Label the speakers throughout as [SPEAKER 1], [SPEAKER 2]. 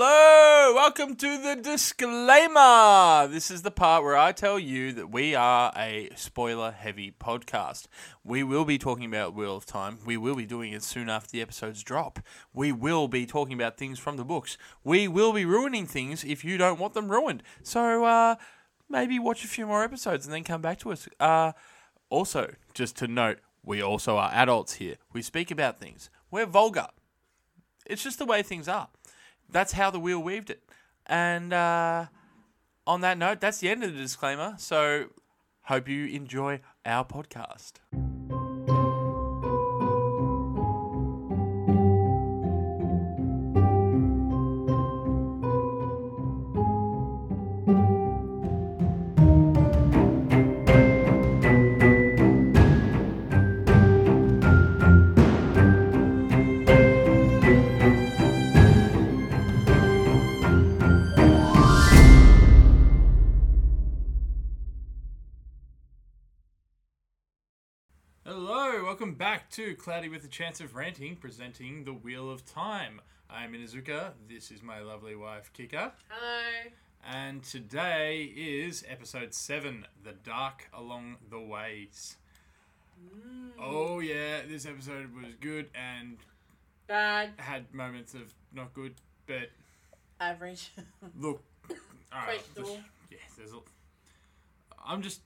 [SPEAKER 1] Hello, welcome to the disclaimer. This is the part where I tell you that we are a spoiler heavy podcast. We will be talking about Wheel of Time. We will be doing it soon after the episodes drop. We will be talking about things from the books. We will be ruining things if you don't want them ruined. So, uh, maybe watch a few more episodes and then come back to us. Uh, also, just to note, we also are adults here. We speak about things. We're vulgar it's just the way things are. That's how the wheel weaved it. And uh, on that note, that's the end of the disclaimer. So, hope you enjoy our podcast. Hello, welcome back to Cloudy with a Chance of Ranting, presenting The Wheel of Time. I'm Inazuka. This is my lovely wife, Kika.
[SPEAKER 2] Hello.
[SPEAKER 1] And today is episode 7 The Dark Along the Ways. Oh, yeah, this episode was good and
[SPEAKER 2] Bad.
[SPEAKER 1] had moments of not good, but
[SPEAKER 2] Average.
[SPEAKER 1] look, alright,
[SPEAKER 2] Questionable.
[SPEAKER 1] there's- yeah, there's. A, I'm just.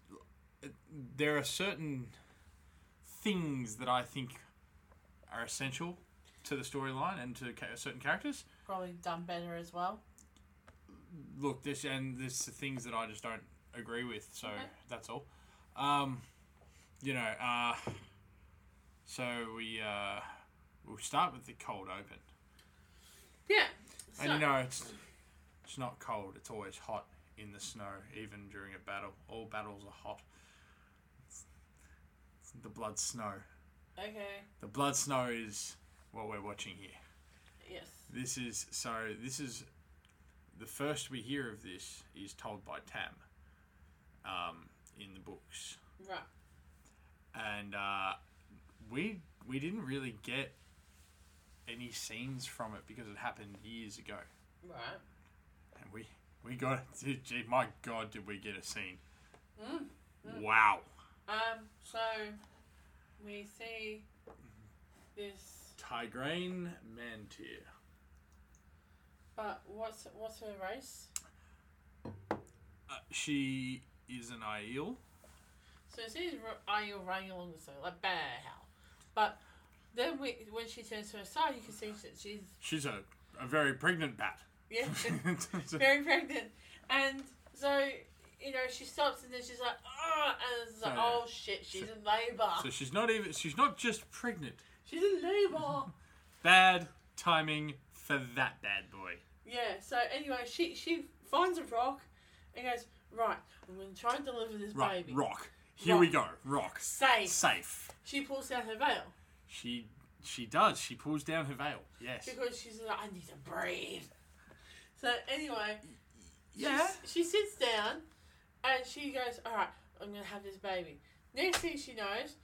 [SPEAKER 1] There are certain things that I think are essential to the storyline and to ca- certain characters.
[SPEAKER 2] Probably done better as well.
[SPEAKER 1] Look, this and there's things that I just don't agree with. So
[SPEAKER 2] Okay.
[SPEAKER 1] that's all. Um, you know. Uh, so we uh, we'll start with the cold open.
[SPEAKER 2] Yeah.
[SPEAKER 1] And you know, it's it's not cold. It's always hot in the snow, even during a battle. All battles are hot. It's- the blood snow.
[SPEAKER 2] Okay.
[SPEAKER 1] The blood snow is what we're watching here.
[SPEAKER 2] Yes.
[SPEAKER 1] This is so. This is the first we hear of this is told by Tam um, in the books,
[SPEAKER 2] Right.
[SPEAKER 1] and uh, we we didn't really get any scenes from it because it happened years ago.
[SPEAKER 2] Right.
[SPEAKER 1] And we we got gee, my god, did we get a scene?
[SPEAKER 2] Mm.
[SPEAKER 1] Wow.
[SPEAKER 2] Um. So we see this,
[SPEAKER 1] Tigraine Mantir.
[SPEAKER 2] but what's what's her race?
[SPEAKER 1] Uh, she is an Aiel.
[SPEAKER 2] So it says Ariel running along the side like bad hell, but then we, when she turns to her side, you can see that she's
[SPEAKER 1] She's a, a very pregnant bat.
[SPEAKER 2] yeah very pregnant, and so. You know, she stops and then she's like, oh, and it's like,
[SPEAKER 1] So, yeah.
[SPEAKER 2] oh shit, she's in labour.
[SPEAKER 1] so she's not even she's not just pregnant.
[SPEAKER 2] she's in labour.
[SPEAKER 1] Bad timing for that bad boy.
[SPEAKER 2] Yeah, so anyway, she she finds a rock and goes, Right, I'm gonna try and deliver this
[SPEAKER 1] Right,
[SPEAKER 2] baby.
[SPEAKER 1] rock. Here we go. Rock.
[SPEAKER 2] Safe.
[SPEAKER 1] Safe.
[SPEAKER 2] She pulls down her veil
[SPEAKER 1] She she does. She pulls down her veil. Yes.
[SPEAKER 2] because she's like, I need to breathe. So anyway,
[SPEAKER 1] Yeah.
[SPEAKER 2] she, she sits down and she goes, Alright, I'm gonna have this baby. Next thing she knows,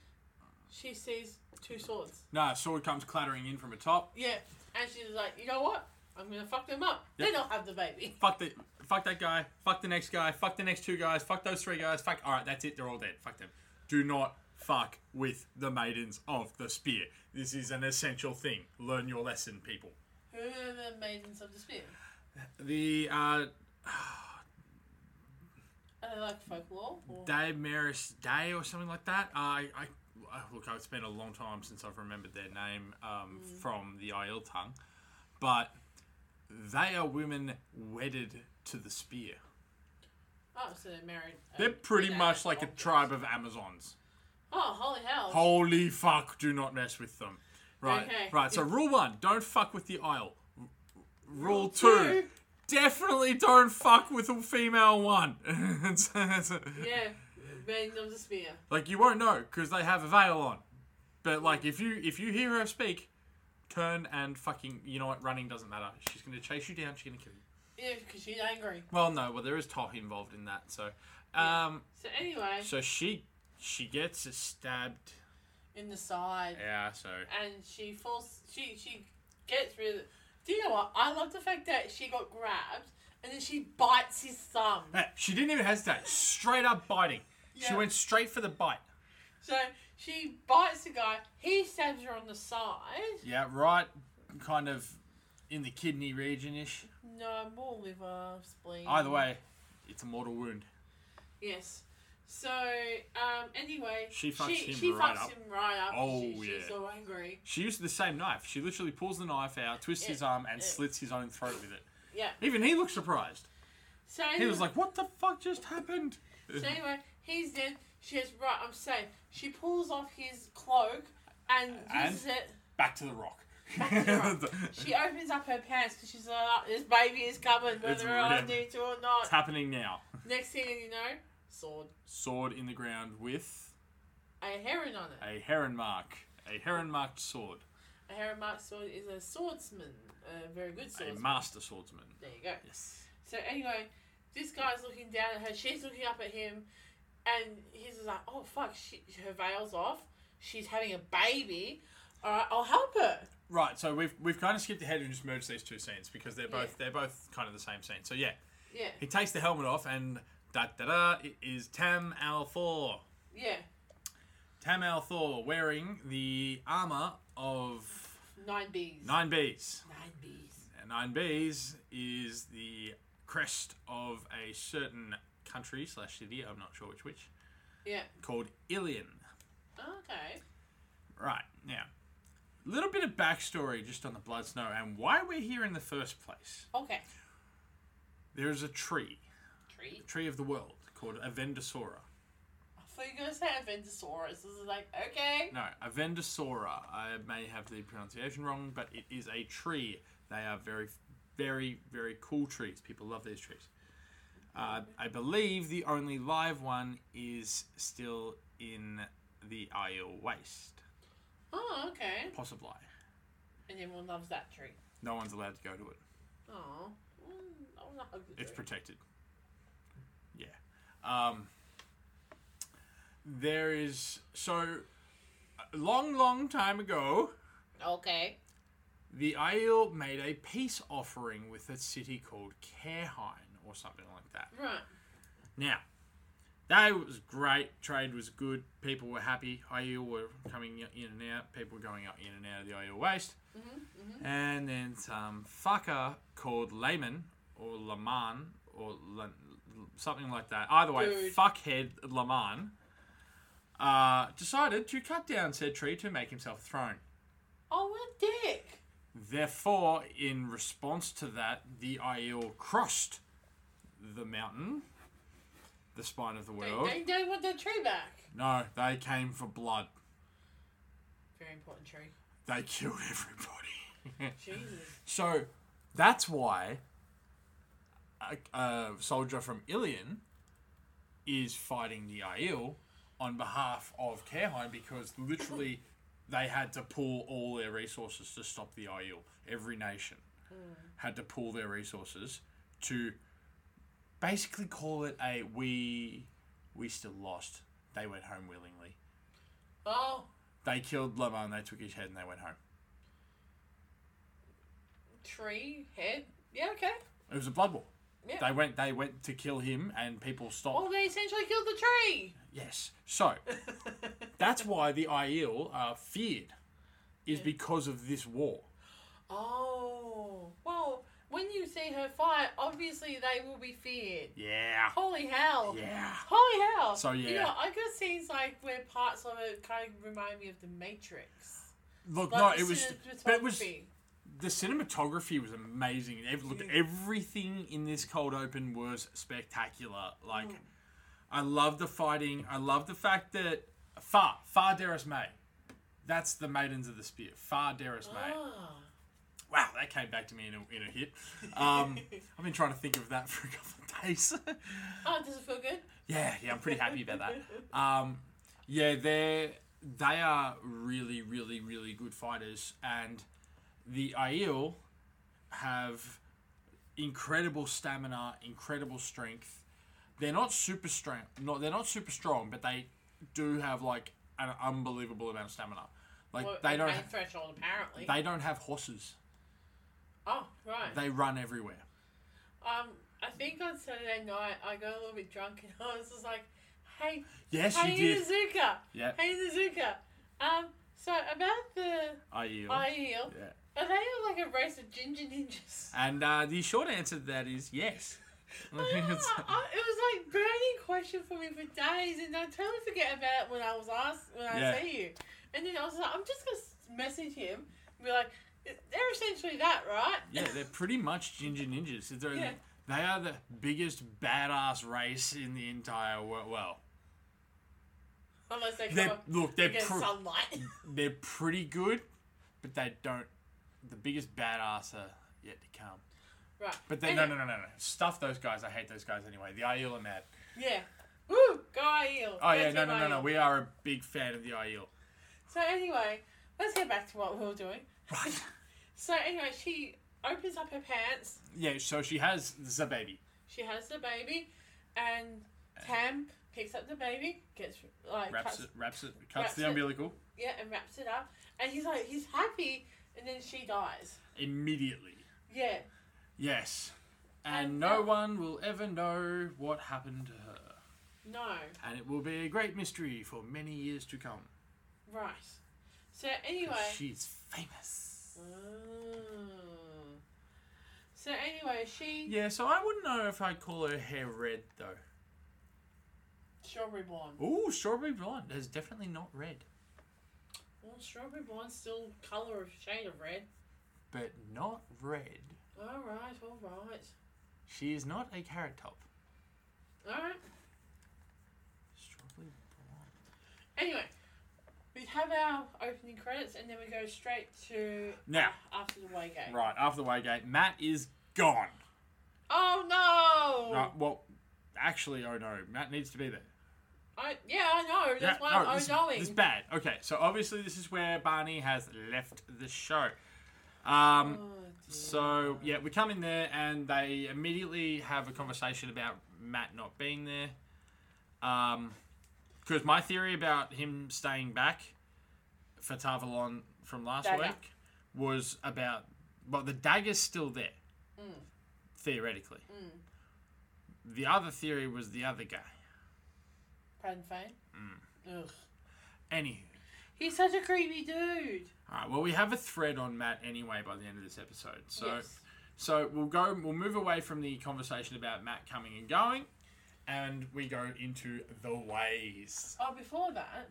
[SPEAKER 2] she sees two swords.
[SPEAKER 1] No, sword comes clattering in from atop.
[SPEAKER 2] Yeah. And she's like, You know what? I'm gonna fuck them up.
[SPEAKER 1] Yep.
[SPEAKER 2] Then I'll have the baby.
[SPEAKER 1] fuck the fuck that guy, fuck the next guy, fuck the next two guys, fuck those three guys, fuck all right, that's it, they're all dead. Fuck them. Do not fuck with the maidens of the spear. This is an essential thing. Learn your lesson, people.
[SPEAKER 2] Who are the maidens of the spear?
[SPEAKER 1] The uh
[SPEAKER 2] Are they like folklore? Or...
[SPEAKER 1] Damaris Day or something like that. uh, I I I- look, it's been a long time since I've remembered their name um, from the Isle tongue, but they are women wedded to the spear.
[SPEAKER 2] Oh, so they're married. uh,
[SPEAKER 1] They're pretty
[SPEAKER 2] in
[SPEAKER 1] much like a
[SPEAKER 2] Amazon.
[SPEAKER 1] tribe of Amazons.
[SPEAKER 2] Oh, holy hell.
[SPEAKER 1] Holy fuck, do not mess with them. Right,
[SPEAKER 2] Okay.
[SPEAKER 1] right. So, rule one, don't fuck with the aisle. R- Rule two,
[SPEAKER 2] two.
[SPEAKER 1] definitely don't fuck with a female one. It's- it's-
[SPEAKER 2] yeah, Maiden of the Spear.
[SPEAKER 1] like, you won't know because they have a veil on. But, like, if you if you hear her speak, turn and fucking, you know what, running doesn't matter. She's going to chase you down, she's going to kill you.
[SPEAKER 2] Yeah, because she's angry.
[SPEAKER 1] Well, no, well, there is Toh involved in that. So, um,
[SPEAKER 2] So anyway,
[SPEAKER 1] so she she gets stabbed.
[SPEAKER 2] in the side,
[SPEAKER 1] Yeah, so.
[SPEAKER 2] and she falls. She she gets rid of Do you know what? I love the fact that she got grabbed and then she bites his thumb.
[SPEAKER 1] No, she didn't even hesitate. Straight up biting. She
[SPEAKER 2] Yeah.
[SPEAKER 1] went straight for the bite.
[SPEAKER 2] So she bites the guy. He stabs her on the side.
[SPEAKER 1] Yeah, right, kind of in the kidney region ish.
[SPEAKER 2] No, more liver, spleen.
[SPEAKER 1] Either way, it's a mortal wound.
[SPEAKER 2] Yes. So um, anyway,
[SPEAKER 1] She fucks
[SPEAKER 2] she,
[SPEAKER 1] him
[SPEAKER 2] she
[SPEAKER 1] right
[SPEAKER 2] fucks
[SPEAKER 1] up.
[SPEAKER 2] him right up.
[SPEAKER 1] Oh,
[SPEAKER 2] she, she's
[SPEAKER 1] yeah.
[SPEAKER 2] so angry.
[SPEAKER 1] She used the same knife. She literally pulls the knife out, twists his
[SPEAKER 2] Yeah.
[SPEAKER 1] arm, and
[SPEAKER 2] Yeah.
[SPEAKER 1] slits his own throat with it.
[SPEAKER 2] Yeah.
[SPEAKER 1] Even he looked surprised.
[SPEAKER 2] So
[SPEAKER 1] He was like, "What the fuck just happened?"
[SPEAKER 2] So anyway, he's dead. She says, right, I'm safe. She pulls off his cloak and
[SPEAKER 1] And?
[SPEAKER 2] uses it.
[SPEAKER 1] Back to the rock.
[SPEAKER 2] Back to the She opens up her pants because she's like, "Ah, this baby is coming,
[SPEAKER 1] It's
[SPEAKER 2] whether I
[SPEAKER 1] ripped.
[SPEAKER 2] do to or
[SPEAKER 1] it's
[SPEAKER 2] not.
[SPEAKER 1] happening now.
[SPEAKER 2] Next thing you know, sword.
[SPEAKER 1] Sword in the ground with
[SPEAKER 2] A heron on it.
[SPEAKER 1] a heron mark. A heron marked sword.
[SPEAKER 2] A heron marked sword is a swordsman, a very good
[SPEAKER 1] A
[SPEAKER 2] swordsman.
[SPEAKER 1] master swordsman.
[SPEAKER 2] there you go.
[SPEAKER 1] Yes.
[SPEAKER 2] So anyway, this guy's looking down at her. She's looking up at him, and he's just like, "Oh fuck!" She, her veil's off. She's having a baby. All right, I'll help her.
[SPEAKER 1] Right, so we've we've kind of skipped ahead and just merged these two scenes because they're both
[SPEAKER 2] Yeah.
[SPEAKER 1] they're both kind of the same scene. So yeah,
[SPEAKER 2] Yeah,
[SPEAKER 1] he takes the helmet off and da da da. It is Tam Al Thor.
[SPEAKER 2] yeah.
[SPEAKER 1] Tam Al Thor wearing the armor of
[SPEAKER 2] Nine bees.
[SPEAKER 1] nine bees.
[SPEAKER 2] Nine bees.
[SPEAKER 1] And nine bees is the crest of a certain country slash city. I'm not sure which which
[SPEAKER 2] Yeah.
[SPEAKER 1] called Ilion.
[SPEAKER 2] Okay.
[SPEAKER 1] Right now, a little bit of backstory just on the Blood Snow and why we're here in the first place.
[SPEAKER 2] Okay.
[SPEAKER 1] There is a tree,
[SPEAKER 2] Tree.
[SPEAKER 1] tree of the world called Avendasaura.
[SPEAKER 2] I thought you were gonna say Aventasaurus. This is like okay.
[SPEAKER 1] No, Avendasaura. I may have the pronunciation wrong, but it is a tree. They are very, very, very cool trees. People love these trees. Uh, I believe the only live one is still in the Isle Waste,
[SPEAKER 2] Oh, okay.
[SPEAKER 1] possibly.
[SPEAKER 2] And everyone loves that tree.
[SPEAKER 1] No one's allowed to go to it.
[SPEAKER 2] Oh. I want to hug the
[SPEAKER 1] It's
[SPEAKER 2] tree.
[SPEAKER 1] protected. Yeah. Um, there is so a long, long time ago.
[SPEAKER 2] okay.
[SPEAKER 1] The Isle made a peace offering with a city called Cairhine or something like that.
[SPEAKER 2] Right.
[SPEAKER 1] Now, that was great. Trade was good. People were happy. Isle were coming in and out. People were going out in and out of the Isle Waste. And then some fucker called Layman or Laman or La- something like that. Either way,
[SPEAKER 2] Dude.
[SPEAKER 1] fuckhead Laman uh, decided to cut down said tree to make himself a throne.
[SPEAKER 2] Oh, what a dick.
[SPEAKER 1] Therefore, in response to that, the Aiel crossed the mountain, the spine of the
[SPEAKER 2] They,
[SPEAKER 1] world.
[SPEAKER 2] they don't want that tree back.
[SPEAKER 1] No, they came for blood.
[SPEAKER 2] Very important tree.
[SPEAKER 1] They killed everybody.
[SPEAKER 2] Jesus.
[SPEAKER 1] so that's why a, a soldier from Ilion is fighting the Aiel on behalf of Cairhine because literally they had to pull all their resources to stop the Aiel. Every nation had to pull their resources to basically call it a we we still lost. They went home willingly.
[SPEAKER 2] Oh,
[SPEAKER 1] They killed Laman, they took his head and they went home.
[SPEAKER 2] tree, head. Yeah, okay.
[SPEAKER 1] It was a blood war.
[SPEAKER 2] Yeah.
[SPEAKER 1] They went. They went to kill him, and people stopped.
[SPEAKER 2] well, they essentially killed the tree.
[SPEAKER 1] Yes. So that's why the Aiel are uh, feared, is because of this war.
[SPEAKER 2] Oh. Well, when you see her fight, obviously they will be feared.
[SPEAKER 1] Yeah.
[SPEAKER 2] Holy hell.
[SPEAKER 1] Yeah.
[SPEAKER 2] Holy hell.
[SPEAKER 1] So,
[SPEAKER 2] You
[SPEAKER 1] yeah.
[SPEAKER 2] know, I got scenes like where parts of it kind of remind me of The Matrix.
[SPEAKER 1] Look,
[SPEAKER 2] Like
[SPEAKER 1] no,
[SPEAKER 2] the
[SPEAKER 1] it was.
[SPEAKER 2] cinematography.
[SPEAKER 1] But it was the cinematography was amazing. Ev- Look,
[SPEAKER 2] Mm.
[SPEAKER 1] everything in this cold open was spectacular. Like,
[SPEAKER 2] Mm.
[SPEAKER 1] I love the fighting. I love the fact that Far Far Deris May. That's the maidens of the spear. Far Deris May.
[SPEAKER 2] Ah.
[SPEAKER 1] Wow, that came back to me in a, in a hit. Um, I've been trying to think of that for a couple of days.
[SPEAKER 2] Oh, does it feel good?
[SPEAKER 1] yeah, yeah, I'm pretty happy about that. Um, yeah, they're they are really, really, really good fighters, and the Aiel have incredible stamina, incredible strength. They're not super strong. Not they're not super strong, but they do have like an unbelievable amount of stamina. Like
[SPEAKER 2] Well,
[SPEAKER 1] they
[SPEAKER 2] it
[SPEAKER 1] don't
[SPEAKER 2] pain threshold apparently.
[SPEAKER 1] they don't have horses.
[SPEAKER 2] Oh, right.
[SPEAKER 1] They run everywhere.
[SPEAKER 2] Um, I think on Saturday night I got a little bit drunk and I was just like, "Hey,
[SPEAKER 1] Yes,
[SPEAKER 2] hey,
[SPEAKER 1] you did.
[SPEAKER 2] Inuzuka,
[SPEAKER 1] Yeah.
[SPEAKER 2] hey, Inuzuka." Um, so about the
[SPEAKER 1] IEL.
[SPEAKER 2] IEL,
[SPEAKER 1] Yeah.
[SPEAKER 2] are they like a race of ginger ninjas?
[SPEAKER 1] And uh, the short answer to that is yes. I
[SPEAKER 2] I,
[SPEAKER 1] think it's-
[SPEAKER 2] I- it was like burning question for me for days, and I totally forget about it when I was asked when I
[SPEAKER 1] Yeah.
[SPEAKER 2] see you. And then I was like, I'm just gonna message him and be like, "They're essentially that, right?"
[SPEAKER 1] yeah, they're pretty much ginger ninjas. They're,
[SPEAKER 2] Yeah.
[SPEAKER 1] They are the biggest badass race in the entire world. Well,
[SPEAKER 2] Unless they come
[SPEAKER 1] they're,
[SPEAKER 2] up
[SPEAKER 1] look, they're
[SPEAKER 2] against
[SPEAKER 1] pr-
[SPEAKER 2] sunlight.
[SPEAKER 1] they're pretty good, but they don't. The biggest badass are yet to come.
[SPEAKER 2] right.
[SPEAKER 1] But they,
[SPEAKER 2] And
[SPEAKER 1] no,
[SPEAKER 2] it-
[SPEAKER 1] no, no, no, no. Stuff those guys. I hate those guys anyway. The IEL are mad.
[SPEAKER 2] Yeah. Woo! Go IEL.
[SPEAKER 1] Oh, yeah, no, no, no, no. We are a big fan of the IEL.
[SPEAKER 2] So anyway, let's get back to what we were doing.
[SPEAKER 1] Right.
[SPEAKER 2] So anyway, she opens up her pants.
[SPEAKER 1] Yeah, so she has the baby.
[SPEAKER 2] She has the baby, and Tam picks up the baby, gets like
[SPEAKER 1] Wraps
[SPEAKER 2] cuts,
[SPEAKER 1] it, wraps it, cuts
[SPEAKER 2] wraps
[SPEAKER 1] the
[SPEAKER 2] it.
[SPEAKER 1] umbilical
[SPEAKER 2] yeah, and wraps it up. And he's like, he's happy, and then she dies.
[SPEAKER 1] immediately.
[SPEAKER 2] Yeah.
[SPEAKER 1] Yes. And,
[SPEAKER 2] And
[SPEAKER 1] no
[SPEAKER 2] that-
[SPEAKER 1] one will ever know what happened to her.
[SPEAKER 2] No.
[SPEAKER 1] And it will be a great mystery for many years to come.
[SPEAKER 2] Right. So
[SPEAKER 1] 'Cause
[SPEAKER 2] anyway.
[SPEAKER 1] She's famous.
[SPEAKER 2] Mm. So anyway, she
[SPEAKER 1] Yeah, so I wouldn't know if I'd call her hair red, though.
[SPEAKER 2] strawberry blonde.
[SPEAKER 1] Ooh, strawberry blonde is definitely not red,
[SPEAKER 2] Well, strawberry blonde's still color of shade of red.
[SPEAKER 1] but not red.
[SPEAKER 2] All right. All right.
[SPEAKER 1] She is not a carrot top.
[SPEAKER 2] All right.
[SPEAKER 1] Strawberry blonde.
[SPEAKER 2] Anyway, we have our opening credits and then we go straight to
[SPEAKER 1] Now.
[SPEAKER 2] after the way game.
[SPEAKER 1] Right, after the Waygate, Matt is gone.
[SPEAKER 2] Oh no!
[SPEAKER 1] Right, well, actually, oh no, Matt needs to be there.
[SPEAKER 2] I, yeah, I know. That's why
[SPEAKER 1] no,
[SPEAKER 2] I'm
[SPEAKER 1] this,
[SPEAKER 2] knowing.
[SPEAKER 1] This is bad. Okay, so obviously this is where Barney has left the show. Um,
[SPEAKER 2] Oh, dear.
[SPEAKER 1] so yeah, we come in there and they immediately have a conversation about Matt not being there. Um, because my theory about him staying back for Tavalon from last
[SPEAKER 2] Dagger.
[SPEAKER 1] week was about well, the dagger's still there,
[SPEAKER 2] Mm.
[SPEAKER 1] theoretically. The other theory was the other guy.
[SPEAKER 2] Pran Fane.
[SPEAKER 1] Mm.
[SPEAKER 2] Ugh.
[SPEAKER 1] Anywho.
[SPEAKER 2] He's such a creepy dude.
[SPEAKER 1] All right. Well, we have a thread on Matt anyway by the end of this episode. So,
[SPEAKER 2] yes.
[SPEAKER 1] so we'll go. We'll move away from the conversation about Matt coming and going, and we go into the ways.
[SPEAKER 2] Oh, before that,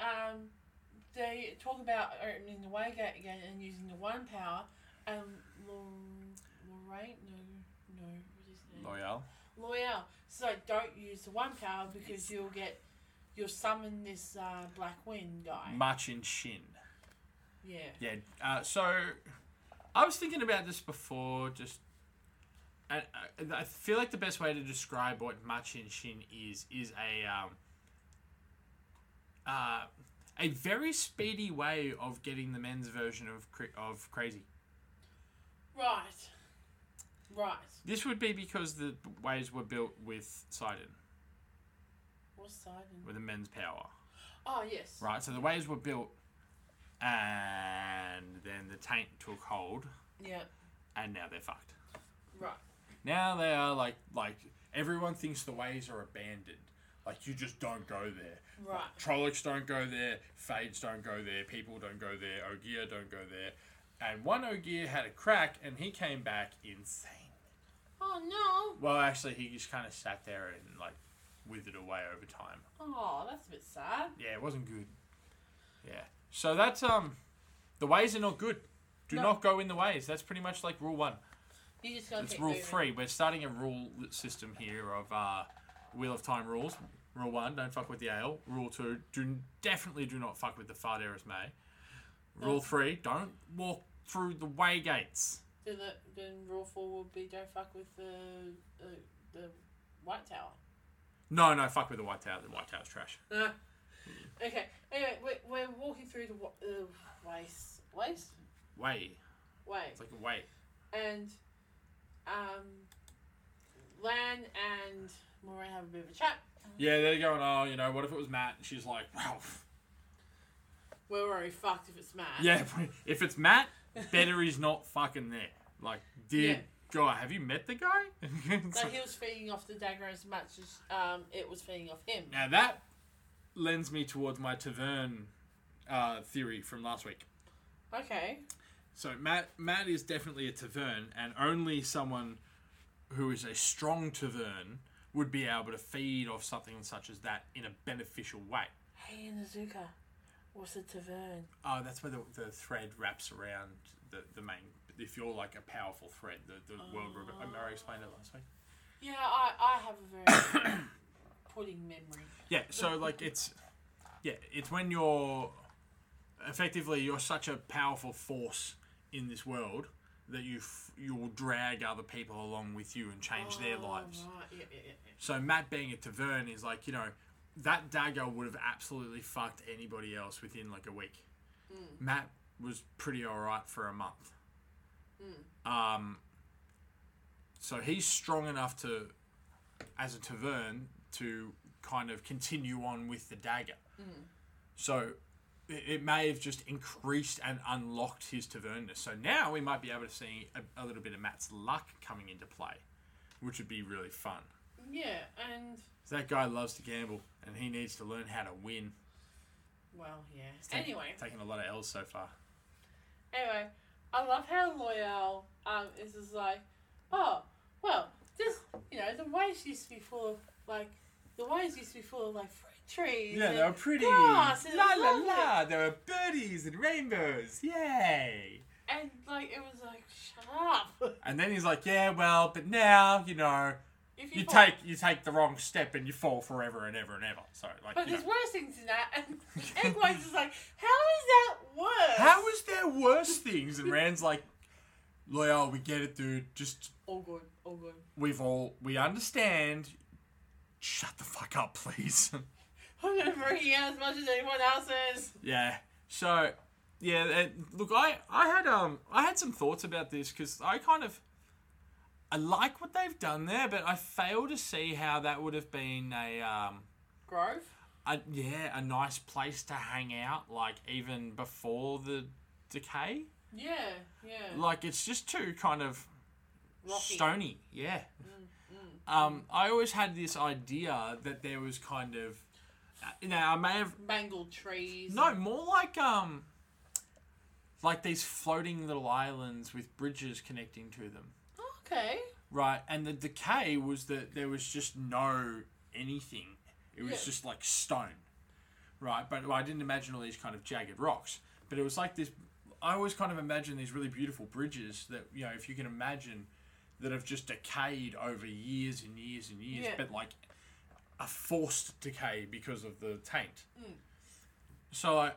[SPEAKER 2] um, they talk about opening the way gate again and using the one power. And Lor- Lorraine, no, no, what is his name?
[SPEAKER 1] Loyal.
[SPEAKER 2] Loyal. So like, don't use the one power because you'll get, you'll summon this uh, black wind guy.
[SPEAKER 1] Much in shin.
[SPEAKER 2] yeah.
[SPEAKER 1] Yeah. Uh, so, I was thinking about this before. Just, and I- I feel like the best way to describe what much in shin is is a um, uh, a very speedy way of getting the men's version of cra- of crazy.
[SPEAKER 2] Right. Right.
[SPEAKER 1] This would be because the waves were built with Sidon,
[SPEAKER 2] What's Sidon?
[SPEAKER 1] with the men's power.
[SPEAKER 2] Oh yes.
[SPEAKER 1] Right, so the waves were built, and then the taint took hold,
[SPEAKER 2] Yeah.
[SPEAKER 1] and now they're fucked.
[SPEAKER 2] Right.
[SPEAKER 1] Now they are like like everyone thinks the waves are abandoned. Like you just don't go there.
[SPEAKER 2] Right.
[SPEAKER 1] Trollocs don't go there. Fades don't go there. People don't go there. Ogier don't go there. And one Ogier had a crack, and he came back insane.
[SPEAKER 2] Oh
[SPEAKER 1] Well, actually, he just kind of sat there and like withered away over time.
[SPEAKER 2] no. Oh, that's a bit sad.
[SPEAKER 1] Yeah, it wasn't good. Yeah. So that's um, the ways are not good. Do
[SPEAKER 2] No.
[SPEAKER 1] not go in the ways. That's pretty much like rule one.
[SPEAKER 2] You just gotta
[SPEAKER 1] It's
[SPEAKER 2] keep
[SPEAKER 1] rule
[SPEAKER 2] moving.
[SPEAKER 1] three. We're starting a rule system here of uh, Wheel of Time rules. Rule one: don't fuck with the ale. Rule two: do definitely do not fuck with the far Eras May. Rule
[SPEAKER 2] No.
[SPEAKER 1] three: don't walk through the way gates.
[SPEAKER 2] Then, the, then rule four would be don't fuck with the uh, the white tower.
[SPEAKER 1] No, no, fuck with the White Tower. The White Tower's trash.
[SPEAKER 2] Ah. okay. Anyway, we're, we're walking through the wa- uh, waste waste
[SPEAKER 1] Way.
[SPEAKER 2] way,
[SPEAKER 1] It's like a way.
[SPEAKER 2] and um, Lan and Moraine have a bit of a chat.
[SPEAKER 1] Yeah, they're going. Oh, you know, what if it was Matt? And she's like, well,
[SPEAKER 2] We're already fucked if it's Matt.
[SPEAKER 1] yeah. If it's Matt, Better is not fucking there. Like, dear
[SPEAKER 2] Yeah.
[SPEAKER 1] God, have you met the guy? It's
[SPEAKER 2] Like
[SPEAKER 1] like-
[SPEAKER 2] he was feeding off the dagger as much as um, it was feeding off him.
[SPEAKER 1] now that lends me towards my Tavern uh, theory from last week.
[SPEAKER 2] Okay.
[SPEAKER 1] So Matt Matt is definitely a Tavern, and only someone who is a strong Tavern would be able to feed off something such as that in a beneficial way.
[SPEAKER 2] Hey, Inazuka, what's a tavern?
[SPEAKER 1] Oh, that's where the, the thread wraps around the, the main. If you're like a powerful thread, the, the world. Re- I Mary explained it last week.
[SPEAKER 2] Yeah, I, I have a very pudding memory.
[SPEAKER 1] Yeah, so like it's, yeah, it's when you're, effectively, you're such a powerful force in this world that you f- you will drag other people along with you and change their lives.
[SPEAKER 2] Oh, right. yeah, yeah, yeah, yeah.
[SPEAKER 1] So Matt being a Tavern is like, you know, that dagger would have absolutely fucked anybody else within like a week. Matt was pretty alright for a month. Um, so he's strong enough to, as a Tavern, to kind of continue on with the dagger. So it, it may have just increased and unlocked his Tavernness. So now we might be able to see a, a little bit of Matt's luck coming into play, which would be really fun.
[SPEAKER 2] Yeah, and
[SPEAKER 1] That guy loves to gamble, and he needs to learn how to win.
[SPEAKER 2] well, yeah.
[SPEAKER 1] Take-
[SPEAKER 2] Anyway,
[SPEAKER 1] taking a lot of L's so far.
[SPEAKER 2] anyway, I love how loyal um is just like, oh well, this you know the waves used to be full of like the waves used to be full of like fruit trees. and
[SPEAKER 1] pretty.
[SPEAKER 2] grass, and it was lovely."
[SPEAKER 1] There were birdies and rainbows. Yay!
[SPEAKER 2] And like it was like, shut up.
[SPEAKER 1] And then he's like, "Yeah, well, but now you know
[SPEAKER 2] If
[SPEAKER 1] you
[SPEAKER 2] fall-
[SPEAKER 1] take you take the wrong step and you fall forever and ever and ever." So like,
[SPEAKER 2] But
[SPEAKER 1] you
[SPEAKER 2] there's
[SPEAKER 1] know,
[SPEAKER 2] worse things than that, and everyone's just like, how is that worse?
[SPEAKER 1] how is there worse things? And Rand's like, "Loyal, we get it, dude. Just
[SPEAKER 2] all good, all good.
[SPEAKER 1] we've all we understand. Shut the fuck up, please."
[SPEAKER 2] I'm gonna freak you out as much as anyone else is.
[SPEAKER 1] Yeah. So, yeah. It, look, I I had um I had some thoughts about this because I kind of I like what they've done there, but I fail to see how that would have been a um
[SPEAKER 2] Grove.
[SPEAKER 1] a yeah a nice place to hang out like even before the decay.
[SPEAKER 2] Yeah, yeah.
[SPEAKER 1] Like it's just too kind of
[SPEAKER 2] Rocky. Mm.
[SPEAKER 1] stony. Yeah. Um, I always had this idea that there was kind of, you know, I may have
[SPEAKER 2] Mangled trees.
[SPEAKER 1] No, more like um, like these floating little islands with bridges connecting to them,
[SPEAKER 2] Okay.
[SPEAKER 1] right? And the decay was that there was just no anything. It was
[SPEAKER 2] Yeah.
[SPEAKER 1] just like stone, right? But I didn't imagine all these kind of jagged rocks. But it was like this. I always kind of imagine these really beautiful bridges that you know, if you can imagine, that have just decayed over years and years and years,
[SPEAKER 2] Yeah.
[SPEAKER 1] but like a forced decay because of the taint.
[SPEAKER 2] Hmm.
[SPEAKER 1] So like,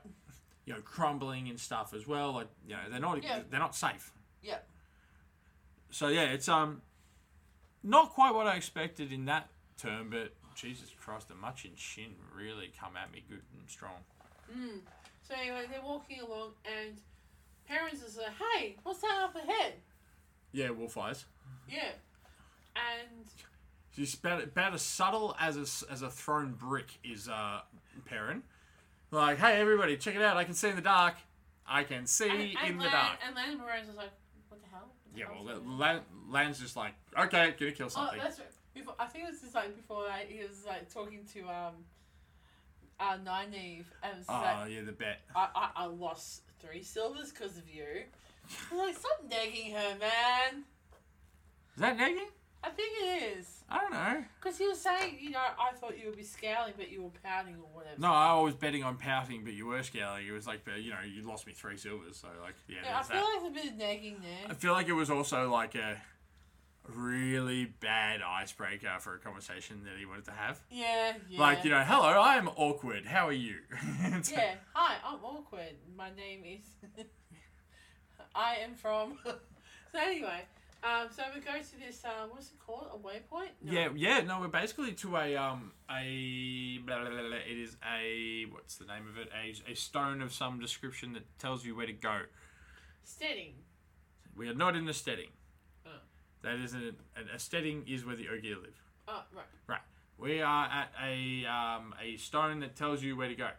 [SPEAKER 1] you know, crumbling and stuff as well. Like, you know, they're not
[SPEAKER 2] Yeah.
[SPEAKER 1] they're not safe.
[SPEAKER 2] Yeah.
[SPEAKER 1] So yeah, it's um not quite what I expected in that term, but Jesus Christ, the much in shin really come at me good and strong.
[SPEAKER 2] So anyway, they're walking along, and parents is like, "Hey, what's that up ahead?"
[SPEAKER 1] Yeah, wolf eyes.
[SPEAKER 2] Yeah. And
[SPEAKER 1] She's about, about as subtle as a, s- as a thrown brick is uh, Perrin. Like, hey everybody, check it out! I can see in the dark. I can see
[SPEAKER 2] and,
[SPEAKER 1] in
[SPEAKER 2] and
[SPEAKER 1] the dark.
[SPEAKER 2] Lan, and Lan Morales is like, "What the hell?" What the
[SPEAKER 1] Yeah,
[SPEAKER 2] hell's
[SPEAKER 1] well,
[SPEAKER 2] going on?"
[SPEAKER 1] Lan, Lan's just like, okay, gonna kill
[SPEAKER 2] Oh,
[SPEAKER 1] something.
[SPEAKER 2] that's right. Before, I think this is like before like, he was like talking to um, uh, Nynaeve, and it's
[SPEAKER 1] Oh,
[SPEAKER 2] like,
[SPEAKER 1] yeah, the bet.
[SPEAKER 2] I, I, I lost three silvers because of you. I'm like, stop nagging her, man.
[SPEAKER 1] Is that nagging?
[SPEAKER 2] I think it is.
[SPEAKER 1] I don't know.
[SPEAKER 2] Because he was saying, you know, I thought you would be scowling, but you were pouting or whatever.
[SPEAKER 1] No, I was betting on pouting, but you were scaling. It was like, but, you know, you lost me three silvers, so like, yeah,
[SPEAKER 2] Yeah, I
[SPEAKER 1] there's
[SPEAKER 2] feel
[SPEAKER 1] that.
[SPEAKER 2] like there's a bit of nagging there.
[SPEAKER 1] I feel like it was also like a really bad icebreaker for a conversation that he wanted to have.
[SPEAKER 2] Yeah, yeah.
[SPEAKER 1] Like, you know, hello, I'm awkward. How are you? It's like,
[SPEAKER 2] Yeah. Hi, I'm awkward. My name is. I am from. so anyway, um, so we go to this. Um, what's it called? A waypoint? No.
[SPEAKER 1] yeah, yeah. No, we're basically to a um a blah, blah, blah, blah, it is a what's the name of it? A, a stone of some description that tells you where to go.
[SPEAKER 2] Steading.
[SPEAKER 1] We are not in a steading.
[SPEAKER 2] Oh.
[SPEAKER 1] That is an, an a steading is where the Ogier live.
[SPEAKER 2] Oh, right.
[SPEAKER 1] Right. We are at a um, a stone that tells you where to go.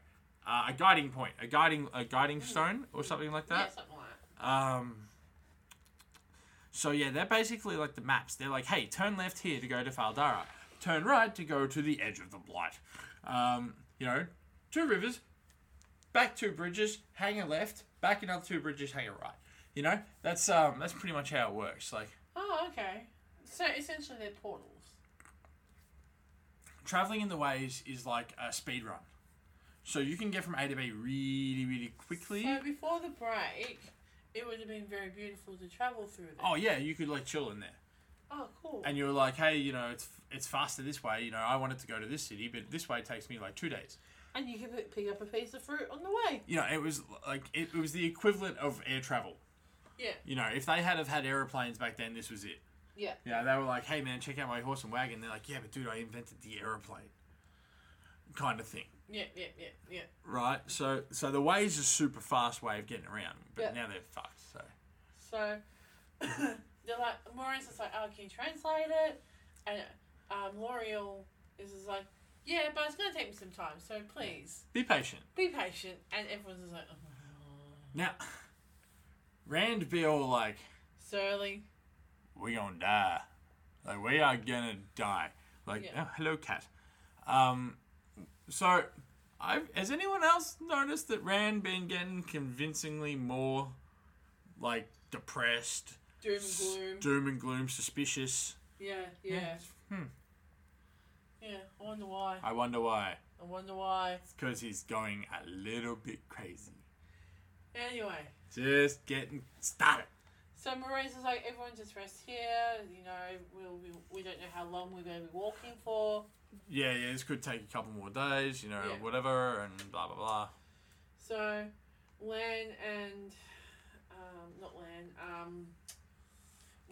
[SPEAKER 1] Uh, a guiding point, a guiding a guiding stone or something like
[SPEAKER 2] Yeah,
[SPEAKER 1] that.
[SPEAKER 2] something like that.
[SPEAKER 1] Um, so yeah, they're basically like the maps. They're like, hey, turn left here to go to Faldara, turn right to go to the edge of the blight. Um, you know, two rivers, back two bridges, hang a left, back another two bridges, hang a right. You know, that's um, that's pretty much how it works. Like
[SPEAKER 2] Oh, okay. So essentially, they're portals.
[SPEAKER 1] traveling in the waves is like a speed run. So you can get from A to B really, really quickly.
[SPEAKER 2] So before the break, it would have been very beautiful to travel through them.
[SPEAKER 1] Oh yeah, you could like chill in there.
[SPEAKER 2] Oh, cool.
[SPEAKER 1] and you were like, hey, you know, it's it's faster this way. You know, I wanted to go to this city, but this way takes me like two days.
[SPEAKER 2] And you can pick- pick up a piece of fruit on the way.
[SPEAKER 1] You know, it was like it, it was the equivalent of air travel.
[SPEAKER 2] Yeah.
[SPEAKER 1] You know, if they had have had aeroplanes back then, this was it.
[SPEAKER 2] Yeah.
[SPEAKER 1] Yeah, they were like, hey man, check out my horse and wagon. They're like, yeah, but dude, I invented the aeroplane, kind of thing.
[SPEAKER 2] Yeah, yeah, yeah, yeah.
[SPEAKER 1] Right. So so the ways is a super fast way of getting around, but
[SPEAKER 2] Yeah.
[SPEAKER 1] now they're fucked. So
[SPEAKER 2] So they're like, Maurice is like, oh, can you translate it? And um, L'Oreal is just like, yeah, but it's going to take me some time, so please
[SPEAKER 1] be patient.
[SPEAKER 2] be patient. And everyone's just like, oh,
[SPEAKER 1] Now, Rand Bill like
[SPEAKER 2] Sterling.
[SPEAKER 1] we gonna die. Like we are gonna die. Like
[SPEAKER 2] Yeah.
[SPEAKER 1] oh, hello cat. Um, so I has anyone else noticed that Rand been getting convincingly more like depressed,
[SPEAKER 2] Doom and
[SPEAKER 1] s-
[SPEAKER 2] gloom.
[SPEAKER 1] doom and gloom, suspicious?
[SPEAKER 2] yeah, yeah,
[SPEAKER 1] Hmm.
[SPEAKER 2] yeah. I wonder why.
[SPEAKER 1] I wonder why.
[SPEAKER 2] I wonder why.
[SPEAKER 1] Because he's going a little bit crazy.
[SPEAKER 2] Anyway,
[SPEAKER 1] Just getting started.
[SPEAKER 2] so Maurice is like, everyone just rest here. You know, we'll, we we don't know how long we're going to be walking for.
[SPEAKER 1] Yeah, yeah. This could take a couple more days. You know,
[SPEAKER 2] Yeah.
[SPEAKER 1] whatever, and blah blah blah.
[SPEAKER 2] So, Lan and um, not Lan, um,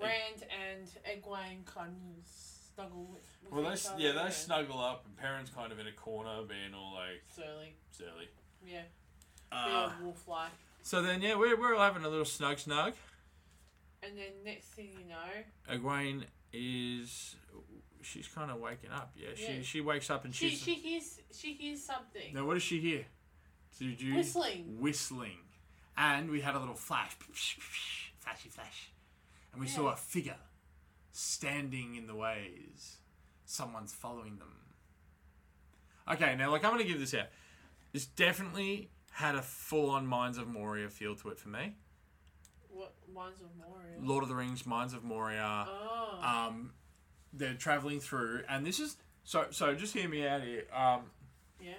[SPEAKER 2] Rand and Egwene kind of snuggle. With, with
[SPEAKER 1] Well,
[SPEAKER 2] each
[SPEAKER 1] they
[SPEAKER 2] other
[SPEAKER 1] yeah they
[SPEAKER 2] and
[SPEAKER 1] snuggle up, and parents kind of in a corner, being all like
[SPEAKER 2] Sterling,
[SPEAKER 1] silly.
[SPEAKER 2] yeah,
[SPEAKER 1] Uh,
[SPEAKER 2] they wolf like.
[SPEAKER 1] so then, yeah, we're, we're all having a little snug snug.
[SPEAKER 2] And then next thing you know,
[SPEAKER 1] Egwene is. She's kind of waking up. Yeah, she
[SPEAKER 2] Yeah.
[SPEAKER 1] she wakes up and
[SPEAKER 2] she
[SPEAKER 1] she's.
[SPEAKER 2] she hears she hears something
[SPEAKER 1] now, what does she hear? Did you
[SPEAKER 2] whistling.
[SPEAKER 1] whistling, and we had a little flash, flashy flash, and we saw
[SPEAKER 2] Yeah.
[SPEAKER 1] a figure standing in the ways. Someone's following them. Okay, now like I'm gonna give this out. This definitely had a full-on Minds of Moria feel to it for me.
[SPEAKER 2] What Minds of Moria?
[SPEAKER 1] Lord of the Rings, Minds of Moria.
[SPEAKER 2] Oh,
[SPEAKER 1] Um, they're traveling through, and this is so. So just hear me out here. Um,
[SPEAKER 2] yeah,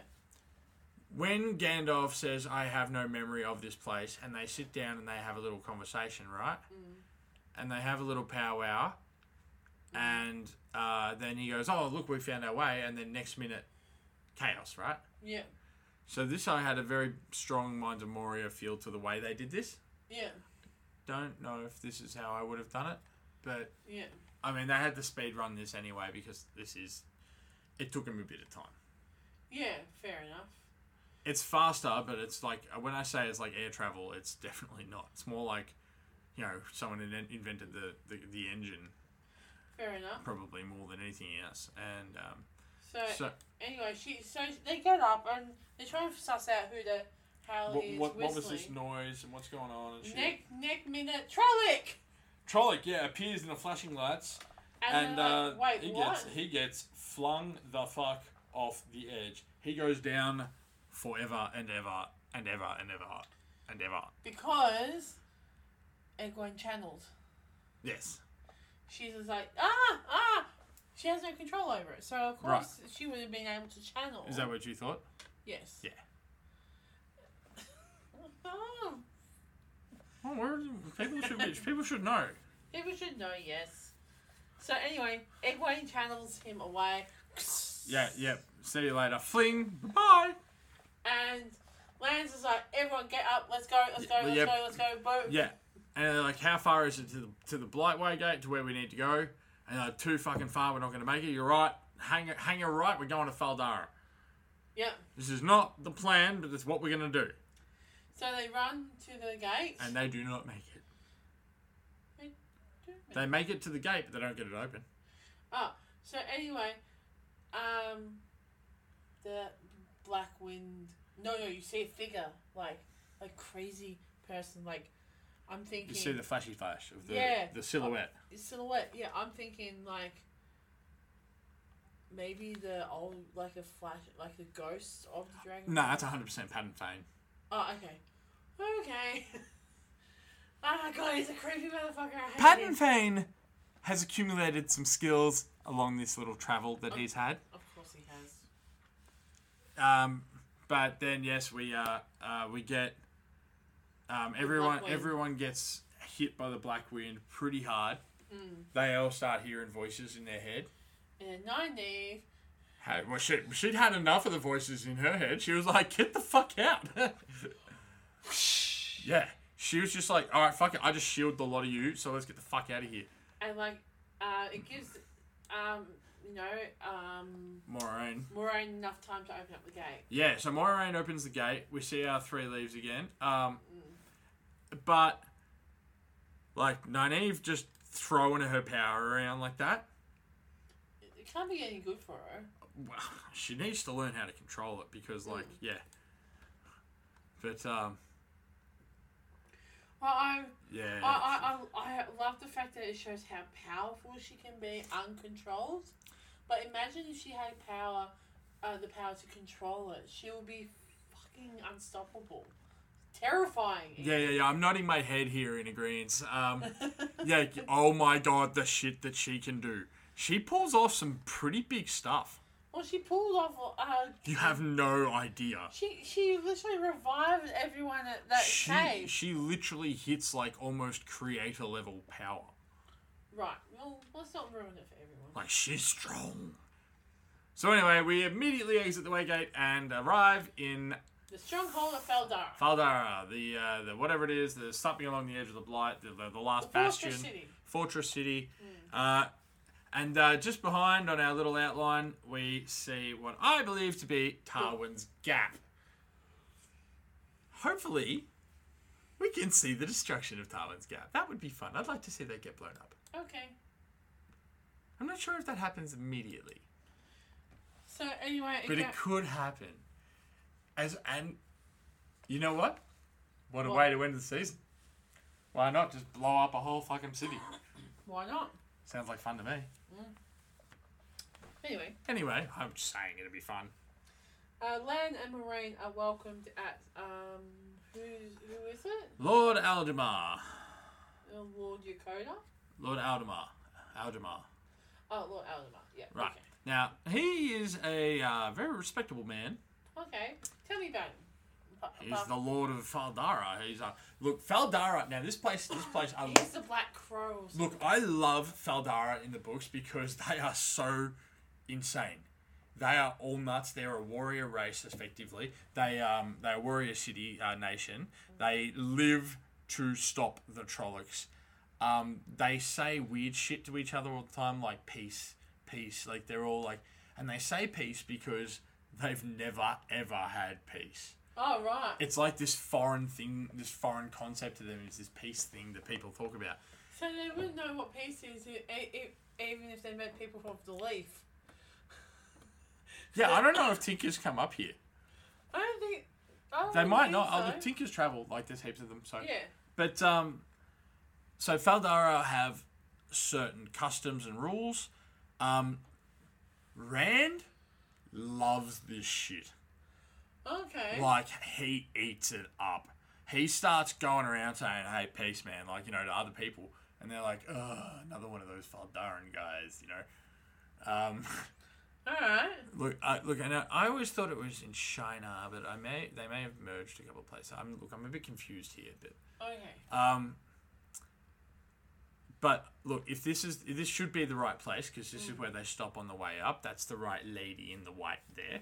[SPEAKER 1] when Gandalf says, I have no memory of this place, and they sit down and they have a little conversation, right? And they have a little powwow, and uh, then he goes, Oh, look, we found our way. And then next minute, chaos, right?
[SPEAKER 2] yeah,
[SPEAKER 1] So this I had a very strong Mind of Moria feel to the way they did this.
[SPEAKER 2] yeah,
[SPEAKER 1] Don't know if this is how I would have done it, but
[SPEAKER 2] yeah,
[SPEAKER 1] I mean, they had to speed run this anyway because this is. It took him a bit of time.
[SPEAKER 2] yeah. Fair enough.
[SPEAKER 1] it's faster, but it's like when I say it's like air travel, it's definitely not. It's more like you know someone in- invented the, the the engine
[SPEAKER 2] Fair enough.
[SPEAKER 1] probably more than anything else. And um,
[SPEAKER 2] So
[SPEAKER 1] so
[SPEAKER 2] anyway, she so they get up and they try and suss out who the hell
[SPEAKER 1] what,
[SPEAKER 2] is
[SPEAKER 1] what,
[SPEAKER 2] whistling.
[SPEAKER 1] what was this noise and what's going on and shit?
[SPEAKER 2] Nick, Nick, minute, Trollic!
[SPEAKER 1] Trolloc yeah appears in the flashing lights and,
[SPEAKER 2] they're
[SPEAKER 1] uh,
[SPEAKER 2] like,
[SPEAKER 1] he
[SPEAKER 2] wait, what?
[SPEAKER 1] gets he gets flung the fuck off the edge. He goes down forever and ever and ever and ever and ever.
[SPEAKER 2] Because Egwene channeled.
[SPEAKER 1] Yes.
[SPEAKER 2] She's just like, ah, ah! She has no control over it. So, of
[SPEAKER 1] Right.
[SPEAKER 2] course, she would have been able to channel.
[SPEAKER 1] Is that what you thought?
[SPEAKER 2] Yes.
[SPEAKER 1] Yeah.
[SPEAKER 2] Oh,
[SPEAKER 1] Oh, where, people should be, people should know.
[SPEAKER 2] people should know, yes. So, anyway, Egwene channels him away.
[SPEAKER 1] Yeah, yeah. See you later. Fling. Bye.
[SPEAKER 2] And Lance is like, everyone get up, let's go, let's go,
[SPEAKER 1] Yeah,
[SPEAKER 2] let's
[SPEAKER 1] yeah.
[SPEAKER 2] go, let's go, boat.
[SPEAKER 1] Yeah. And they're like, how far is it to the to the Blightway gate to where we need to go? And they're like, too fucking far. We're not going to make it. You're right. Hang hang a right. We're going to Faldara.
[SPEAKER 2] Yeah.
[SPEAKER 1] This is not the plan, but it's what we're going to do.
[SPEAKER 2] So they run to the gate.
[SPEAKER 1] And they do not make it.
[SPEAKER 2] Do it.
[SPEAKER 1] They make it to the gate, but they don't get it open.
[SPEAKER 2] Oh, so anyway, um, the black wind. No, no, you see a figure like like crazy person, like I'm thinking
[SPEAKER 1] You see the flashy flash of the,
[SPEAKER 2] Yeah.
[SPEAKER 1] the silhouette.
[SPEAKER 2] silhouette. Yeah, I'm thinking like maybe the old like a flash like the ghost of the dragon.
[SPEAKER 1] No, that's 100% Pat and Fane.
[SPEAKER 2] Oh, okay. Okay. oh my god, he's a creepy motherfucker. I hate
[SPEAKER 1] Pat
[SPEAKER 2] him.
[SPEAKER 1] and Fane has accumulated some skills along this little travel that he's had.
[SPEAKER 2] Of course he has.
[SPEAKER 1] Um, but then yes, we uh, uh we get um, everyone
[SPEAKER 2] Black Wind.
[SPEAKER 1] everyone gets hit by the black wind pretty hard.
[SPEAKER 2] Mm.
[SPEAKER 1] They all start hearing voices in their head.
[SPEAKER 2] And no need.
[SPEAKER 1] Hey, well, she, she'd had enough of the voices in her head. She was like, get the fuck out. yeah. She was just like, all right, fuck it. I just shield the lot of you, so let's get the fuck out of here.
[SPEAKER 2] And like, uh, it gives, um, you know, um,
[SPEAKER 1] Moraine.
[SPEAKER 2] Moraine enough time to open up the gate.
[SPEAKER 1] Yeah, so Moraine opens the gate. We see our three leaves again. Um, but, like, Nynaeve just throwing her power around like that.
[SPEAKER 2] It, it can't be any good for her.
[SPEAKER 1] Well, she needs to learn how to control it because, like,
[SPEAKER 2] Mm.
[SPEAKER 1] yeah. But, um,
[SPEAKER 2] Well, I,
[SPEAKER 1] yeah.
[SPEAKER 2] I, I, I, I love the fact that it shows how powerful she can be uncontrolled. But imagine if she had power, uh, the power to control it. She would be fucking unstoppable. Terrifying.
[SPEAKER 1] Yeah, yeah, yeah. I'm nodding my head here in agreement. Um, yeah. Oh my god, the shit that she can do. She pulls off some pretty big stuff.
[SPEAKER 2] Well, she pulled off. Uh,
[SPEAKER 1] You have no idea.
[SPEAKER 2] she she literally revived everyone at that
[SPEAKER 1] She
[SPEAKER 2] cave.
[SPEAKER 1] she literally hits like almost creator level power.
[SPEAKER 2] Right. Well, let's not ruin it for everyone.
[SPEAKER 1] Like she's strong. So anyway, we immediately exit the waygate and arrive in
[SPEAKER 2] The stronghold of Feldar.
[SPEAKER 1] Faldara, the uh, the whatever it is, the something along the edge of the blight, the, the, the last
[SPEAKER 2] The Fortress
[SPEAKER 1] bastion,
[SPEAKER 2] City.
[SPEAKER 1] Fortress City. Uh, and uh, just behind on our little outline, we see what I believe to be Tarwin's Gap. Hopefully, we can see the destruction of Tarwin's Gap. That would be fun. I'd like to see that get blown up.
[SPEAKER 2] Okay.
[SPEAKER 1] I'm not sure if that happens immediately,
[SPEAKER 2] So anyway,
[SPEAKER 1] but
[SPEAKER 2] go-
[SPEAKER 1] it could happen. As and you know what? What a
[SPEAKER 2] What?
[SPEAKER 1] way to end the season. Why not just blow up a whole fucking city?
[SPEAKER 2] why not?
[SPEAKER 1] Sounds like fun to me.
[SPEAKER 2] Anyway,
[SPEAKER 1] Anyway, I'm just saying it'd be fun.
[SPEAKER 2] uh, Lan and Moraine are welcomed at um, who's who is it?
[SPEAKER 1] Lord Aldemar.
[SPEAKER 2] Uh, Lord Yokoda.
[SPEAKER 1] Lord Aldemar. Aldemar.
[SPEAKER 2] Oh, Lord Aldemar. Yeah.
[SPEAKER 1] Right. Now, he is a uh, very respectable man.
[SPEAKER 2] Okay. okay. Tell me about him. Pa-
[SPEAKER 1] He's
[SPEAKER 2] apart-
[SPEAKER 1] the Lord of Faldara. He's a look Faldara. Now, this place, this place, I
[SPEAKER 2] He's the Black Crow. or
[SPEAKER 1] look. I love Faldara in the books because they are so insane. They are all nuts. They're a warrior race, effectively. They um, they're a warrior city uh, nation. They live to stop the Trollocs. um, they say weird shit to each other all the time, like peace, peace. Like they're all like, and they say peace because they've never ever had peace.
[SPEAKER 2] Oh right.
[SPEAKER 1] It's like this foreign thing, this foreign concept to them is this peace thing that people talk about.
[SPEAKER 2] So they wouldn't know what peace is, e- e- even if they met people from the leaf.
[SPEAKER 1] Yeah, I don't know if Tinkers come up here.
[SPEAKER 2] I don't think. I don't
[SPEAKER 1] They
[SPEAKER 2] really
[SPEAKER 1] might
[SPEAKER 2] think
[SPEAKER 1] not.
[SPEAKER 2] So.
[SPEAKER 1] Oh, look, Tinkers travel. Like there's heaps of them. So
[SPEAKER 2] yeah.
[SPEAKER 1] But um, so Faldara have certain customs and rules. Um, Rand loves this shit.
[SPEAKER 2] Okay.
[SPEAKER 1] Like he eats it up. He starts going around saying, "Hey, peace, man!" Like you know, to other people, and they're like, "Ugh, another one of those Faldaran guys," you know. Um,
[SPEAKER 2] All right.
[SPEAKER 1] look, I, look, and I, I always thought it was in Shinar, but I may they may have merged a couple of places. I'm look, I'm a bit confused here, but
[SPEAKER 2] Okay.
[SPEAKER 1] um, but look, if this is this should be the right place because this is where they stop on the way up. That's the right lady in the white there.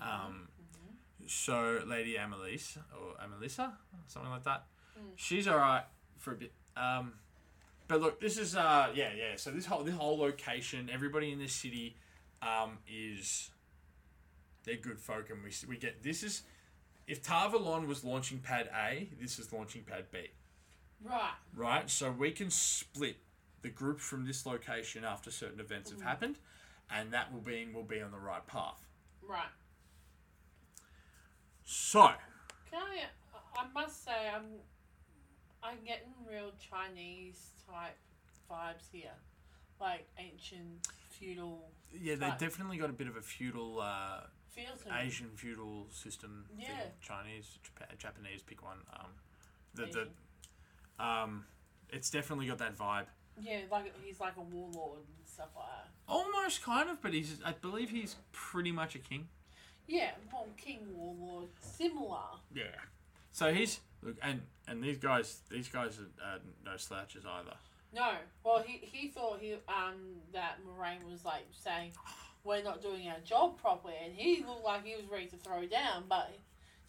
[SPEAKER 1] Um, So Lady Amelise or Amelissa, something like that. She's all right for a bit. Um, but look, this is uh, yeah, yeah. So this whole this whole location, everybody in this city, um, is they're good folk, and we s- we get this is. If Tarvalon was launching pad A, this is launching pad B
[SPEAKER 2] Right.
[SPEAKER 1] right? So we can split the group from this location after certain events
[SPEAKER 2] Mm.
[SPEAKER 1] have happened, and that will be will be on the right path.
[SPEAKER 2] Right.
[SPEAKER 1] So
[SPEAKER 2] Can I? I must say, I'm I'm getting real Chinese type vibes here, like ancient feudal
[SPEAKER 1] Yeah, they
[SPEAKER 2] But-
[SPEAKER 1] definitely got a bit of a feudal, uh,
[SPEAKER 2] feel to it.
[SPEAKER 1] Asian feudal system. thing.
[SPEAKER 2] Mm. Yeah.
[SPEAKER 1] Chinese, Jap- Japanese, pick one. Um, the,
[SPEAKER 2] Asian.
[SPEAKER 1] the, um, it's definitely got that vibe.
[SPEAKER 2] Yeah, like he's like a warlord and stuff like that.
[SPEAKER 1] Almost kind of, but he's, I believe he's pretty much a king.
[SPEAKER 2] Yeah, well, King Warlord, similar.
[SPEAKER 1] Yeah. So he's, look, and, and these guys, these guys are uh, no slouches either.
[SPEAKER 2] No, well, he, he thought he um that Moraine was like saying we're not doing our job properly, and he looked like he was ready to throw down, but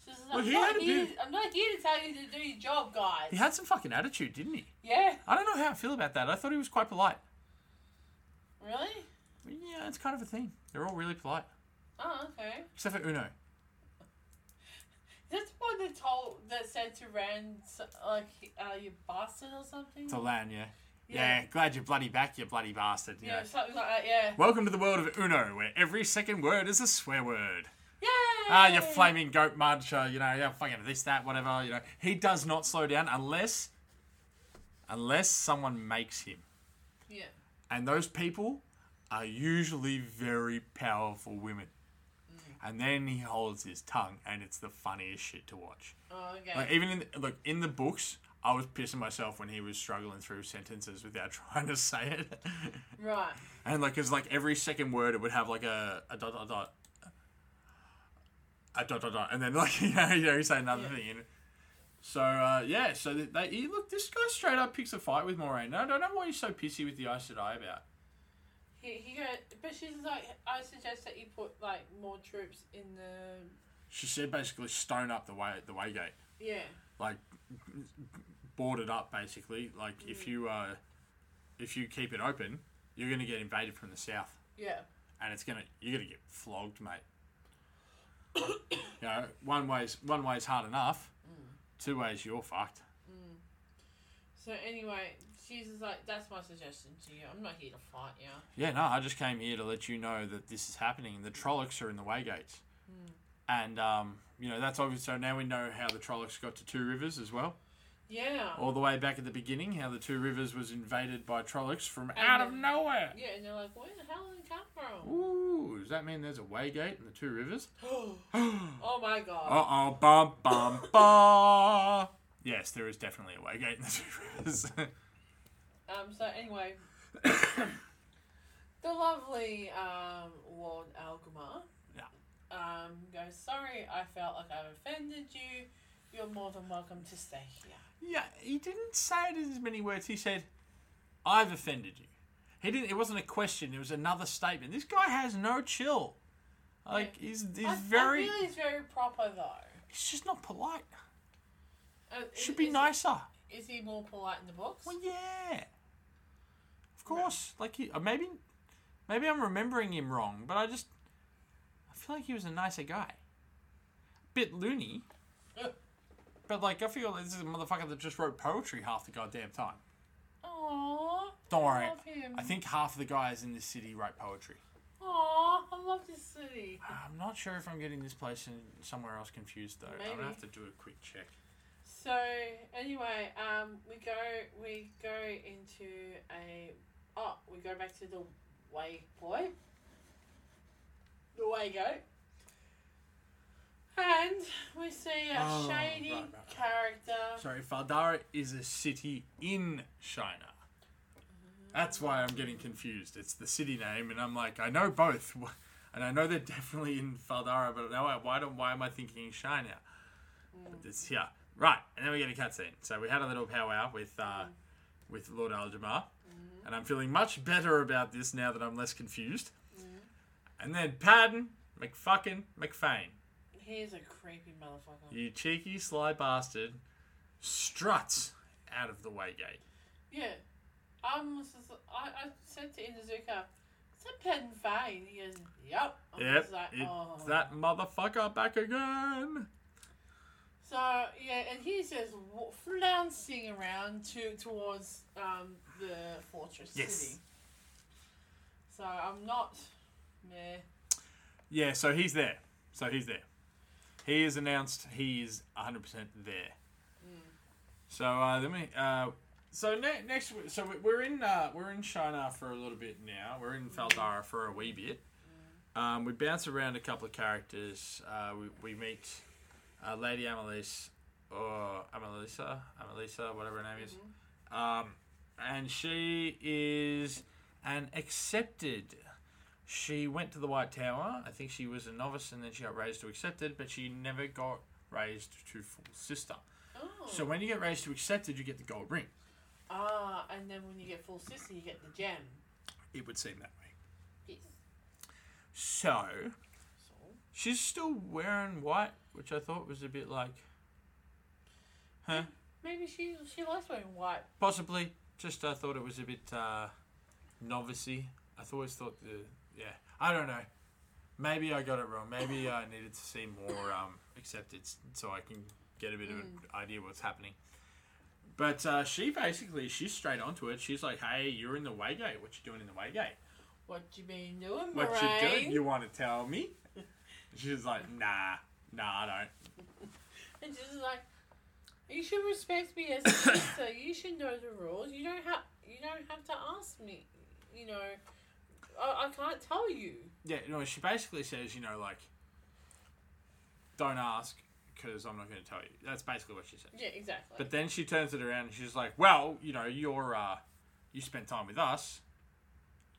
[SPEAKER 2] she was like,
[SPEAKER 1] Well,
[SPEAKER 2] I'm,
[SPEAKER 1] he had
[SPEAKER 2] not
[SPEAKER 1] a
[SPEAKER 2] here,
[SPEAKER 1] bit-
[SPEAKER 2] I'm not here to tell you to do your job, guys.
[SPEAKER 1] He had some fucking attitude, didn't he?
[SPEAKER 2] yeah,
[SPEAKER 1] I don't know how I feel about that. I thought he was quite polite.
[SPEAKER 2] really?
[SPEAKER 1] Yeah, it's kind of a thing. They're all really polite,
[SPEAKER 2] Oh, okay.
[SPEAKER 1] except for Uno.
[SPEAKER 2] That's what they told that said to Rand s- like uh, you bastard or something.
[SPEAKER 1] To Lan, yeah. yeah.
[SPEAKER 2] Yeah.
[SPEAKER 1] glad you're bloody back, you bloody bastard. You
[SPEAKER 2] yeah,
[SPEAKER 1] know.
[SPEAKER 2] something like that. Yeah.
[SPEAKER 1] Welcome to the world of Uno, where every second word is a swear word.
[SPEAKER 2] Yay!
[SPEAKER 1] Ah, you flaming goat muncher, you know, yeah, fucking this, that, whatever, you know. He does not slow down unless, unless someone makes him.
[SPEAKER 2] Yeah.
[SPEAKER 1] And those people are usually very powerful women. And then he holds his tongue, and it's the funniest shit to watch.
[SPEAKER 2] Oh, okay.
[SPEAKER 1] Like even in the, look in the books, I was pissing myself when he was struggling through sentences without trying to say it,
[SPEAKER 2] right.
[SPEAKER 1] and like it's like every second word it would have like a, a dot dot dot, a dot dot dot, and then like you know you know you say another
[SPEAKER 2] Yeah.
[SPEAKER 1] thing. And so uh, yeah, so they, they he- look this guy straight up picks a fight with Moraine. I don't know why he's so pissy with the Aes Sedai about.
[SPEAKER 2] He, he goes, but she's like, I suggest that you put like more troops in the
[SPEAKER 1] She said basically stone up the way the way gate.
[SPEAKER 2] yeah.
[SPEAKER 1] like boarded up basically. Like if you uh, if you keep it open, you're gonna get invaded from the south,
[SPEAKER 2] Yeah.
[SPEAKER 1] and it's gonna you're gonna get flogged, mate. you know, one way's one way's hard enough.
[SPEAKER 2] Mm.
[SPEAKER 1] Two ways you're fucked.
[SPEAKER 2] So anyway, she's just like, that's my suggestion to you. I'm not here to fight you.
[SPEAKER 1] Yeah, no, I just came here to let you know that this is happening. The Trollocs are in the way gates.
[SPEAKER 2] Mm.
[SPEAKER 1] And, um, you know, that's obvious. So now we know how the Trollocs got to Two Rivers as well.
[SPEAKER 2] Yeah.
[SPEAKER 1] All the way back at the beginning, how the Two Rivers was invaded by Trollocs from
[SPEAKER 2] And
[SPEAKER 1] out of
[SPEAKER 2] then-
[SPEAKER 1] nowhere.
[SPEAKER 2] Yeah, and they're like, where the hell did it come from?
[SPEAKER 1] Ooh, does that mean there's a Waygate and the two rivers?
[SPEAKER 2] oh
[SPEAKER 1] Uh
[SPEAKER 2] my god.
[SPEAKER 1] oh, bum bum ba. Yes, there is definitely a Waygate and the two rivers. Oh.
[SPEAKER 2] Um. So anyway, the lovely um Lord Algamar.
[SPEAKER 1] Yeah.
[SPEAKER 2] Um. Goes sorry. I felt like I've offended you. You're more than welcome to stay here.
[SPEAKER 1] yeah, he didn't say it in as many words. He said, "I've offended you." He didn't. It wasn't a question. It was another statement. This guy has no chill. Like he's he's
[SPEAKER 2] I,
[SPEAKER 1] very.
[SPEAKER 2] I feel he's very proper though.
[SPEAKER 1] he's just not polite.
[SPEAKER 2] Uh, is-
[SPEAKER 1] Should be
[SPEAKER 2] is-
[SPEAKER 1] nicer.
[SPEAKER 2] Is he more polite in the books?
[SPEAKER 1] Well, yeah. Of course. Like he, uh, maybe, maybe I'm remembering him wrong, but I just, I feel like he was a nicer guy. Bit loony, but like I feel like this is a motherfucker that just wrote poetry half the goddamn time.
[SPEAKER 2] Aww.
[SPEAKER 1] Don't worry.
[SPEAKER 2] I love him.
[SPEAKER 1] I think half the guys in this city write poetry.
[SPEAKER 2] Aww, I love this city.
[SPEAKER 1] I'm not sure if I'm getting this place and somewhere else confused though. I'm
[SPEAKER 2] Maybe.
[SPEAKER 1] gonna have to do a quick check.
[SPEAKER 2] So anyway, um, we go we go into a oh we go back to the way boy, the way go, and we see a
[SPEAKER 1] Oh,
[SPEAKER 2] shady
[SPEAKER 1] right, right, right.
[SPEAKER 2] character.
[SPEAKER 1] Sorry, Faldara is a city in China. That's why I'm getting confused. It's the city name, and I'm like, I know both, and I know they're definitely in Faldara, but now I, why don't why am I thinking China? But It's here, right? And then we get a cutscene. So we had a little powwow with uh, with Lord Aljamar, and I'm feeling much better about this now that I'm less confused. And then Padden McFucking McFain.
[SPEAKER 2] He's a creepy motherfucker.
[SPEAKER 1] You cheeky, sly bastard. Struts out of the way gate.
[SPEAKER 2] Yeah, I'm. just- I, I said to Inazuka, "Is that Pen Fane?" He goes, "Yep." I'm
[SPEAKER 1] Yep.
[SPEAKER 2] just like,
[SPEAKER 1] it's
[SPEAKER 2] "Oh."
[SPEAKER 1] that motherfucker back again.
[SPEAKER 2] So yeah, and he's just wa- flouncing around to towards um, the fortress
[SPEAKER 1] Yes.
[SPEAKER 2] city. So I'm not meh.
[SPEAKER 1] Yeah, so he's there. So he's there. He is announced he is 100% there. So uh, then we. Uh, so ne- next, w- so we- we're in uh, we're in Shinar for a little bit now. We're in Faldara for a wee bit. Um, we bounce around a couple of characters. Uh, we, we meet uh, Lady Amelise or Amelisa, Amelisa, whatever her name is.
[SPEAKER 2] Mm-hmm.
[SPEAKER 1] Um, and she is an accepted. She went to the White Tower. I think she was a novice and then she got raised to accepted, but she never got raised to full sister.
[SPEAKER 2] Oh.
[SPEAKER 1] So when you get raised to accepted, you get the gold ring.
[SPEAKER 2] ah, and then when you get full sister, you get the gem.
[SPEAKER 1] It would seem that way.
[SPEAKER 2] Yes.
[SPEAKER 1] So
[SPEAKER 2] So
[SPEAKER 1] she's still wearing white, which I thought was a bit like, huh?
[SPEAKER 2] maybe she she likes wearing white.
[SPEAKER 1] Possibly. Just I thought it was a bit uh, novicey. I th- always thought the yeah. I don't know. Maybe I got it wrong. Maybe I needed to see more um, accepted s- so I can get a bit of an idea what's happening. But uh, she basically she's straight onto it. She's like, "Hey, you're in the Waygate. What you doing in the Waygate?
[SPEAKER 2] What you been doing,
[SPEAKER 1] What you
[SPEAKER 2] Moraine?
[SPEAKER 1] doing? You want to tell me?" She's like, "Nah, nah, I don't."
[SPEAKER 2] And she's like, you should respect me as a sister. You should know the rules. You don't have you don't have to ask me. You know, I, I can't tell you.
[SPEAKER 1] Yeah, no, she basically says, you know, like, don't ask because I'm not going to tell you. That's basically what she said.
[SPEAKER 2] Yeah, exactly.
[SPEAKER 1] But then she turns it around and she's like, well, you know, you're, uh, you spent time with us.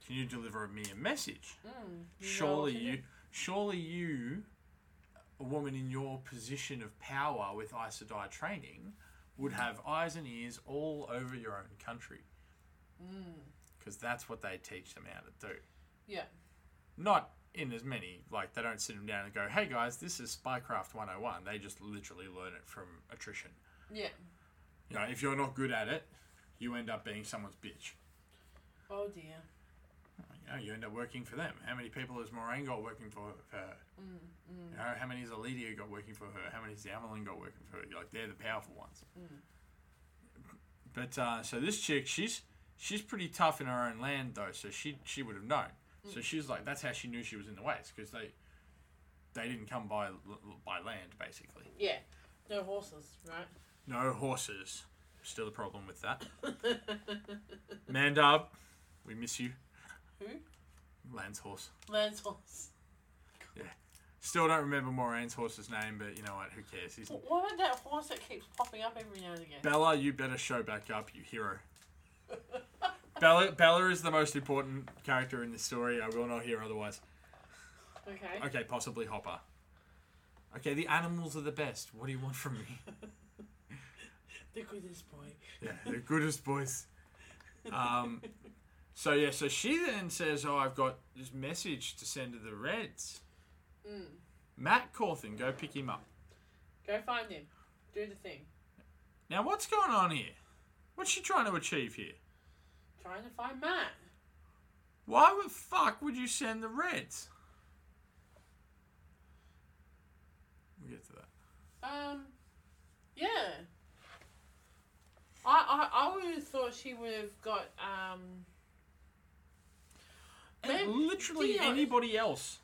[SPEAKER 1] Can you deliver me a message?
[SPEAKER 2] Mm, you know
[SPEAKER 1] Surely
[SPEAKER 2] what to
[SPEAKER 1] you,
[SPEAKER 2] do.
[SPEAKER 1] surely you, a woman in your position of power with Aes Sedai training,
[SPEAKER 2] Mm.
[SPEAKER 1] would have eyes and ears all over your own country.
[SPEAKER 2] Mm,
[SPEAKER 1] Because that's what they teach them how to do
[SPEAKER 2] Yeah.
[SPEAKER 1] not in as many like they don't sit them down and go hey guys this is spycraft 101 they just literally learn it from attrition
[SPEAKER 2] Yeah.
[SPEAKER 1] you know if you're not good at it you end up being someone's bitch
[SPEAKER 2] Oh dear.
[SPEAKER 1] you know you end up working for them how many people has moraine got working for her you know how many's Alidia got working for her how many's Amelin got working for her like they're the powerful ones but uh, so this chick she's she's pretty tough in her own land though so she she would have known so she's like that's how she knew she was in the waves because they they didn't come by l- l- by land basically
[SPEAKER 2] Yeah. No horses, right?
[SPEAKER 1] no horses still a problem with that mandab we miss you
[SPEAKER 2] Who?
[SPEAKER 1] land's horse
[SPEAKER 2] Land's horse.
[SPEAKER 1] still don't remember moraine's horse's name but you know what who cares he's
[SPEAKER 2] Wh- What about that horse that keeps popping up every now and again?
[SPEAKER 1] bella you better show back up you hero bella bella is the most important character in this story i will not hear otherwise
[SPEAKER 2] okay.
[SPEAKER 1] Okay, possibly Hopper. Okay, the animals are the best. What do you want from me?
[SPEAKER 2] Look at this boy.
[SPEAKER 1] yeah, the goodest boys. Um, so yeah, so she then says, "Oh, I've got this message to send to the Reds."
[SPEAKER 2] Mm.
[SPEAKER 1] Matt Corthin, go pick him up.
[SPEAKER 2] Go find him. Do the thing.
[SPEAKER 1] Now, what's going on here? What's she trying to achieve here?
[SPEAKER 2] Trying to find Matt.
[SPEAKER 1] Why the fuck would you send the Reds? We'll get to that.
[SPEAKER 2] Um, yeah. I, I, I would have thought she would have got, um,
[SPEAKER 1] And
[SPEAKER 2] Ma'am,
[SPEAKER 1] literally
[SPEAKER 2] Theo-
[SPEAKER 1] anybody else.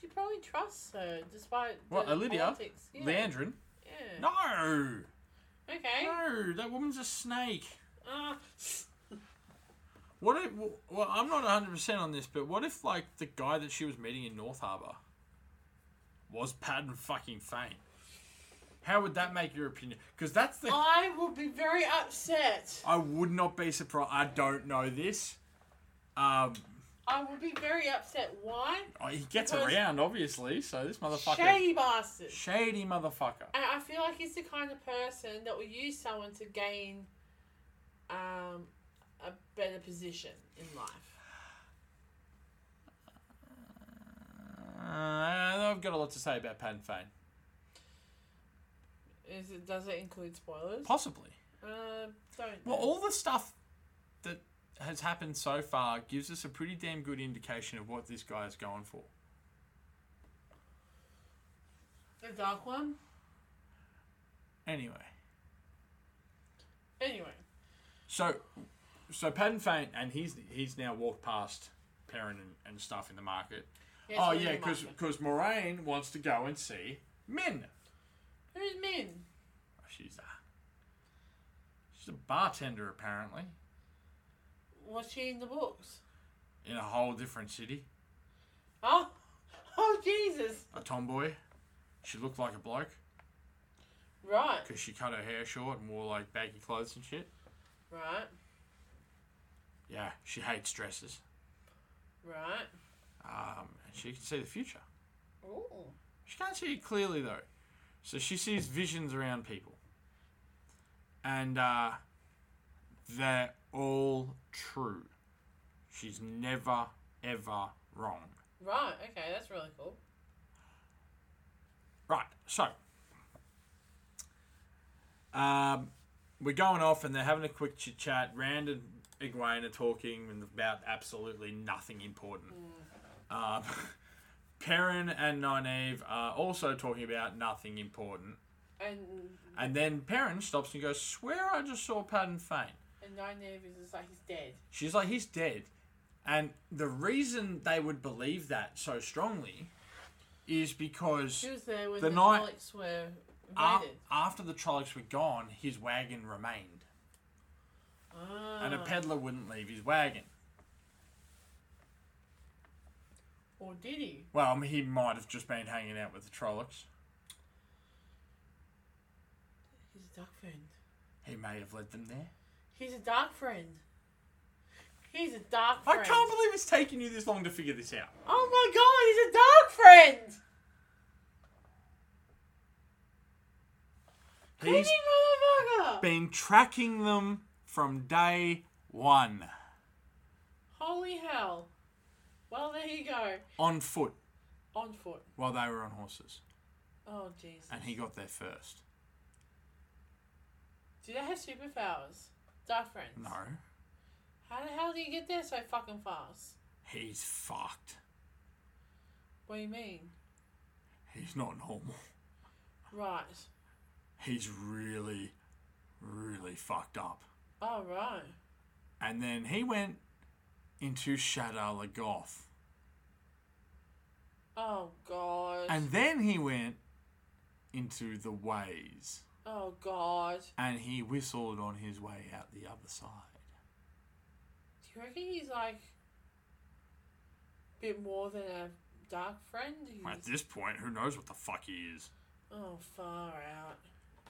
[SPEAKER 2] she probably trusts her despite
[SPEAKER 1] What,
[SPEAKER 2] the
[SPEAKER 1] Olivia?
[SPEAKER 2] politics. Yeah.
[SPEAKER 1] Leandrin?
[SPEAKER 2] Yeah.
[SPEAKER 1] No!
[SPEAKER 2] Okay.
[SPEAKER 1] No, that woman's a snake.
[SPEAKER 2] Ah,
[SPEAKER 1] What if? Well, I'm not 100 percent on this, but what if like the guy that she was meeting in North Harbour was Patton fucking Fane? How would that make your opinion? Because that's the
[SPEAKER 2] I would be very upset.
[SPEAKER 1] I would not be surprised. I don't know this. Um,
[SPEAKER 2] I would be very upset. Why?
[SPEAKER 1] oh, he gets
[SPEAKER 2] Because-
[SPEAKER 1] around obviously, so this motherfucker
[SPEAKER 2] Shady bastard.
[SPEAKER 1] shady motherfucker.
[SPEAKER 2] And I feel like he's the kind of person that will use someone to gain, um, a better position in life.
[SPEAKER 1] Uh, I've got a lot to say about Patton Fane.
[SPEAKER 2] Is it, does it include spoilers?
[SPEAKER 1] Possibly.
[SPEAKER 2] Uh, don't.
[SPEAKER 1] Well,
[SPEAKER 2] know.
[SPEAKER 1] all the stuff that has happened so far gives us a pretty damn good indication of what this guy is going for.
[SPEAKER 2] The dark one.
[SPEAKER 1] Anyway,
[SPEAKER 2] Anyway,
[SPEAKER 1] so so Patton Faint, and he's he's now walked past Perrin and, and stuff in the market.
[SPEAKER 2] yes,
[SPEAKER 1] oh
[SPEAKER 2] we
[SPEAKER 1] yeah,
[SPEAKER 2] remind
[SPEAKER 1] because
[SPEAKER 2] them.
[SPEAKER 1] Moraine wants to go and see Min.
[SPEAKER 2] who's Min?
[SPEAKER 1] She's uh, She's a bartender, apparently,
[SPEAKER 2] Was she in the books?
[SPEAKER 1] in a whole different city.
[SPEAKER 2] Oh, oh Jesus!
[SPEAKER 1] A tomboy. She looked like a bloke
[SPEAKER 2] Right,
[SPEAKER 1] because she cut her hair short and wore like baggy clothes and shit.
[SPEAKER 2] right,
[SPEAKER 1] Yeah, she hates dresses.
[SPEAKER 2] right.
[SPEAKER 1] Um, and she can see the future.
[SPEAKER 2] Ooh,
[SPEAKER 1] She can't see it clearly though, so she sees visions around people. And uh, they're all true. She's never ever wrong.
[SPEAKER 2] right. Okay, that's really cool.
[SPEAKER 1] Right. So, um, we're going off and they're having a quick chit chat. Rand and Egwene are talking and about absolutely nothing important. Um, Perrin and Nynaeve are also talking about nothing important.
[SPEAKER 2] And
[SPEAKER 1] And then Perrin stops and goes, Swear I just saw Patton faint.
[SPEAKER 2] and Nine Navies is like he's dead.
[SPEAKER 1] She's like, He's dead. And the reason they would believe that so strongly is because.
[SPEAKER 2] She was there when
[SPEAKER 1] The
[SPEAKER 2] the,
[SPEAKER 1] night-
[SPEAKER 2] Daleks were
[SPEAKER 1] Af-
[SPEAKER 2] invaded.
[SPEAKER 1] after the Trollocs were gone, his wagon remained,
[SPEAKER 2] Ah.
[SPEAKER 1] and a peddler wouldn't leave his wagon.
[SPEAKER 2] or did he?
[SPEAKER 1] Well, I mean, he might have just been hanging out with the Trollocs.
[SPEAKER 2] He's a duck friend.
[SPEAKER 1] He may have led them there.
[SPEAKER 2] He's a dark friend. He's a dark
[SPEAKER 1] I
[SPEAKER 2] friend.
[SPEAKER 1] can't believe it's taken you this long to figure this out.
[SPEAKER 2] Oh my god, he's a dark friend!
[SPEAKER 1] He's
[SPEAKER 2] Greedy motherfucker!
[SPEAKER 1] been tracking them from day one
[SPEAKER 2] Holy hell. Well, there you go.
[SPEAKER 1] on foot
[SPEAKER 2] On foot.
[SPEAKER 1] while they were on horses,
[SPEAKER 2] Oh, Jesus.
[SPEAKER 1] and he got there first.
[SPEAKER 2] Do they have superpowers? Dark friends?
[SPEAKER 1] No,
[SPEAKER 2] How the hell do you get there so fucking fast?
[SPEAKER 1] he's fucked.
[SPEAKER 2] What do you mean?
[SPEAKER 1] He's not normal.
[SPEAKER 2] Right.
[SPEAKER 1] He's really, really fucked up.
[SPEAKER 2] Oh, right.
[SPEAKER 1] And then he went into Shadar Lagoth.
[SPEAKER 2] Oh, God.
[SPEAKER 1] And then he went into the ways.
[SPEAKER 2] oh, God.
[SPEAKER 1] And he whistled on his way out the other side.
[SPEAKER 2] Do you reckon he's like a bit more than a dark friend?
[SPEAKER 1] At
[SPEAKER 2] He's,
[SPEAKER 1] this point, who knows what the fuck he is?
[SPEAKER 2] oh, far out.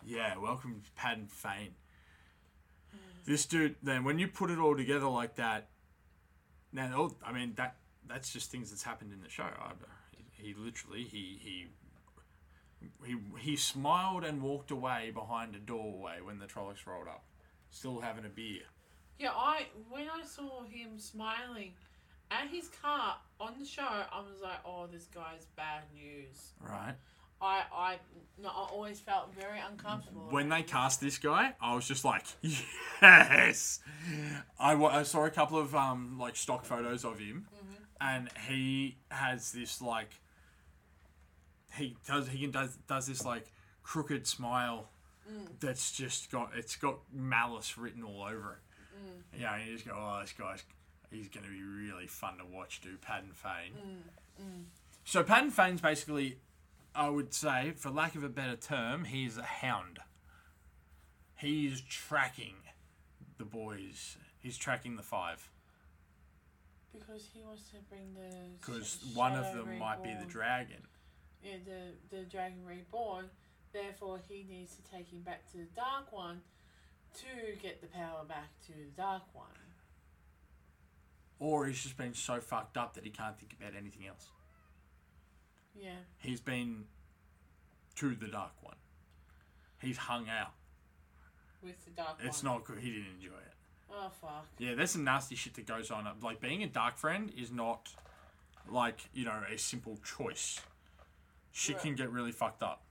[SPEAKER 1] Yeah, welcome to Padden Fane. This dude, then when you put it all together like that, now all- I mean that that's just things that's happened in the show. I, he, he literally he he. He, he smiled and walked away behind a doorway when the Trollocs rolled up, still having a beer.
[SPEAKER 2] Yeah, I when I saw him smiling at his car on the show, I was like, "Oh, this guy's bad news."
[SPEAKER 1] Right.
[SPEAKER 2] I I no, I always felt very uncomfortable.
[SPEAKER 1] When they cast this guy, I was just like, yes. I, wa- I saw a couple of um, like stock photos of him, and he has this like he does he can does does this like crooked smile that's just got it's got malice written all over it. Yeah, and you just go, oh, this guy's he's going to be really fun to watch do Patton Fane. So Patton Fane's basically I would say, for lack of a better term, he's a hound. He's tracking the boys. He's tracking the five
[SPEAKER 2] because he wants to bring the
[SPEAKER 1] because
[SPEAKER 2] sh-
[SPEAKER 1] one of
[SPEAKER 2] Shadow
[SPEAKER 1] them might be the
[SPEAKER 2] Reborn-
[SPEAKER 1] dragon.
[SPEAKER 2] yeah the the dragon reborn. Therefore, he needs to take him back to the dark one to get the power back to the dark one.
[SPEAKER 1] Or he's just been so fucked up that he can't think about anything else.
[SPEAKER 2] Yeah,
[SPEAKER 1] He's been to the dark one. He's hung out.
[SPEAKER 2] with the dark
[SPEAKER 1] It's
[SPEAKER 2] one.
[SPEAKER 1] not good. He didn't enjoy it.
[SPEAKER 2] Oh fuck.
[SPEAKER 1] Yeah, there's some nasty shit that goes on. Like being a dark friend is not like, you know, a simple choice. Shit
[SPEAKER 2] Right.
[SPEAKER 1] can get really fucked up.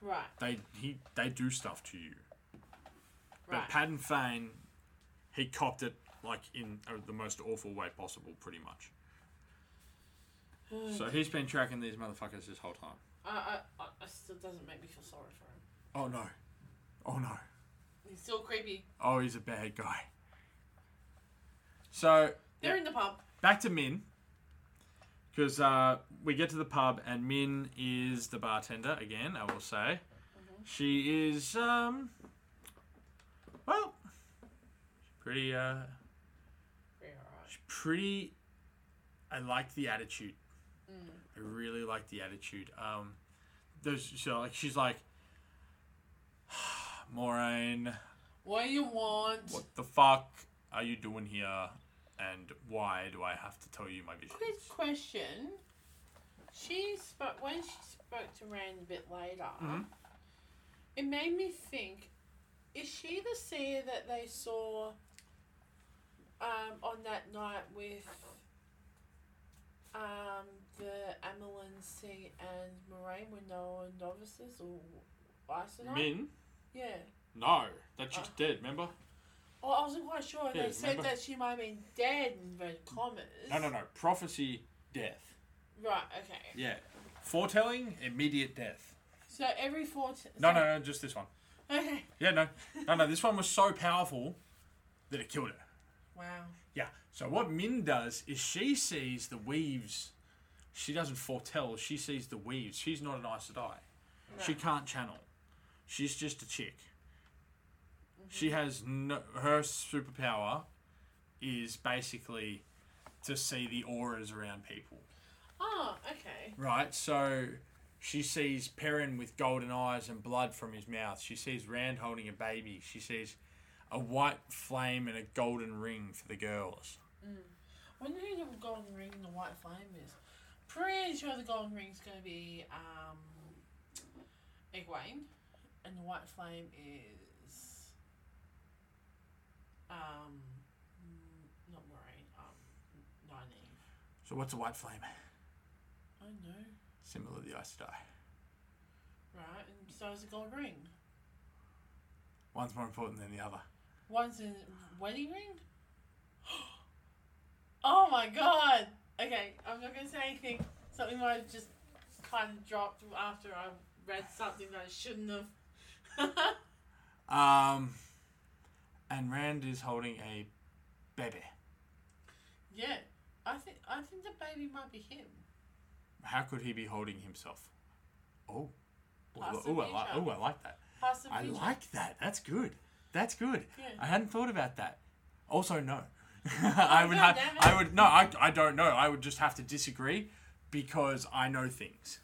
[SPEAKER 2] Right.
[SPEAKER 1] they he they do stuff to you.
[SPEAKER 2] Right.
[SPEAKER 1] But Patton Fane, he copped it like in uh, the most awful way possible, pretty much. So he's been tracking these motherfuckers this whole time.
[SPEAKER 2] I, I, I I still doesn't make me feel sorry for him.
[SPEAKER 1] Oh no, oh no,
[SPEAKER 2] He's still creepy.
[SPEAKER 1] oh he's a bad guy. So
[SPEAKER 2] They're
[SPEAKER 1] yeah,
[SPEAKER 2] in the pub.
[SPEAKER 1] back to Min, because uh, we get to the pub and Min is the bartender again. I will say, she is um, well, Pretty, uh,
[SPEAKER 2] Pretty alright.
[SPEAKER 1] she's pretty. I like the attitude. I really like the attitude. Um, there's so like she's like, Moraine,
[SPEAKER 2] What do you want?
[SPEAKER 1] what the fuck are you doing here? And why do I have to tell you my visions?
[SPEAKER 2] Quick question. She spoke when she spoke to Rand a bit later.
[SPEAKER 1] Mhm.
[SPEAKER 2] It made me think: Is she the seer that they saw um, on that night with um, the Amelin Sea and Moraine when they were novices or Isonaut?
[SPEAKER 1] Min?
[SPEAKER 2] Yeah.
[SPEAKER 1] No, that chick's dead. Remember?
[SPEAKER 2] Well, I wasn't quite sure.
[SPEAKER 1] Yeah,
[SPEAKER 2] they said
[SPEAKER 1] remember?
[SPEAKER 2] that she might have been dead in inverted commas.
[SPEAKER 1] No, no, no. Prophecy, death.
[SPEAKER 2] Right. Okay.
[SPEAKER 1] Yeah. Foretelling, immediate death.
[SPEAKER 2] So every four. T-
[SPEAKER 1] No, no, no, just this one.
[SPEAKER 2] no. Okay.
[SPEAKER 1] Yeah, no, no, no. This one was so powerful that it killed her.
[SPEAKER 2] Wow.
[SPEAKER 1] Yeah. So what Min does is she sees the weaves. She doesn't foretell. She sees the weaves. She's not an Aes Sedai. She can't channel. She's just a chick. She has no. Her superpower is basically to see the auras around people.
[SPEAKER 2] Oh, okay.
[SPEAKER 1] Right, so she sees Perrin with golden eyes and blood from his mouth. She sees Rand holding a baby. She sees a white flame and a golden ring for the girls.
[SPEAKER 2] Wonder who the golden ring and the white flame is. Pretty sure the golden ring's gonna be um Egwene and the white flame is um m- not Moraine, um Nynaeve.
[SPEAKER 1] So what's a white flame?
[SPEAKER 2] I don't know.
[SPEAKER 1] Similar to the Ice Star.
[SPEAKER 2] Right, and so is the golden ring.
[SPEAKER 1] One's more important than the other.
[SPEAKER 2] One's in wedding ring? oh my god! Okay, I'm not gonna say anything. Something might have just kind of dropped after I read something that I shouldn't have.
[SPEAKER 1] Um, and Rand is holding a baby.
[SPEAKER 2] yeah, I think I think the baby might be him.
[SPEAKER 1] How could he be holding himself? Oh, oh,
[SPEAKER 2] Pass the
[SPEAKER 1] oh, I, like,
[SPEAKER 2] future.
[SPEAKER 1] oh I like that.
[SPEAKER 2] Past the
[SPEAKER 1] I
[SPEAKER 2] future.
[SPEAKER 1] like that. That's good. That's good.
[SPEAKER 2] Yeah. Oh,
[SPEAKER 1] I hadn't thought about that. Also, no. I would
[SPEAKER 2] no,
[SPEAKER 1] have.
[SPEAKER 2] damn it.
[SPEAKER 1] I would no. I, I don't know. I would just have to disagree because I know things.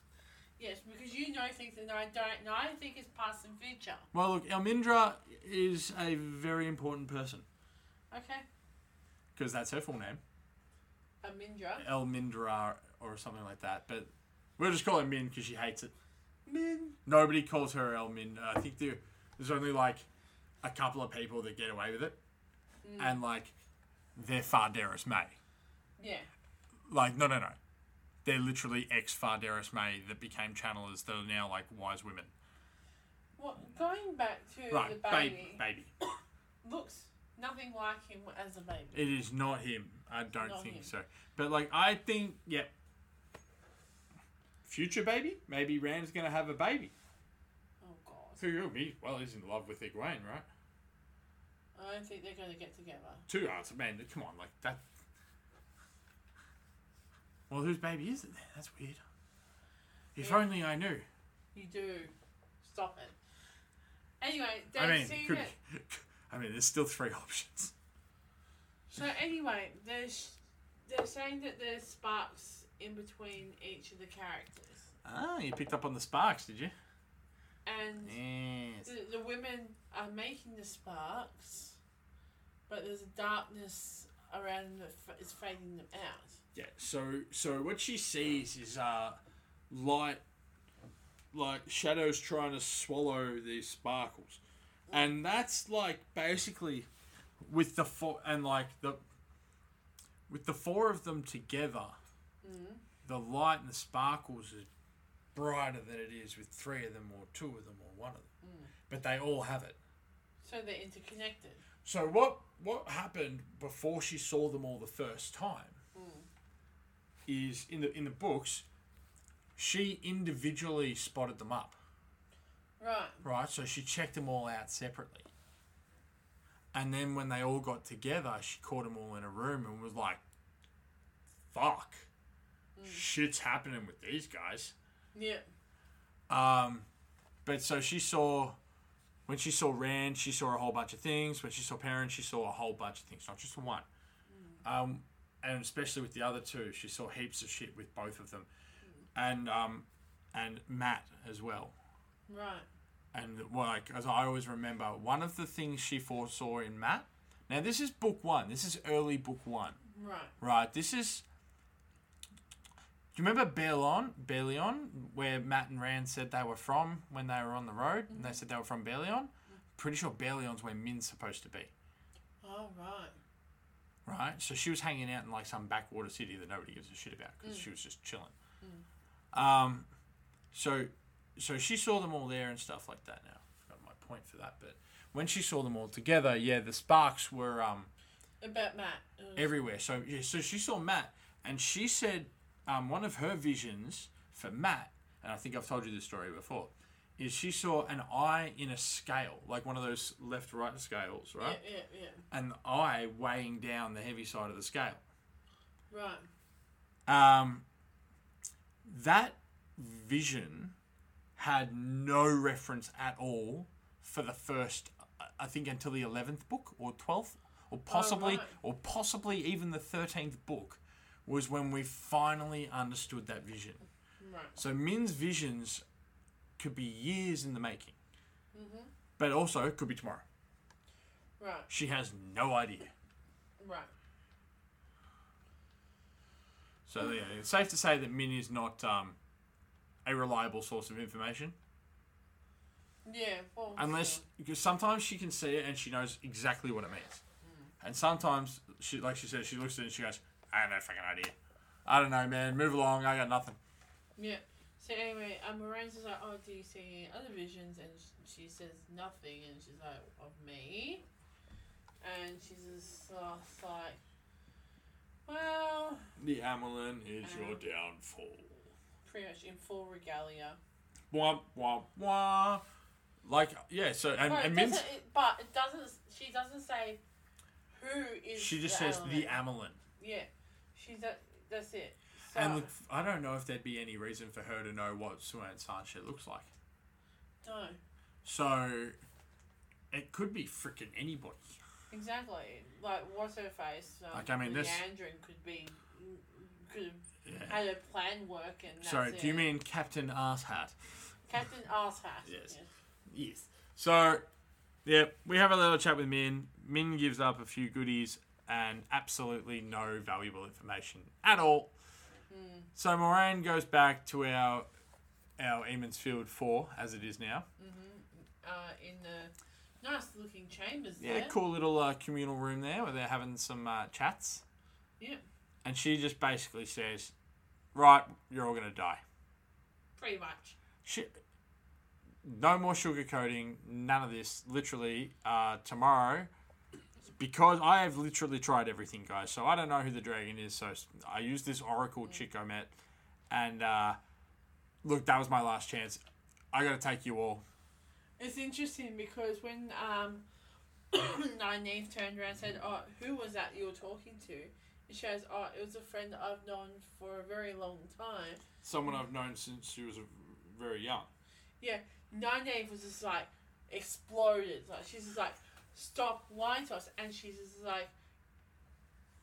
[SPEAKER 2] Yes, because you know things that I don't. And I think it's past and future.
[SPEAKER 1] Well, look, Elmindra is a very important person
[SPEAKER 2] Okay,
[SPEAKER 1] because that's her full name,
[SPEAKER 2] Amindra.
[SPEAKER 1] Elmindra or something like that. But we'll just call her Min because she hates it. Min. Nobody calls her Elmin. I think there, there's only like a couple of people that get away with it,
[SPEAKER 2] Mm.
[SPEAKER 1] and like they're Farderis May.
[SPEAKER 2] Yeah.
[SPEAKER 1] like no no no they're literally ex Farderis May that became channelers that are now like wise women
[SPEAKER 2] Well, going back to
[SPEAKER 1] right
[SPEAKER 2] the
[SPEAKER 1] baby.
[SPEAKER 2] baby,
[SPEAKER 1] baby
[SPEAKER 2] looks nothing like him as a baby.
[SPEAKER 1] it is not him I don't
[SPEAKER 2] Not
[SPEAKER 1] think
[SPEAKER 2] him.
[SPEAKER 1] so but like I think yep future baby maybe Rand's gonna have a baby
[SPEAKER 2] Oh God.
[SPEAKER 1] who you me well he's in love with Egwene right
[SPEAKER 2] I don't think they're going to get together.
[SPEAKER 1] two arts man come on like that well whose baby is it then that's weird if
[SPEAKER 2] Yeah.
[SPEAKER 1] only I knew
[SPEAKER 2] You do. Stop it. Anyway, they've
[SPEAKER 1] I mean
[SPEAKER 2] seen
[SPEAKER 1] could
[SPEAKER 2] it.
[SPEAKER 1] I mean there's still three options
[SPEAKER 2] So anyway, there's they're saying that there's sparks in between each of the characters,
[SPEAKER 1] Ah, you picked up on the sparks, did you?
[SPEAKER 2] and
[SPEAKER 1] Yes.
[SPEAKER 2] the, the women are making the sparks, but there's a darkness around them that f- is fading them out.
[SPEAKER 1] Yeah. So, so what she sees is uh, light, like shadows trying to swallow these sparkles, and that's like basically with the four and like the with the four of them together, the light and the sparkles is brighter than it is with three of them or two of them or one of them, but they all have it.
[SPEAKER 2] So they're interconnected.
[SPEAKER 1] So what what happened before she saw them all the first time is in the in the books, she individually spotted them up,
[SPEAKER 2] Right.
[SPEAKER 1] right? So she checked them all out separately. And then when they all got together, she caught them all in a room and was like, "Fuck, shit's happening with these guys."
[SPEAKER 2] Yeah.
[SPEAKER 1] Um, but so she saw When she saw Rand, she saw a whole bunch of things. When she saw Perrin, she saw a whole bunch of things, not just one. Um, and especially with the other two, she saw heaps of shit with both of them, and um, and Matt as well.
[SPEAKER 2] Right.
[SPEAKER 1] And well, like as I always remember, one of the things she foresaw in Matt. Now this is book one. This is early book one,
[SPEAKER 2] Right.
[SPEAKER 1] right? This is. Do you remember Berlon, Berlion, where Matt and Rand said they were from when they were on the road, and they said they were from Berlion? Pretty sure Berlion's where Min's supposed to be,
[SPEAKER 2] Oh, right.
[SPEAKER 1] right? So she was hanging out in like some backwater city that nobody gives a shit about because she was just chilling. Um, so, so she saw them all there and stuff like that. Now, I forgot my point for that, but when she saw them all together, yeah, the sparks were um,
[SPEAKER 2] About Matt. Uh,
[SPEAKER 1] everywhere. So yeah, so she saw Matt, and she said um, one of her visions for Matt, and I think I've told you this story before, is she saw an eye in a scale, like one of those left right scales,
[SPEAKER 2] yeah,
[SPEAKER 1] right?
[SPEAKER 2] yeah, yeah.
[SPEAKER 1] And the eye weighing down the heavy side of the scale.
[SPEAKER 2] Right.
[SPEAKER 1] Um, that vision had no reference at all for the first, I- I think, until the eleventh book or twelfth, or possibly,
[SPEAKER 2] right.
[SPEAKER 1] or possibly even the thirteenth book, was when we finally understood that vision.
[SPEAKER 2] Right.
[SPEAKER 1] So Min's visions could be years in the making, but also could be tomorrow.
[SPEAKER 2] Right.
[SPEAKER 1] She has no idea.
[SPEAKER 2] Right.
[SPEAKER 1] So yeah, it's safe to say that Min is not um, a reliable source of information.
[SPEAKER 2] Yeah. Well,
[SPEAKER 1] unless because sometimes she can see it and she knows exactly what it means, and sometimes she, like she said, she looks at it and she goes, "I have no fucking idea. I don't know, man. Move along. I got nothing."
[SPEAKER 2] Yeah. So anyway, um, Miranda's like, "Oh, do you see any other visions?" And sh- she says nothing, and she's like, "Of me," and she's just uh, it's like, "Well,
[SPEAKER 1] The Amelin is
[SPEAKER 2] your
[SPEAKER 1] downfall.
[SPEAKER 2] pretty much in full regalia."
[SPEAKER 1] Wah wah wah. Like yeah, so and,
[SPEAKER 2] But,
[SPEAKER 1] and
[SPEAKER 2] it
[SPEAKER 1] Min's,
[SPEAKER 2] doesn't, it, but it doesn't. She doesn't say who is.
[SPEAKER 1] she just
[SPEAKER 2] the
[SPEAKER 1] says the
[SPEAKER 2] element.
[SPEAKER 1] Amelin,
[SPEAKER 2] yeah. She's that. That's it. So,
[SPEAKER 1] and look, I don't know if there'd be any reason for her to know what Suan Sanche looks like.
[SPEAKER 2] no,
[SPEAKER 1] So it could be freaking anybody.
[SPEAKER 2] exactly. Like, what's her face? Um,
[SPEAKER 1] Like, I mean, this-
[SPEAKER 2] Leandrin could be mm, could have
[SPEAKER 1] Yeah.
[SPEAKER 2] had a plan work and. That's
[SPEAKER 1] Sorry,
[SPEAKER 2] it.
[SPEAKER 1] do you mean Captain Asshat?
[SPEAKER 2] Captain Asshat?
[SPEAKER 1] Yes.
[SPEAKER 2] Yeah.
[SPEAKER 1] Yes. So, yeah, we have a little chat with Min. Min gives up a few goodies and absolutely no valuable information at all. So Moraine goes back to our our Eamon's Field Four as it is now.
[SPEAKER 2] Uh, in the nice looking chambers
[SPEAKER 1] Yeah,
[SPEAKER 2] there.
[SPEAKER 1] cool little uh, communal room there where they're having some uh, chats.
[SPEAKER 2] Yeah.
[SPEAKER 1] And she just basically says, "Right, you're all gonna die."
[SPEAKER 2] Pretty much.
[SPEAKER 1] She, no more sugarcoating, none of this. Literally, uh, tomorrow, because I have literally tried everything, guys. So I don't know who the dragon is. So s- I used this oracle chick I met, and uh, look, that was my last chance. I gotta take you all.
[SPEAKER 2] It's interesting because when um, Nynaeve turned around and said, Oh, who was that you were talking to? And she goes, Oh, it was a friend that I've known for a very long time.
[SPEAKER 1] Someone I've known since she was very young.
[SPEAKER 2] Yeah, Nynaeve was just like exploded. Like she's just like, stop lying to us, and she's just like,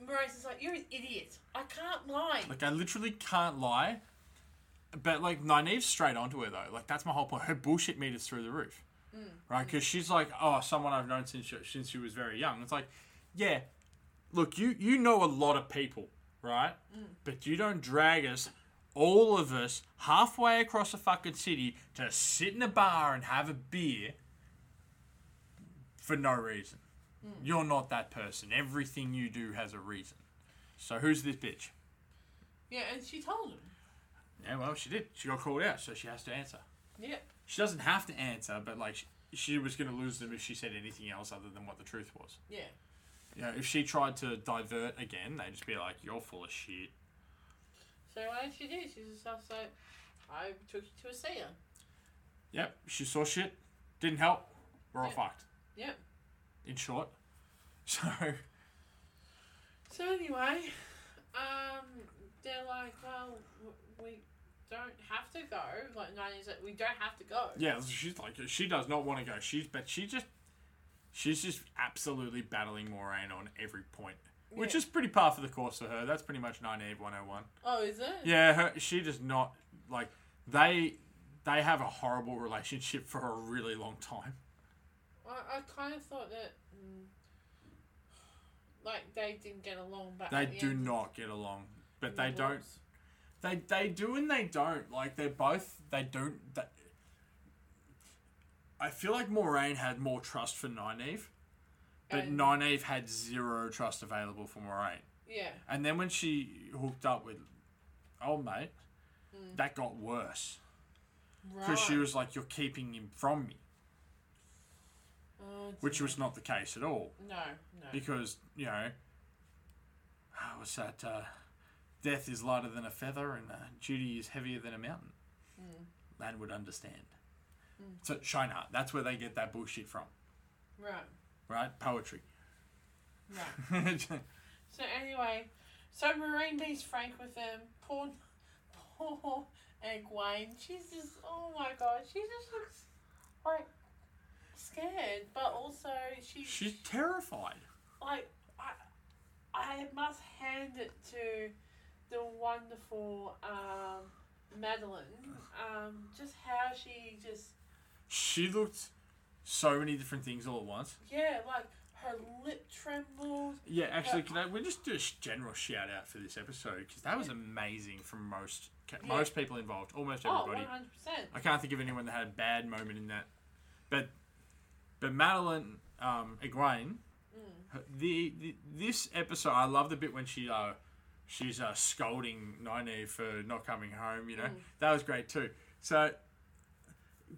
[SPEAKER 2] Maurice is like, you're an idiot. I can't lie.
[SPEAKER 1] Like I literally can't lie, but like Nynaeve's straight onto her though. Like that's my whole point. Her bullshit meter's through the roof, right? Because she's like, oh, someone I've known since she, since she was very young. It's like, yeah, look, you you know a lot of people, right? But you don't drag us, all of us, halfway across a fucking city to sit in a bar and have a beer for no reason. You're not that person. Everything you do has a reason. So who's this bitch?
[SPEAKER 2] Yeah, and she told him.
[SPEAKER 1] Yeah, well, she did. She got called out, so she has to answer.
[SPEAKER 2] Yeah,
[SPEAKER 1] She doesn't have to answer, but like she, she was going to lose them if she said anything else other than what the truth was.
[SPEAKER 2] yeah,
[SPEAKER 1] You know, if she tried to divert again, they'd just be like, "You're full of shit."
[SPEAKER 2] So what did she do? She was just like, I took you to a seer.
[SPEAKER 1] Yep, she saw shit. Didn't help. We're all
[SPEAKER 2] Yeah.
[SPEAKER 1] fucked.
[SPEAKER 2] Yep.
[SPEAKER 1] In short. So
[SPEAKER 2] So anyway, um, they're like, well, w- we don't have to go. Like Nani's like, we don't have to go.
[SPEAKER 1] Yeah, she's like she does not want to go. She's but she just she's just absolutely battling Moraine on every point. Which
[SPEAKER 2] Yeah.
[SPEAKER 1] is pretty par for the course for her. That's pretty much 9 101.
[SPEAKER 2] Oh, is it?
[SPEAKER 1] Yeah, her, she does not like they they have a horrible relationship for a really long time.
[SPEAKER 2] I, I kind of thought that, mm, like they didn't get along, but
[SPEAKER 1] They
[SPEAKER 2] at the
[SPEAKER 1] do
[SPEAKER 2] end-
[SPEAKER 1] not get along, but they
[SPEAKER 2] Well,
[SPEAKER 1] don't. They they do and they don't. Like they're both. They don't. They, I feel like Moraine had more trust for Nynaeve, but
[SPEAKER 2] and-
[SPEAKER 1] Nynaeve had zero trust available for Moraine.
[SPEAKER 2] Yeah,
[SPEAKER 1] And then when she hooked up with old mate, that got worse
[SPEAKER 2] Hmm. right.
[SPEAKER 1] because she was like, "You're keeping him from me,"
[SPEAKER 2] Oh,
[SPEAKER 1] which
[SPEAKER 2] dear.
[SPEAKER 1] was not the case at all.
[SPEAKER 2] no, no.
[SPEAKER 1] because you know how was that uh, death is lighter than a feather and uh, duty is heavier than a mountain
[SPEAKER 2] Mm.
[SPEAKER 1] Lan would understand so Shinar that's where they get that bullshit from
[SPEAKER 2] Right,
[SPEAKER 1] right poetry
[SPEAKER 2] right. So anyway, so Marine meets Frank with him. Poor, poor Egwene. She's just, oh my god, she just looks like scared, but also she,
[SPEAKER 1] she's terrified
[SPEAKER 2] like I, I must hand it to the wonderful um, Madeline. Um, just how she just
[SPEAKER 1] she looked so many different things all at once
[SPEAKER 2] yeah, like her lip trembled.
[SPEAKER 1] yeah actually can I, we just do a sh- general shout out for this episode because that was amazing from most ca-
[SPEAKER 2] Yeah.
[SPEAKER 1] most people involved almost
[SPEAKER 2] Oh,
[SPEAKER 1] everybody
[SPEAKER 2] 100%.
[SPEAKER 1] I can't think of anyone that had a bad moment in that. But but Madeline um, Egwene, her- the, the this episode, I love the bit when she uh, she's uh, scolding Nynaeve for not coming home. You know that was great too. So,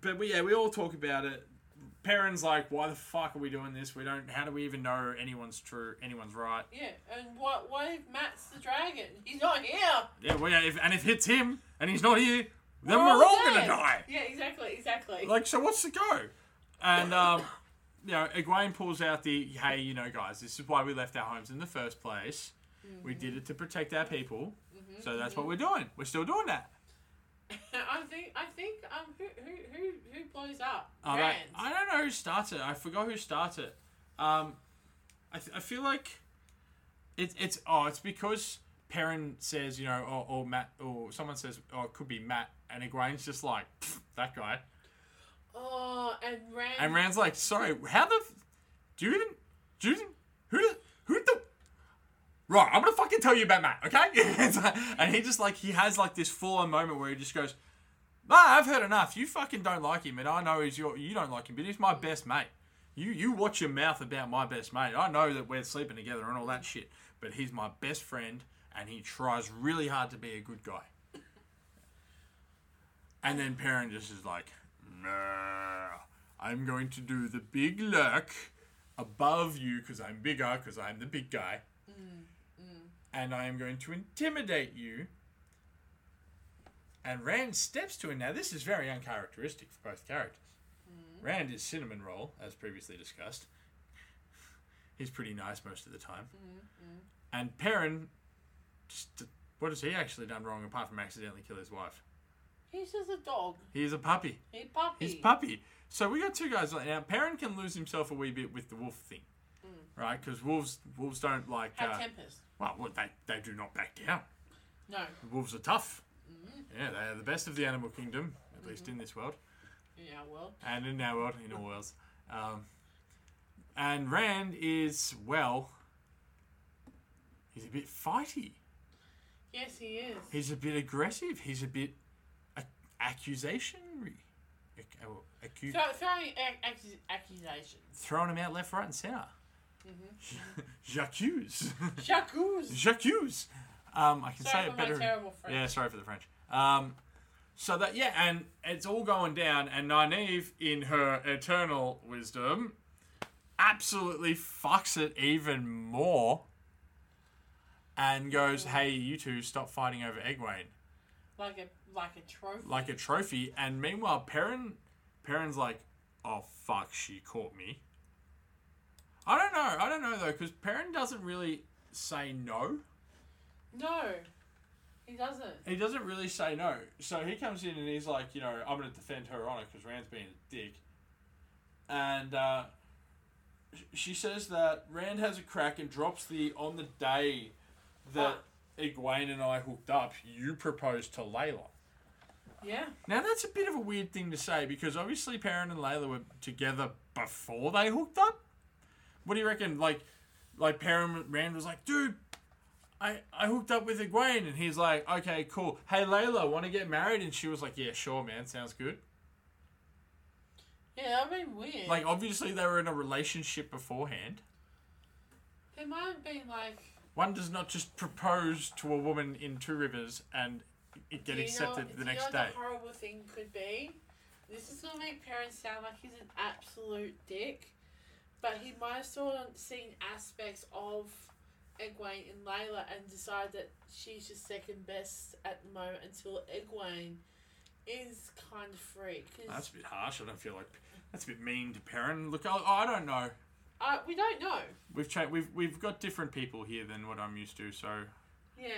[SPEAKER 1] but we yeah we all talk about it. Perrin's like, why the fuck are we doing this? We don't. How do we even know anyone's true? Anyone's right?
[SPEAKER 2] Yeah, and what, what if Matt's the dragon? He's not here!
[SPEAKER 1] Yeah. Well, yeah if, and if it's him and he's not here, then we're, all gonna
[SPEAKER 2] dead.
[SPEAKER 1] die.
[SPEAKER 2] Oh, Yeah, exactly, exactly.
[SPEAKER 1] Like, so what's the go? And, um, you know, Egwene pulls out the, hey, you know, guys, this is why we left our homes in the first place. We did it to protect our people. So that's what we're doing. We're still doing that.
[SPEAKER 2] I think I think um who who who, who blows up?
[SPEAKER 1] Um, I,
[SPEAKER 2] Rand.
[SPEAKER 1] I don't know who starts it. I forgot who starts it. Um, I, th- I feel like it's it's oh it's because Perrin says you know or, or Matt or someone says oh it could be Matt and Egwene's just like "Pfft, that guy
[SPEAKER 2] oh, and Rand.
[SPEAKER 1] And Rand's like, sorry, how the, f- do you even, do you even, who did, who did the, right, I'm gonna fucking tell you about Matt, okay? It's like- and he just like, he has like this full on moment where he just goes, nah, I've heard enough. You fucking don't like him, and I know he's your, you don't like him, but he's my best mate. You, you watch your mouth about my best mate. I know that we're sleeping together and all that shit, but he's my best friend, and he tries really hard to be a good guy. And then Perrin just is like, nah, I'm going to do the big lurk above you because I'm bigger, because I'm the big guy. And I am going to intimidate you. And Rand steps to it. Now, this is very uncharacteristic for both characters. Rand is cinnamon roll, as previously discussed. He's pretty nice most of the time. And Perrin, just, what has he actually done wrong apart from accidentally kill his wife?
[SPEAKER 2] He's just a dog.
[SPEAKER 1] He's a puppy.
[SPEAKER 2] He puppy.
[SPEAKER 1] He's puppy. So we got two guys like now. Perrin can lose himself a wee bit with the wolf thing, right? Because wolves wolves don't like.
[SPEAKER 2] Had
[SPEAKER 1] Uh,
[SPEAKER 2] tempers.
[SPEAKER 1] well, well, they they do not back down.
[SPEAKER 2] No.
[SPEAKER 1] The wolves are tough. Yeah, they are the best of the animal kingdom, at least in this world
[SPEAKER 2] Yeah. Well.
[SPEAKER 1] and in our world, in all worlds. Um, and Rand is well. He's a bit fighty.
[SPEAKER 2] Yes, he is.
[SPEAKER 1] He's a bit aggressive. He's a bit ac- accusationary. Ac- oh, acu-
[SPEAKER 2] Throw, throwing ac- ac- accusations.
[SPEAKER 1] throwing him out left, right, and center. J'accuse.
[SPEAKER 2] Jacuz.
[SPEAKER 1] J'accuse. Um, I can
[SPEAKER 2] Sorry
[SPEAKER 1] say
[SPEAKER 2] for
[SPEAKER 1] it
[SPEAKER 2] my
[SPEAKER 1] better.
[SPEAKER 2] terrible French.
[SPEAKER 1] Yeah, sorry for the French. Um, so that yeah, and it's all going down, and Nynaeve, in her eternal wisdom, absolutely fucks it even more, and goes,
[SPEAKER 2] Mm-hmm.
[SPEAKER 1] "Hey, you two, stop fighting over Egwene."
[SPEAKER 2] Like a like a trophy.
[SPEAKER 1] like a trophy. And meanwhile, Perrin, Perrin's like, oh fuck, she caught me. I don't know. I don't know though, because Perrin doesn't really say no.
[SPEAKER 2] no. He doesn't.
[SPEAKER 1] He doesn't really say no. So he comes in and he's like, you know, I'm going to defend her honor because Rand's being a dick. And uh, sh- she says that Rand has a crack and drops the on the day that Egwene and I hooked up, you proposed to Layla.
[SPEAKER 2] Yeah.
[SPEAKER 1] Now that's a bit of a weird thing to say because obviously Perrin and Layla were together before they hooked up. What do you reckon? Like, like Perrin Rand was like, "Dude, I I hooked up with Egwene," and he's like, "Okay, cool. Hey Layla, want to get married?" And she was like, "Yeah, sure, man. Sounds good."
[SPEAKER 2] Yeah, I mean weird.
[SPEAKER 1] Like, obviously they were in a relationship beforehand.
[SPEAKER 2] they might have been like
[SPEAKER 1] One does not just propose to a woman in Two Rivers and it get
[SPEAKER 2] do you
[SPEAKER 1] accepted
[SPEAKER 2] know,
[SPEAKER 1] the
[SPEAKER 2] do you know
[SPEAKER 1] next
[SPEAKER 2] what
[SPEAKER 1] day.
[SPEAKER 2] The horrible thing could be. This is gonna make parents sound like he's an absolute dick, but he might have sort of seen aspects of Egwene and Layla and decided that she's just second best at the moment until Egwene is kind of free.
[SPEAKER 1] That's
[SPEAKER 2] Cause
[SPEAKER 1] a bit harsh. I don't feel like that's a bit mean to Perrin. Look, I, I don't know.
[SPEAKER 2] uh, we don't know.
[SPEAKER 1] We've cha- we've we've got different people here than what I'm used to. So,
[SPEAKER 2] Yeah.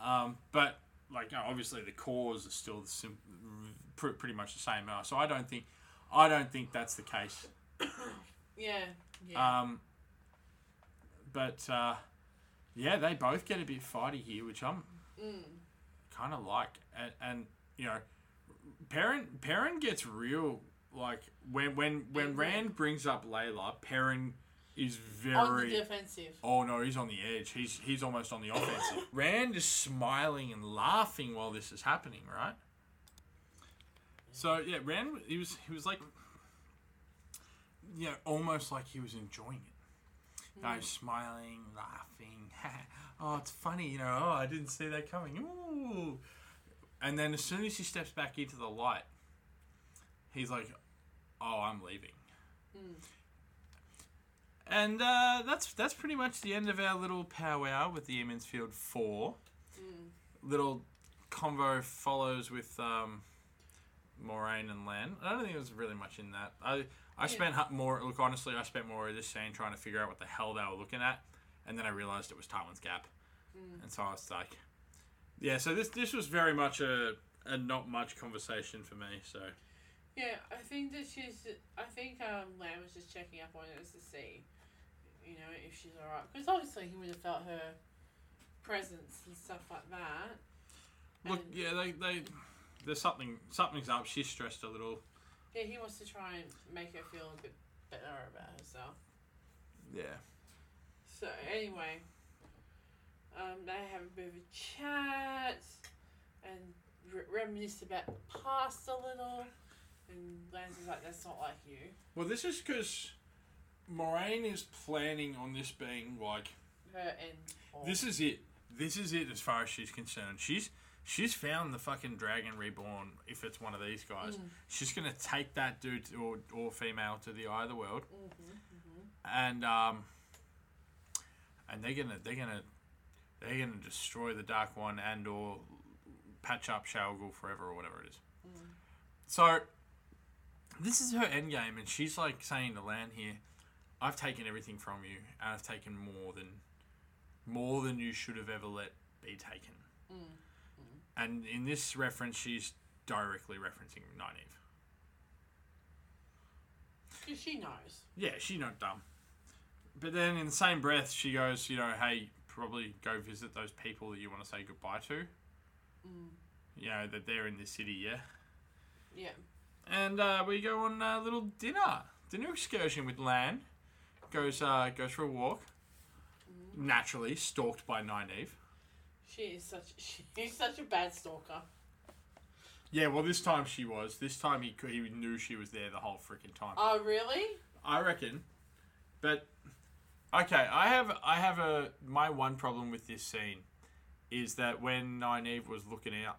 [SPEAKER 1] um, but like uh, obviously the cores are still the sim- pr- pretty much the same. Uh, so I don't think I don't think that's the case.
[SPEAKER 2] Yeah. Yeah.
[SPEAKER 1] Um, but uh, yeah, they both get a bit fighty here, which I'm
[SPEAKER 2] mm.
[SPEAKER 1] kind of like, and, and you know, Perrin Perrin gets real like when when when
[SPEAKER 2] Angry.
[SPEAKER 1] Rand brings up Layla, Perrin is very
[SPEAKER 2] On the defensive.
[SPEAKER 1] Oh no, he's on the edge. He's he's almost on the offensive. Rand is smiling and laughing while this is happening, right? So yeah, Rand he was he was like yeah, almost like he was enjoying it. No, smiling, laughing. oh, it's funny, you know. Oh, I didn't see that coming. Ooh. And then as soon as he steps back into the light, he's like, "Oh, I'm leaving." And uh, that's that's pretty much the end of our little powwow with the Emmons Field Four. Little convo follows with um, Moraine and Len. I don't think there was really much in that. I I spent hu- more. Look, honestly, I spent more of this scene trying to figure out what the hell they were looking at, and then I realized it was Tywin's Gap, and so I was like, yeah. So this this was very much a, a not much conversation for me. So
[SPEAKER 2] Yeah, I think that she's. I think um, Lam was just checking up on her just to see, you know, if she's alright. Because obviously he would have felt her presence and stuff like that.
[SPEAKER 1] look,
[SPEAKER 2] And,
[SPEAKER 1] yeah, they they there's something something's up. She's stressed a little.
[SPEAKER 2] yeah, he wants to try and make her feel a bit better about herself.
[SPEAKER 1] Yeah.
[SPEAKER 2] So anyway, um, they have a bit of a chat and re- reminisce about the past a little. And Lance is like, "That's not like you."
[SPEAKER 1] Well, this is because Moraine is planning on this being like
[SPEAKER 2] Her and or-
[SPEAKER 1] this is it. This is it as far as she's concerned. She's she's found the fucking dragon reborn. If it's one of these guys, she's gonna take that dude to- or or female to the eye of the world, and um, and they're gonna they're gonna they're gonna destroy the dark one and or patch up Shalgul forever or whatever it is. So this is her end game, and she's like saying to Lan here, "I've taken everything from you, and I've taken more than." more than you should have ever let be taken. And in this reference, she's directly referencing Nynaeve.
[SPEAKER 2] 'cause she knows.
[SPEAKER 1] Yeah, she's not dumb. But then in the same breath, she goes, you know, hey, probably go visit those people that you want to say goodbye to. You know, that they're in the city, yeah?
[SPEAKER 2] Yeah.
[SPEAKER 1] and uh, we go on a little dinner dinner excursion with Lan. Goes uh, goes for a walk. Naturally stalked by Nynaeve.
[SPEAKER 2] She is such she's such a bad stalker.
[SPEAKER 1] Yeah, well, this time she was. This time he cou- he knew she was there the whole freaking time.
[SPEAKER 2] Oh really?
[SPEAKER 1] I reckon. But okay, I have I have a my one problem with this scene is that when Nynaeve was looking out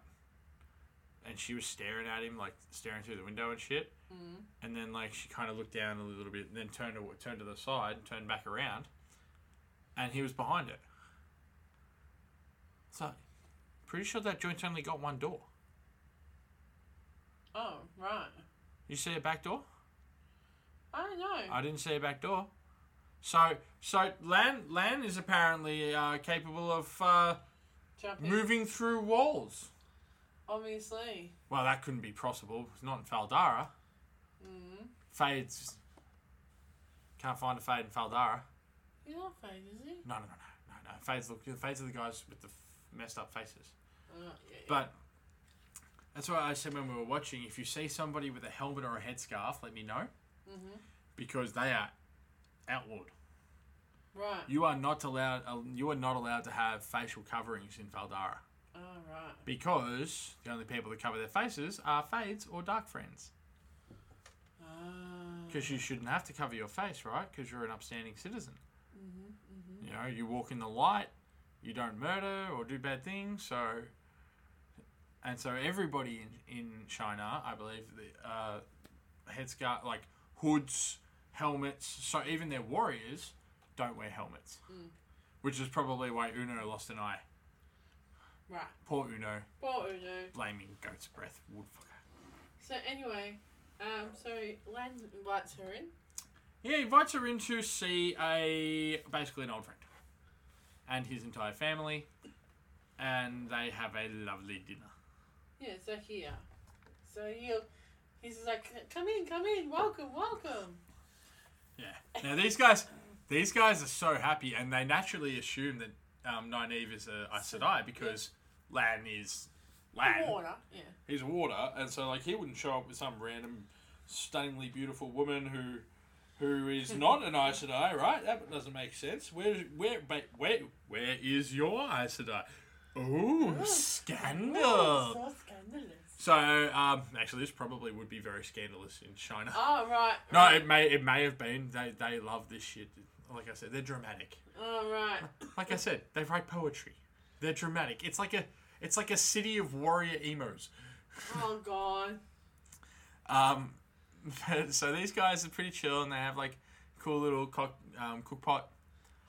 [SPEAKER 1] and she was staring at him like staring through the window and shit, and then like she kind of looked down a little bit and then turned to turned to the side, turned back around, and he was behind her. So, pretty sure that joint's only got one door.
[SPEAKER 2] Oh right.
[SPEAKER 1] You see a back door?
[SPEAKER 2] I don't know.
[SPEAKER 1] I didn't see a back door. So so Lan Lan is apparently uh, capable of uh,
[SPEAKER 2] jumping.
[SPEAKER 1] moving through walls.
[SPEAKER 2] Obviously.
[SPEAKER 1] Well, that couldn't be possible. It's not in Faldara.
[SPEAKER 2] Mm.
[SPEAKER 1] Fade's can't find a Fade in Faldara.
[SPEAKER 2] He's not fake, is he?
[SPEAKER 1] No, no, no, no, no, no. Fade's look. Fade's are the guys with the f- messed up faces.
[SPEAKER 2] Uh, yeah, yeah.
[SPEAKER 1] But that's why I said when we were watching. If you see somebody with a helmet or a headscarf, let me know
[SPEAKER 2] Mhm.
[SPEAKER 1] because they are outlawed.
[SPEAKER 2] Right.
[SPEAKER 1] You are not allowed. Uh, you are not allowed to have facial coverings in Faldara
[SPEAKER 2] Oh, right.
[SPEAKER 1] because the only people that cover their faces are Fades or Dark Friends.
[SPEAKER 2] Ah.
[SPEAKER 1] Because you shouldn't have to cover your face, right? Because you're an upstanding citizen.
[SPEAKER 2] Mhm, mhm.
[SPEAKER 1] You know, you walk in the light, you don't murder or do bad things. So, and so everybody in, in China, I believe, the uh, headscarf, like hoods, helmets. So even their warriors don't wear helmets,
[SPEAKER 2] Mm.
[SPEAKER 1] which is probably why Uno lost an eye.
[SPEAKER 2] Right.
[SPEAKER 1] Poor Uno,
[SPEAKER 2] Poor Uno.
[SPEAKER 1] blaming goat's breath. Woodfucker.
[SPEAKER 2] So anyway, um, so Lan invites her in.
[SPEAKER 1] Yeah, he invites her in to see a basically an old friend and his entire family, and they have a lovely dinner.
[SPEAKER 2] Yeah, so here. So you, he's like, come in, come in, welcome, welcome.
[SPEAKER 1] Yeah. Now these guys, these guys are so happy, and they naturally assume that um, Nynaeve is a Aes Sedai because Lan is Lan.
[SPEAKER 2] Water. Yeah.
[SPEAKER 1] He's a water, and so like he wouldn't show up with some random, stunningly beautiful woman who, who is not an Aes Sedai, right? That doesn't make sense. Where, where, ba- where, where is your Aes Sedai? Oh,
[SPEAKER 2] Oh,
[SPEAKER 1] scandal!
[SPEAKER 2] so scandalous.
[SPEAKER 1] So, um, actually, this probably would be very scandalous in China.
[SPEAKER 2] Oh right.
[SPEAKER 1] No,
[SPEAKER 2] right.
[SPEAKER 1] it may it may have been. They they love this shit. Like I said, they're dramatic.
[SPEAKER 2] Oh right.
[SPEAKER 1] Like I said, they write poetry. They're dramatic. It's like a it's like a city of warrior emos.
[SPEAKER 2] Oh god.
[SPEAKER 1] Um, so these guys are pretty chill and they have like cool little cock, um, cook pot,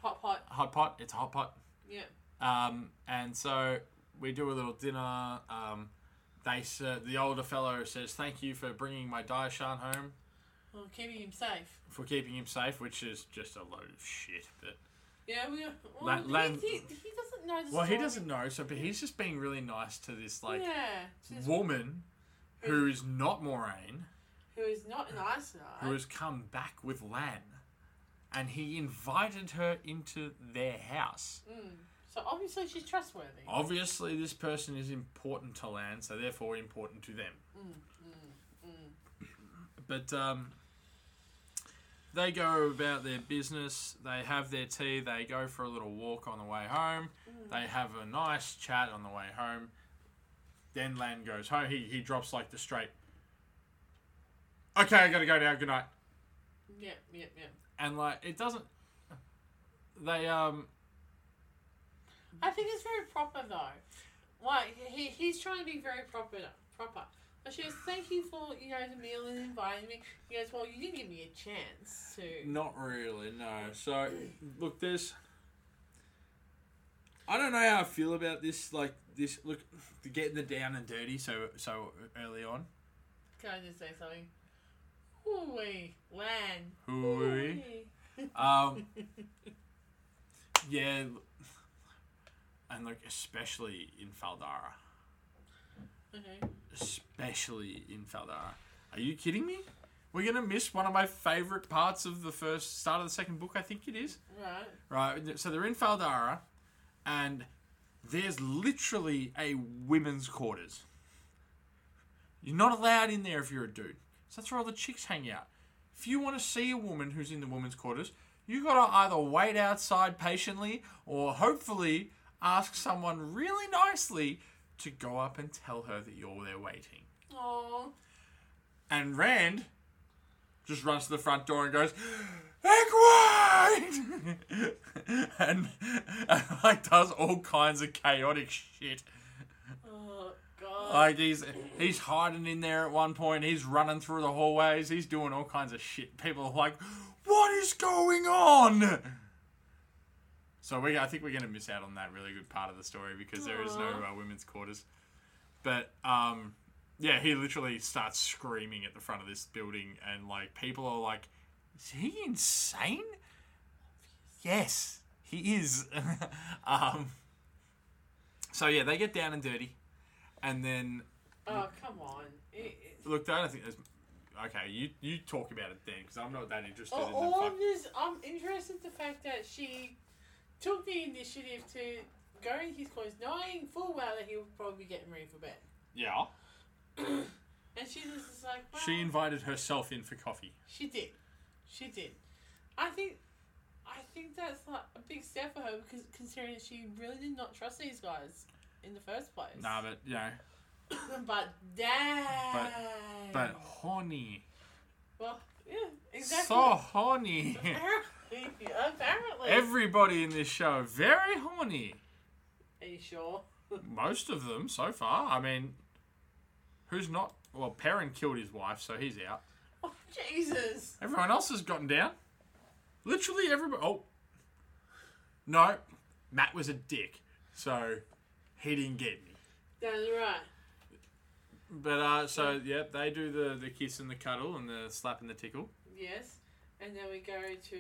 [SPEAKER 2] Hot pot.
[SPEAKER 1] hot pot. It's a hot pot.
[SPEAKER 2] Yeah.
[SPEAKER 1] Um, and so we do a little dinner. Um, they ser- the older fellow says thank you for bringing my Daishan home
[SPEAKER 2] Oh, keeping him safe.
[SPEAKER 1] for keeping him safe, which is just a load of shit. But
[SPEAKER 2] Yeah, we. Well,
[SPEAKER 1] Lan-
[SPEAKER 2] he-
[SPEAKER 1] Lan-
[SPEAKER 2] he, he doesn't know. The
[SPEAKER 1] well, he
[SPEAKER 2] story.
[SPEAKER 1] doesn't know, so but he's just being really nice to this like
[SPEAKER 2] yeah. She's,
[SPEAKER 1] woman who is not Moraine,
[SPEAKER 2] who is not an Iceland.
[SPEAKER 1] who has come back with Lan, and he invited her into their house.
[SPEAKER 2] Mm. So obviously she's trustworthy.
[SPEAKER 1] Oh. Obviously, this person is important to Lan, so therefore important to them. But um, they go about their business. They have their tea. They go for a little walk on the way home. They have a nice chat on the way home. Then Lan goes home. He, he drops like the straight. Okay, I gotta go now. Good night.
[SPEAKER 2] Yep, yep, yep.
[SPEAKER 1] And like it doesn't. They um
[SPEAKER 2] I think it's very proper though. Like he, he's trying to be very proper. Proper. But she goes, "Thank you for you know the meal and inviting me." He goes, "Well, you didn't give me a chance to."
[SPEAKER 1] Not really, no. So, look, there's. I don't know how I feel about this. Like this, look, the getting the down and dirty so so early on.
[SPEAKER 2] Can I just say something? Hooey, Lan.
[SPEAKER 1] Hooey.
[SPEAKER 2] Hooey.
[SPEAKER 1] Um, yeah, and like especially in Faldara,
[SPEAKER 2] Okay.
[SPEAKER 1] especially in Faldara. Are you kidding me? We're gonna miss one of my favorite parts of the first start of the second book. I think it is.
[SPEAKER 2] Right.
[SPEAKER 1] Right, so they're in Faldara, and there's literally a women's quarters. You're not allowed in there if you're a dude. So that's where all the chicks hang out. If you want to see a woman who's in the women's quarters, you gotta either wait outside patiently or hopefully ask someone really nicely to go up and tell her that you're there waiting.
[SPEAKER 2] Oh.
[SPEAKER 1] And Rand just runs to the front door and goes, Egg and, and like does all kinds of chaotic shit.
[SPEAKER 2] Oh God.
[SPEAKER 1] Like he's he's hiding in there at one point, he's running through the hallways, he's doing all kinds of shit. People are like, What is going on? So we I think we're gonna miss out on that really good part of the story because there is no
[SPEAKER 2] Aw.
[SPEAKER 1] uh, women's quarters. But um yeah, he literally starts screaming at the front of this building, and like people are like, "Is he insane?" Yes, he is. um, So yeah, they get down and dirty, and then
[SPEAKER 2] Oh, come on. It, it,
[SPEAKER 1] look, don't I think there's. Okay, you you talk about it then, because I'm not that interested
[SPEAKER 2] all
[SPEAKER 1] in the
[SPEAKER 2] all
[SPEAKER 1] fuck.
[SPEAKER 2] of this, I'm interested in the fact that she took the initiative to go in his clothes, knowing full well that he would probably get ready for bed.
[SPEAKER 1] Yeah,
[SPEAKER 2] And she's just like, well,
[SPEAKER 1] she invited herself in for coffee.
[SPEAKER 2] She did. She did. I think I think that's like a big step for her because considering she really did not trust these guys in the first place.
[SPEAKER 1] Nah, but you know,
[SPEAKER 2] but damn.
[SPEAKER 1] but horny,
[SPEAKER 2] well, yeah, exactly.
[SPEAKER 1] so horny.
[SPEAKER 2] Apparently, apparently.
[SPEAKER 1] Everybody in this show very horny.
[SPEAKER 2] Are you sure?
[SPEAKER 1] Most of them so far. I mean, who's not? Well, Perrin killed his wife, so he's out.
[SPEAKER 2] Oh, Jesus.
[SPEAKER 1] Everyone else has gotten down. Literally everybody. Oh. No. Matt was a dick. So he didn't get me.
[SPEAKER 2] That's right.
[SPEAKER 1] But uh so yeah, they do the the kiss and the cuddle and the slap and the tickle.
[SPEAKER 2] Yes. And then we go to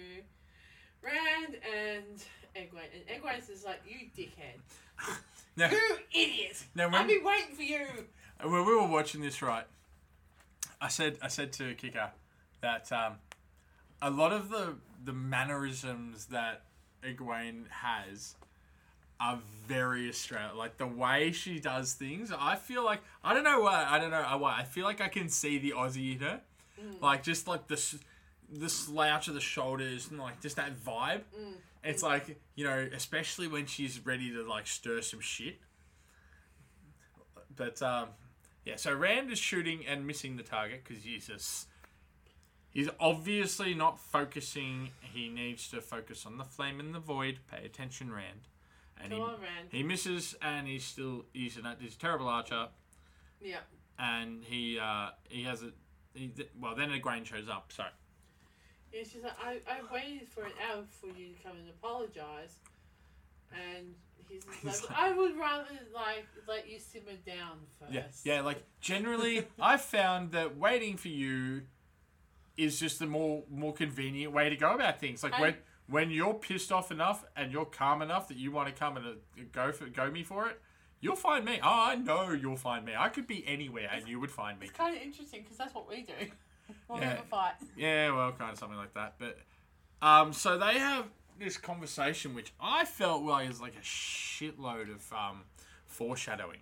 [SPEAKER 2] Rand and Egwene. And Egwene's is like, you dickhead.
[SPEAKER 1] Now,
[SPEAKER 2] You idiot.
[SPEAKER 1] now
[SPEAKER 2] I've
[SPEAKER 1] when,
[SPEAKER 2] been waiting for you.
[SPEAKER 1] when we were watching this right, I said I said to Kika that um a lot of the the mannerisms that Egwene has are very Australian. Like the way she does things, I feel like I don't know why. I don't know why. I feel like I can see the Aussie in her, like just like the s- the slouch of the shoulders and like just that vibe.
[SPEAKER 2] Mm.
[SPEAKER 1] It's like you know, especially when she's ready to like stir some shit. But um, yeah, so Rand is shooting and missing the target because he's just he's obviously not focusing. He needs to focus on the flame in the void. Pay attention, Rand. And
[SPEAKER 2] Come
[SPEAKER 1] he,
[SPEAKER 2] on, Rand.
[SPEAKER 1] he misses and he's still he's an he's a terrible archer
[SPEAKER 2] Yeah.
[SPEAKER 1] and he uh he has a he, well then Egwene shows up sorry
[SPEAKER 2] Uh, Yeah, she's like, I, I waited for an hour for you to come and apologize. And he's, just
[SPEAKER 1] He's
[SPEAKER 2] like,
[SPEAKER 1] like-
[SPEAKER 2] I would rather, like, let you simmer down first.
[SPEAKER 1] yeah yeah like generally I found that waiting for you is just the more more convenient way to go about things like when
[SPEAKER 2] I-
[SPEAKER 1] when you're pissed off enough and you're calm enough that you want to come and uh, go for go me for it you'll find me oh, I know you'll find me I could be anywhere and you would find me
[SPEAKER 2] It's kind of interesting because that's what we do. We'll
[SPEAKER 1] Yeah.
[SPEAKER 2] never fight.
[SPEAKER 1] Yeah, well, kind of something like that. But um, so they have this conversation, which I felt like is like a shitload of um, foreshadowing.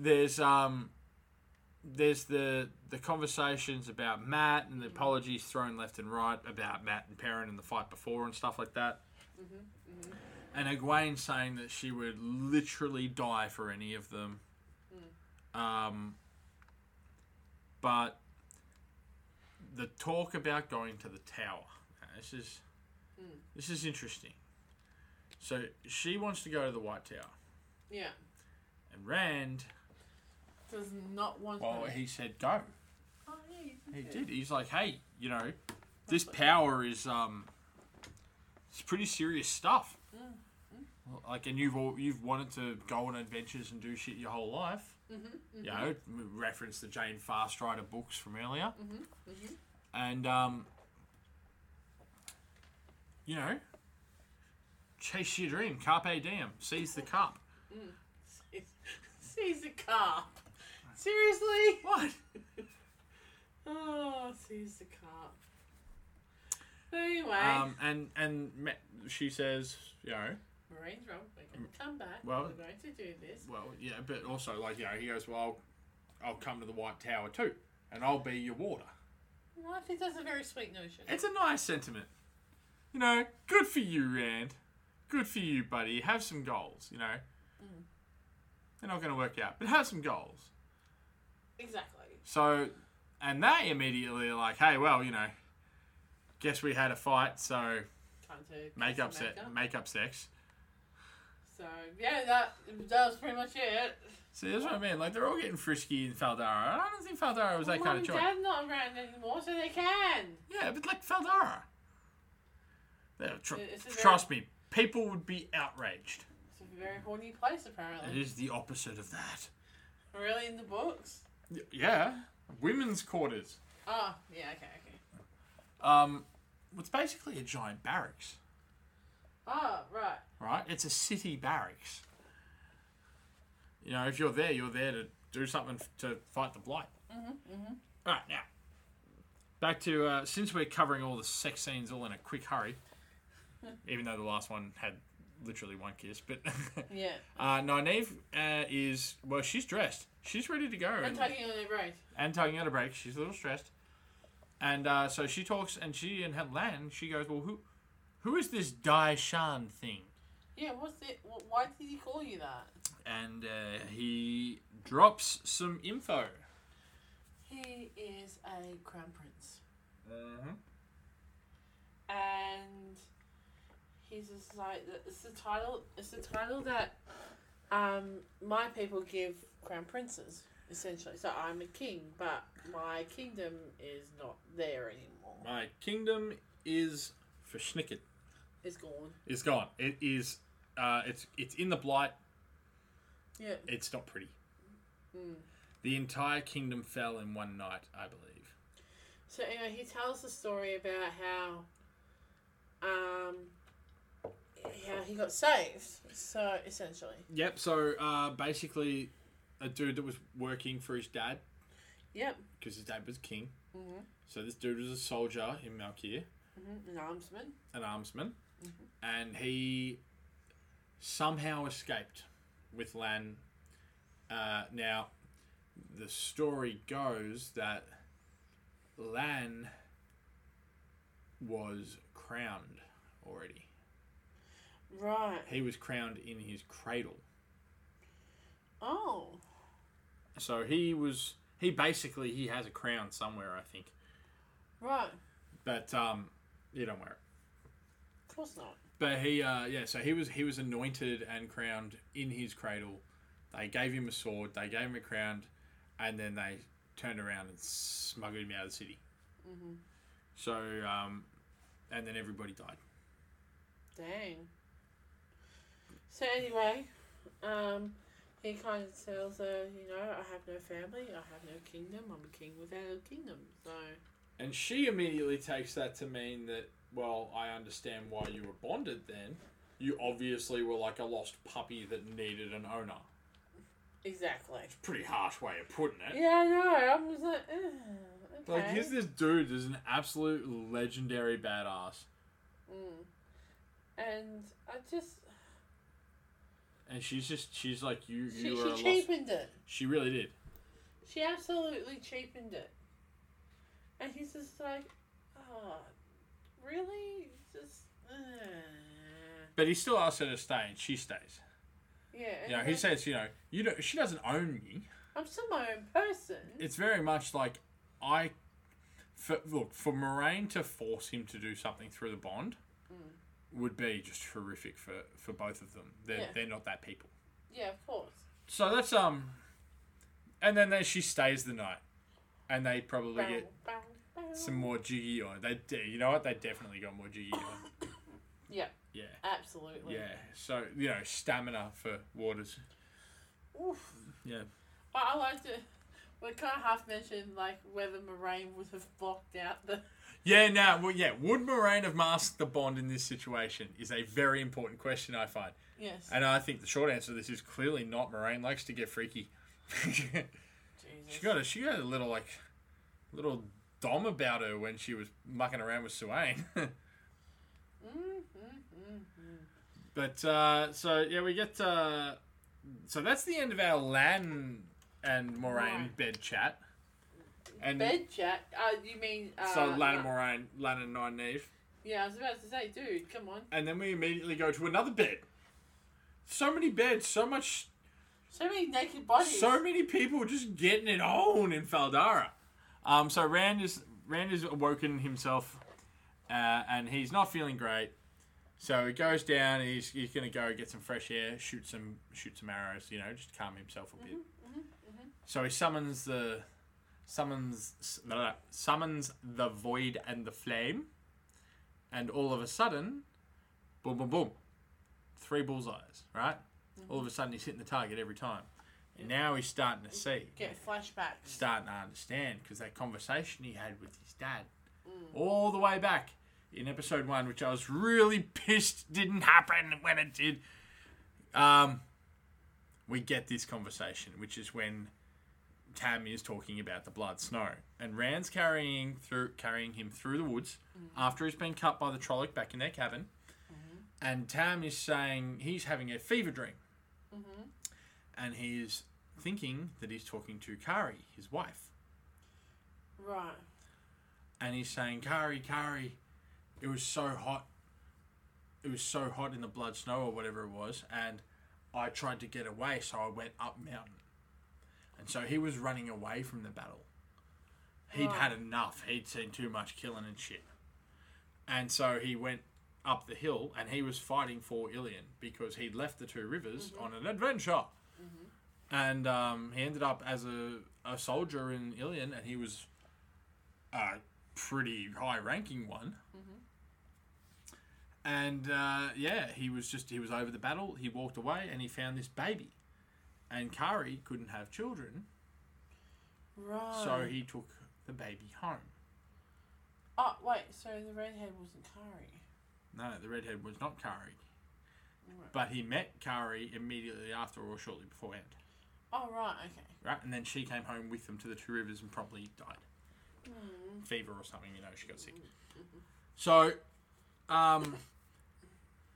[SPEAKER 1] There's um, there's the the conversations about Matt and the apologies thrown left and right about Matt and Perrin and the fight before and stuff like that. And Egwene saying that she would literally die for any of them. Um, but the talk about going to the tower. Now, This is this is interesting. So she wants to go to the White Tower,
[SPEAKER 2] Yeah.
[SPEAKER 1] and Rand.
[SPEAKER 2] Does not want
[SPEAKER 1] Well,
[SPEAKER 2] her.
[SPEAKER 1] he said go.
[SPEAKER 2] Oh, yeah,
[SPEAKER 1] He
[SPEAKER 2] okay.
[SPEAKER 1] did. He's like, hey, you know, this power is um, it's pretty serious stuff. Like, and you've all, you've wanted to go on adventures and do shit your whole life. You know, m- reference the Jane Fast Rider books from earlier, and um, you know, chase your dream, carpe diem, seize the cup.
[SPEAKER 2] Seize the car. Seriously?
[SPEAKER 1] What?
[SPEAKER 2] Oh, seize the car. Anyway,
[SPEAKER 1] Um, and and Ma- she says, you know,
[SPEAKER 2] Marines wrong. We're going to come back.
[SPEAKER 1] well-
[SPEAKER 2] We're going to do this.
[SPEAKER 1] Well, yeah, but also like you know, he goes, "Well, I'll, I'll come to the White Tower too, and I'll be your water."
[SPEAKER 2] Well, I think that's a very sweet notion.
[SPEAKER 1] It's a nice sentiment, you know. Good for you, Rand. Good for you, buddy. Have some goals, you know. They're not going to work out, but have some goals.
[SPEAKER 2] Exactly.
[SPEAKER 1] So, and they immediately are like, "Hey, well, you know, guess we had a fight, so
[SPEAKER 2] Time to
[SPEAKER 1] make
[SPEAKER 2] kiss
[SPEAKER 1] up,
[SPEAKER 2] and
[SPEAKER 1] se-
[SPEAKER 2] up.
[SPEAKER 1] make up sex."
[SPEAKER 2] So yeah, that that was pretty much it.
[SPEAKER 1] See, that's what I mean. Like they're all getting frisky in Faldara. I don't think Faldara was that
[SPEAKER 2] Mum
[SPEAKER 1] kind
[SPEAKER 2] and
[SPEAKER 1] of choice.
[SPEAKER 2] Dad not around anymore, so they can.
[SPEAKER 1] Yeah, but like Faldara. They were Tr-
[SPEAKER 2] It's a very-
[SPEAKER 1] trust me, people would be outraged.
[SPEAKER 2] It's a very horny place
[SPEAKER 1] It
[SPEAKER 2] apparently.
[SPEAKER 1] is the opposite of that.
[SPEAKER 2] Really in the books.
[SPEAKER 1] yeah, women's quarters.
[SPEAKER 2] Oh yeah, okay, okay.
[SPEAKER 1] Um, it's basically a giant barracks,
[SPEAKER 2] Oh right.
[SPEAKER 1] right? It's a city barracks. You know, if you're there, you're there to do something f- to fight the blight. All right, now back to uh, since we're covering all the sex scenes all in a quick hurry, even though the last one had literally one kiss, but
[SPEAKER 2] Yeah.
[SPEAKER 1] uh, Nynaeve uh, is well, she's dressed, she's ready to go,
[SPEAKER 2] I'm
[SPEAKER 1] and,
[SPEAKER 2] taking on a break.
[SPEAKER 1] and taking out a break. She's a little stressed, and uh, so she talks, and she and Helen, she goes, well, who, who is this Dai Shan thing?
[SPEAKER 2] Yeah, what's it? wh- Why did he call you that?
[SPEAKER 1] and uh, he drops some info.
[SPEAKER 2] He is a crown prince. and he's just like it's the title it's the title that um my people give crown princes essentially so i'm a king but my kingdom is not there anymore
[SPEAKER 1] My kingdom is for Schnicket.
[SPEAKER 2] it's gone
[SPEAKER 1] It's gone. It is. Uh, it's it's in the blight.
[SPEAKER 2] yeah
[SPEAKER 1] It's not pretty.
[SPEAKER 2] Mm.
[SPEAKER 1] The entire kingdom fell in one night, I believe.
[SPEAKER 2] so anyway he tells the story about how um how he got saved so essentially
[SPEAKER 1] Yep. So uh, basically, a dude that was working for his dad
[SPEAKER 2] yep
[SPEAKER 1] because his dad was king. Mm-hmm. So this dude was a soldier in Malkir.
[SPEAKER 2] Mm-hmm. an armsman
[SPEAKER 1] an armsman, and he somehow escaped with Lan. Uh, now, the story goes that Lan was crowned already.
[SPEAKER 2] right
[SPEAKER 1] He was crowned in his cradle.
[SPEAKER 2] oh
[SPEAKER 1] So he was. He basically he has a crown somewhere, I think.
[SPEAKER 2] right
[SPEAKER 1] But um, you don't wear it.
[SPEAKER 2] of course not
[SPEAKER 1] But he, uh, yeah, so he was he was anointed and crowned in his cradle. They gave him a sword, they gave him a crown, and then they turned around and smuggled him out of the city.
[SPEAKER 2] Mm-hmm.
[SPEAKER 1] So, um, and then everybody died.
[SPEAKER 2] Dang. So anyway, um, he kind of tells her, you know, I have no family, I have no kingdom, I'm a king without a kingdom. So
[SPEAKER 1] And she immediately takes that to mean that, well, I understand why you were bonded then. You obviously were like a lost puppy that needed an owner.
[SPEAKER 2] exactly.
[SPEAKER 1] Pretty harsh way of putting it.
[SPEAKER 2] Yeah, I know. I'm just like, "Ugh,
[SPEAKER 1] Uh, Like,
[SPEAKER 2] okay.
[SPEAKER 1] here's this dude is an absolute legendary badass.
[SPEAKER 2] mm. And I just
[SPEAKER 1] and she's just she's like you
[SPEAKER 2] she,
[SPEAKER 1] you are a
[SPEAKER 2] she
[SPEAKER 1] lost.
[SPEAKER 2] cheapened it.
[SPEAKER 1] She really did.
[SPEAKER 2] She absolutely cheapened it. And he's just like, oh, really? Just. eh." ugh."
[SPEAKER 1] But he still asks her to stay, and she stays.
[SPEAKER 2] Yeah, and
[SPEAKER 1] You know,
[SPEAKER 2] I'm
[SPEAKER 1] he
[SPEAKER 2] like,
[SPEAKER 1] says, you know, you don't, she doesn't own me.
[SPEAKER 2] I'm still my own person.
[SPEAKER 1] It's very much like I, for, look for Moraine to force him to do something through the bond,
[SPEAKER 2] Mm.
[SPEAKER 1] would be just horrific for for both of them. They're
[SPEAKER 2] Yeah.
[SPEAKER 1] they're not that people.
[SPEAKER 2] Yeah, of course.
[SPEAKER 1] So that's um, and then there she stays the night, and they probably
[SPEAKER 2] Bow,
[SPEAKER 1] get
[SPEAKER 2] bow, bow.
[SPEAKER 1] some more jiggy on. They de- you know what they definitely got more jiggy on.
[SPEAKER 2] Yeah,
[SPEAKER 1] Yeah.
[SPEAKER 2] absolutely.
[SPEAKER 1] Yeah, so you know, stamina for waters.
[SPEAKER 2] Oof.
[SPEAKER 1] Yeah.
[SPEAKER 2] But I like to. We kind of half mentioned like whether Moraine would have blocked out the.
[SPEAKER 1] Yeah, now, well, yeah, would Moraine have masked the bond in this situation is a very important question I find,
[SPEAKER 2] Yes.
[SPEAKER 1] and I think the short answer to this is clearly not. Moraine likes to get freaky. she
[SPEAKER 2] Jesus.
[SPEAKER 1] got a she got a little like little dom about her when she was mucking around with Suane.
[SPEAKER 2] Mm, mm, mm, mm.
[SPEAKER 1] but uh, so yeah, we get uh, so that's the end of our Lan and Moraine
[SPEAKER 2] Right.
[SPEAKER 1] bed chat. And
[SPEAKER 2] Bed chat. Uh, you mean? Uh,
[SPEAKER 1] so Lan
[SPEAKER 2] uh,
[SPEAKER 1] and Moraine, Lan and Nynaeve.
[SPEAKER 2] Yeah, I was about to say, dude, come on.
[SPEAKER 1] and then we immediately go to another bed. So many beds, so much,
[SPEAKER 2] So many naked bodies.
[SPEAKER 1] so many people just getting it on in Faldara. Um, so Rand is Rand is awoken himself, uh, and he's not feeling great. So he goes down. And he's he's gonna go get some fresh air, shoot some shoot some arrows, you know, just calm himself a bit. So he summons the summons s- blah, blah, summons the void and the flame, and all of a sudden, boom, boom, boom, three bullseyes. Right, all of a sudden he's hitting the target every time, and now he's starting to see
[SPEAKER 2] Get flashbacks.
[SPEAKER 1] starting to understand because that conversation he had with his dad all the way back in episode one, which I was really pissed didn't happen when it did, um, we get this conversation, which is when Tam is talking about the blood snow, and Rand's carrying through carrying him through the woods after he's been cut by the Trolloc back in their cabin, and Tam is saying he's having a fever dream, and he's thinking that he's talking to Kari, his wife,
[SPEAKER 2] Right.
[SPEAKER 1] and he's saying Kari, Kari, it was so hot, it was so hot in the blood snow or whatever it was, and I tried to get away, so I went up mountain, and so he was running away from the battle. He'd
[SPEAKER 2] Right.
[SPEAKER 1] had enough. He'd seen too much killing and shit, and so he went up the hill, and he was fighting for Ilion because he'd left the two rivers on an adventure. And um, he ended up as a, a soldier in Ilion, and he was uh, a pretty high ranking one. And uh, yeah, he was just he was over the battle. He walked away and he found this baby, and Kari couldn't have children,
[SPEAKER 2] Right.
[SPEAKER 1] so he took the baby home.
[SPEAKER 2] Oh wait, so the redhead wasn't Kari.
[SPEAKER 1] No, the redhead was not Kari,
[SPEAKER 2] Right.
[SPEAKER 1] but he met Kari immediately after or shortly beforehand.
[SPEAKER 2] Oh right, okay.
[SPEAKER 1] Right, and then she came home with them to the Two Rivers and probably died, fever or something. You know, she got sick. So, um.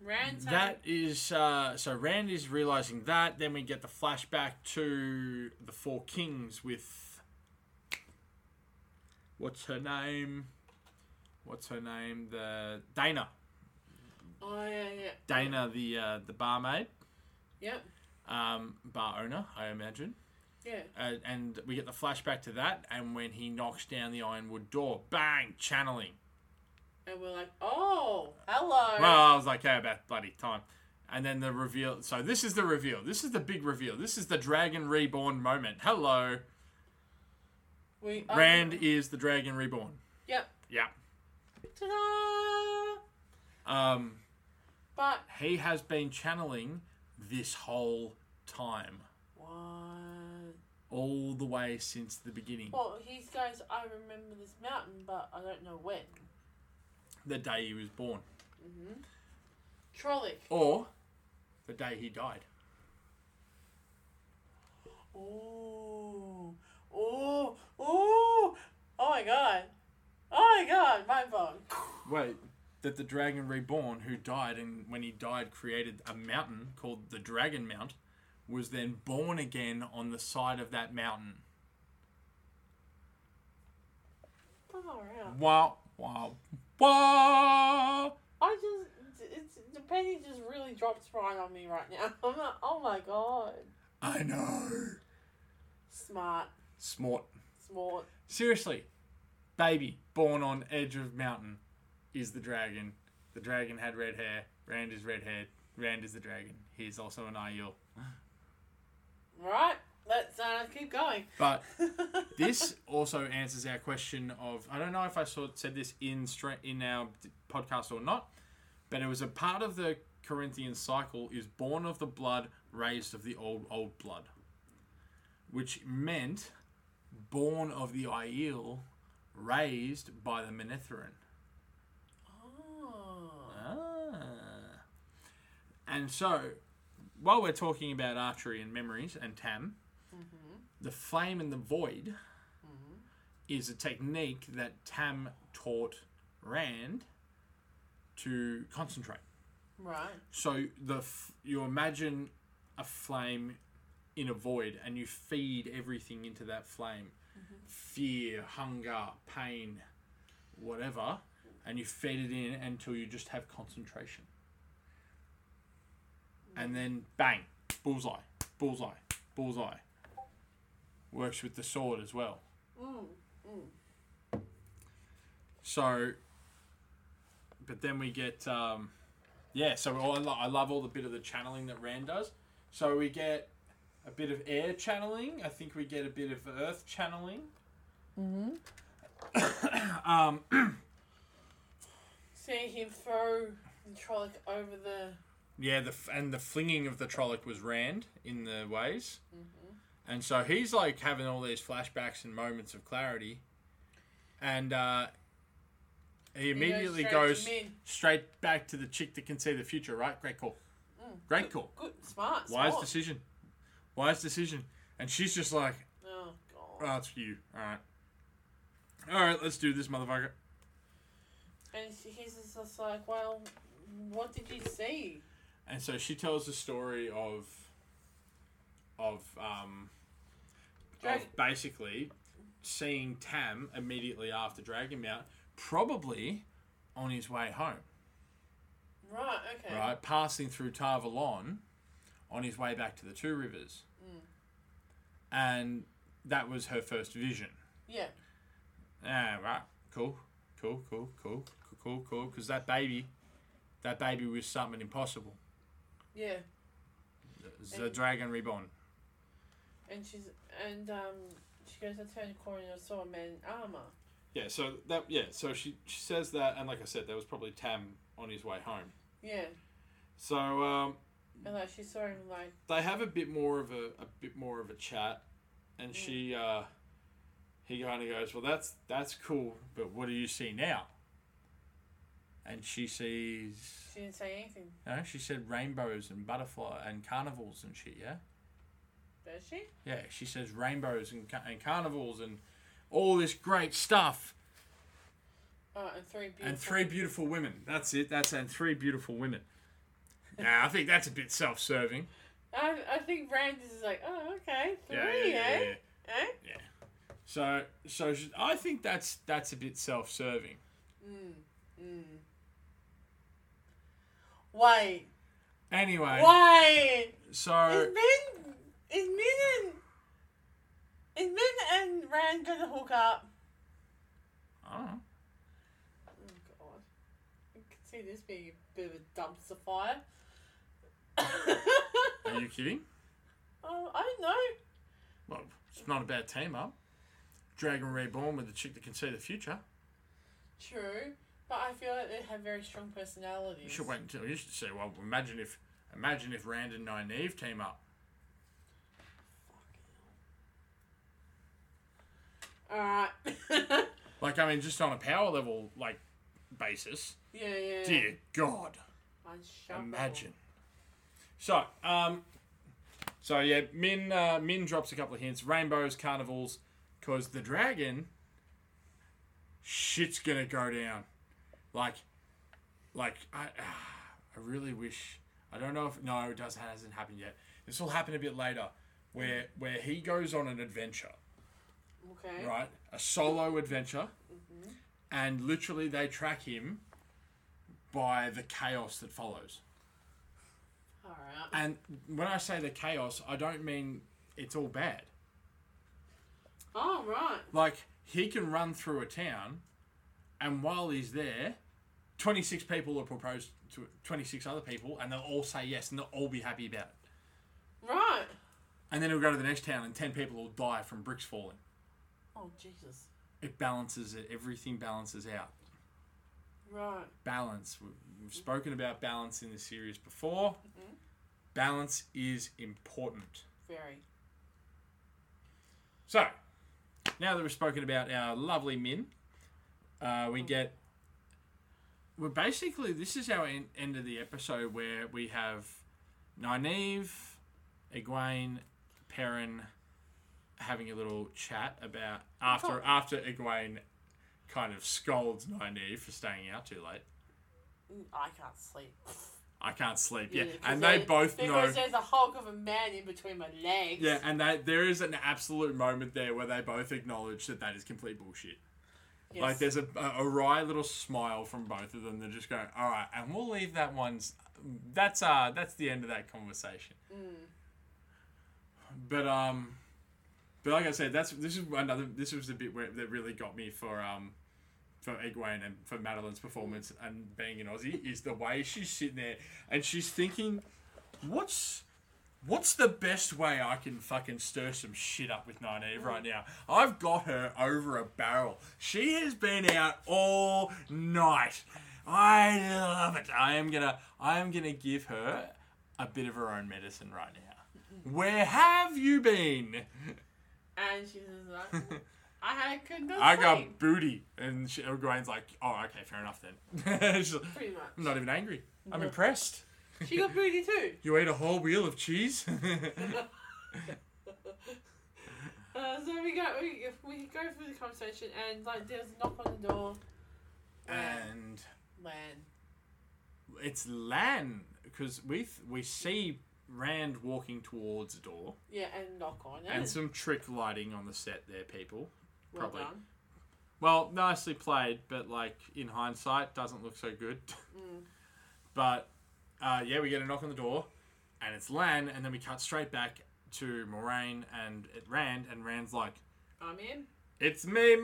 [SPEAKER 2] Rand's
[SPEAKER 1] That is uh, so. Rand is realizing that. Then we get the flashback to the Four Kings with what's her name? What's her name? The Dana.
[SPEAKER 2] Oh yeah, yeah.
[SPEAKER 1] Dana, the uh, the barmaid,
[SPEAKER 2] Yep.
[SPEAKER 1] um, bar owner, I imagine.
[SPEAKER 2] Yeah.
[SPEAKER 1] Uh, and we get the flashback to that. And when he knocks down the ironwood door, bang, channeling.
[SPEAKER 2] And we're like, oh, hello.
[SPEAKER 1] Well, I was like, hey, about bloody time. And then the reveal. So this is the reveal. This is the big reveal. This is the Dragon Reborn moment. Hello,
[SPEAKER 2] we oh,
[SPEAKER 1] Rand is the Dragon Reborn.
[SPEAKER 2] Yep.
[SPEAKER 1] Yeah.
[SPEAKER 2] Ta-da!
[SPEAKER 1] Um,
[SPEAKER 2] But
[SPEAKER 1] he has been channeling this whole time,
[SPEAKER 2] what?
[SPEAKER 1] all the way since the beginning,
[SPEAKER 2] Well, he goes. I remember this mountain, but I don't know when.
[SPEAKER 1] the day he was born,
[SPEAKER 2] Trollic.
[SPEAKER 1] or the day he died.
[SPEAKER 2] Oh, oh, oh! Oh my god! Oh my god! Mind blown.
[SPEAKER 1] Wait. That the dragon reborn, who died and when he died created a mountain called the Dragon Mount, was then born again on the side of that mountain.
[SPEAKER 2] Far out.
[SPEAKER 1] Wow, wow, wow!
[SPEAKER 2] I just, it's the penny just really dropped right on me right now. I'm not, oh my god!
[SPEAKER 1] I know.
[SPEAKER 2] Smart,
[SPEAKER 1] Smart.
[SPEAKER 2] smart.
[SPEAKER 1] Seriously, baby born on edge of mountain is the dragon. The dragon had red hair. Rand is red haired. Rand is the dragon. He is also an Aiel.
[SPEAKER 2] Right? Let's uh, keep going.
[SPEAKER 1] But this also answers our question of I don't know if I saw, said this in stra- in our d- podcast or not, but it was a part of the Corinthian cycle is born of the blood, raised of the old old blood, which meant born of the Aiel, raised by the Manetherin.
[SPEAKER 2] Oh.
[SPEAKER 1] Ah. And so, while we're talking about archery and memories and TAM, the flame and the void is a technique that Tam taught Rand to concentrate.
[SPEAKER 2] Right.
[SPEAKER 1] So the f- you imagine a flame in a void, and you feed everything into that flame, fear, hunger, pain, whatever, and you feed it in until you just have concentration. And then bang, bullseye, bullseye, bullseye. Works with the sword as well.
[SPEAKER 2] Mm.
[SPEAKER 1] So, but then we get, um, yeah. So I, lo- I love all the bit of the channeling that Rand does. So we get a bit of air channeling. I think we get a bit of earth channeling. Mm-hmm. um,
[SPEAKER 2] Seeing him throw the trollic over the.
[SPEAKER 1] yeah, the f- and the flinging of the Trolloc was Rand in the ways,
[SPEAKER 2] Mm-hmm.
[SPEAKER 1] and so he's like having all these flashbacks and moments of clarity, and uh, he immediately
[SPEAKER 2] straight to
[SPEAKER 1] goes
[SPEAKER 2] me.
[SPEAKER 1] straight back
[SPEAKER 2] Mm.
[SPEAKER 1] to the chick that can see the future. Right, great call, great call.
[SPEAKER 2] Good, smart.
[SPEAKER 1] Wise
[SPEAKER 2] smart.
[SPEAKER 1] decision. Wise decision. And she's just like,
[SPEAKER 2] Oh god.
[SPEAKER 1] oh, it's you. All right. All right, let's do this, motherfucker.
[SPEAKER 2] And she- he's just- just like, well, what did you see?
[SPEAKER 1] And so she tells the story of, of, um,
[SPEAKER 2] Dragon-
[SPEAKER 1] of basically seeing Tam immediately after Dragon Mount, probably on his way home,
[SPEAKER 2] Right. Okay.
[SPEAKER 1] right? Passing through Tarvalon on his way back to the Two Rivers. And that was her first vision.
[SPEAKER 2] Yeah.
[SPEAKER 1] Yeah, Ah, right. Cool, cool, cool, cool, cool, cool, cool. Because that baby, that baby was something impossible.
[SPEAKER 2] Yeah.
[SPEAKER 1] The Dragon Reborn.
[SPEAKER 2] And she's and um she goes to turn the corner and saw a man in armor.
[SPEAKER 1] Yeah, so that yeah, so she she says that, and like I said, that was probably Tam on his way home.
[SPEAKER 2] Yeah.
[SPEAKER 1] So um,
[SPEAKER 2] And like she saw him like
[SPEAKER 1] they have a bit more of a, a bit more of a chat, and she uh, he kind of goes, well, that's that's cool, but what do you see now? And she sees
[SPEAKER 2] she didn't say anything.
[SPEAKER 1] No, she said rainbows and butterfly and carnivals and shit. Yeah,
[SPEAKER 2] Does she?
[SPEAKER 1] yeah. She says rainbows and, ca- and carnivals and all this great stuff
[SPEAKER 2] Oh, and three beautiful.
[SPEAKER 1] and three beautiful women. That's it. That's and three beautiful women. Nah, I think that's a bit self-serving.
[SPEAKER 2] I, I think Brand is like, oh okay, three,
[SPEAKER 1] Yeah, yeah, yeah,
[SPEAKER 2] eh?
[SPEAKER 1] yeah, yeah.
[SPEAKER 2] Eh?
[SPEAKER 1] So, so she, I think that's that's a bit self-serving.
[SPEAKER 2] Hmm. Wait,
[SPEAKER 1] Anyway,
[SPEAKER 2] wait. Is
[SPEAKER 1] so
[SPEAKER 2] Min, is Min and is Min and Rand gonna hook up?
[SPEAKER 1] I don't know.
[SPEAKER 2] Oh god, I can see this being a bit of a dumpster fire.
[SPEAKER 1] Are you kidding?
[SPEAKER 2] oh, I don't know.
[SPEAKER 1] Well, it's not a bad team up. Dragon Reborn with the chick that can see the future.
[SPEAKER 2] True, but I feel like they have very strong personalities.
[SPEAKER 1] You should wait until you should say, well, imagine if imagine if Rand and Nynaeve team up.
[SPEAKER 2] All right.
[SPEAKER 1] Like, I mean, just on a power level, like, basis.
[SPEAKER 2] yeah, yeah.
[SPEAKER 1] Dear God,
[SPEAKER 2] Unshockable.
[SPEAKER 1] imagine. So, um, so yeah, Min uh, Min drops a couple of hints. Rainbows, carnivals, because the dragon, shit's gonna go down. Like, like I, ah, I really wish. I don't know if no, it doesn't hasn't happened yet. This will happen a bit later, where where he goes on an adventure.
[SPEAKER 2] Okay.
[SPEAKER 1] right? A solo adventure, and literally they track him by the chaos that follows.
[SPEAKER 2] All right.
[SPEAKER 1] And when I say the chaos, I don't mean it's all bad.
[SPEAKER 2] All Oh, right.
[SPEAKER 1] Like he can run through a town, and while he's there, twenty six people will propose to twenty six other people, and they'll all say yes, and they'll all be happy about it.
[SPEAKER 2] Right.
[SPEAKER 1] And then he'll go to the next town, and ten people will die from bricks falling.
[SPEAKER 2] Oh Jesus.
[SPEAKER 1] It balances it. Everything balances out.
[SPEAKER 2] Right.
[SPEAKER 1] balance. We- We've spoken about balance in the series before. Balance is important.
[SPEAKER 2] Very.
[SPEAKER 1] So, now that we've spoken about our lovely Min, uh, we get. We're basically. This is our en- end of the episode where we have Nynaeve, Egwene, Perrin having a little chat about. After,
[SPEAKER 2] Oh.
[SPEAKER 1] after Egwene kind of scolds Nynaeve for staying out too late.
[SPEAKER 2] Mm, I can't sleep.
[SPEAKER 1] I can't sleep. Yeah,
[SPEAKER 2] 'cause
[SPEAKER 1] and they
[SPEAKER 2] there-
[SPEAKER 1] both
[SPEAKER 2] because
[SPEAKER 1] know.
[SPEAKER 2] there's a hulk of a man in between my legs.
[SPEAKER 1] Yeah, and they, there is an absolute moment there where they both acknowledge that that is complete bullshit.
[SPEAKER 2] Yes.
[SPEAKER 1] Like there's a, a, a wry little smile from both of them. They're just going, all right, and we'll leave that one's. That's uh, that's the end of that conversation. But um, but like I said, that's this is another. This was the bit where that really got me for um, for Egwene and for Madeline's performance and being an Aussie is the way she's sitting there and she's thinking, what's What's the best way I can fucking stir some shit up with Nynaeve right now? I've got her over a barrel. She has been out all night. I love it. I am gonna I am gonna give her a bit of her own medicine right now. Where have you been?
[SPEAKER 2] and she's just like, I could not
[SPEAKER 1] I
[SPEAKER 2] sleep.
[SPEAKER 1] got booty. And she, Egwene's like, oh, okay, fair enough then. She's like,
[SPEAKER 2] Pretty much.
[SPEAKER 1] I'm not even angry. I'm impressed.
[SPEAKER 2] She got booty too.
[SPEAKER 1] You ate a whole wheel of cheese?
[SPEAKER 2] Uh, so we go we, we go through the conversation and like there's a knock on the door.
[SPEAKER 1] and
[SPEAKER 2] Man.
[SPEAKER 1] it's Lan because we th- we see Rand walking towards the door
[SPEAKER 2] Yeah, and knock on it.
[SPEAKER 1] and some trick lighting on the set there, people.
[SPEAKER 2] well
[SPEAKER 1] probably.
[SPEAKER 2] done.
[SPEAKER 1] Well, nicely played, but like in hindsight, doesn't look so good.
[SPEAKER 2] Mm.
[SPEAKER 1] But uh, yeah, we get a knock on the door, and it's Lan, and then we cut straight back to Moraine and at Rand, and Rand's like,
[SPEAKER 2] I'm in.
[SPEAKER 1] "It's me,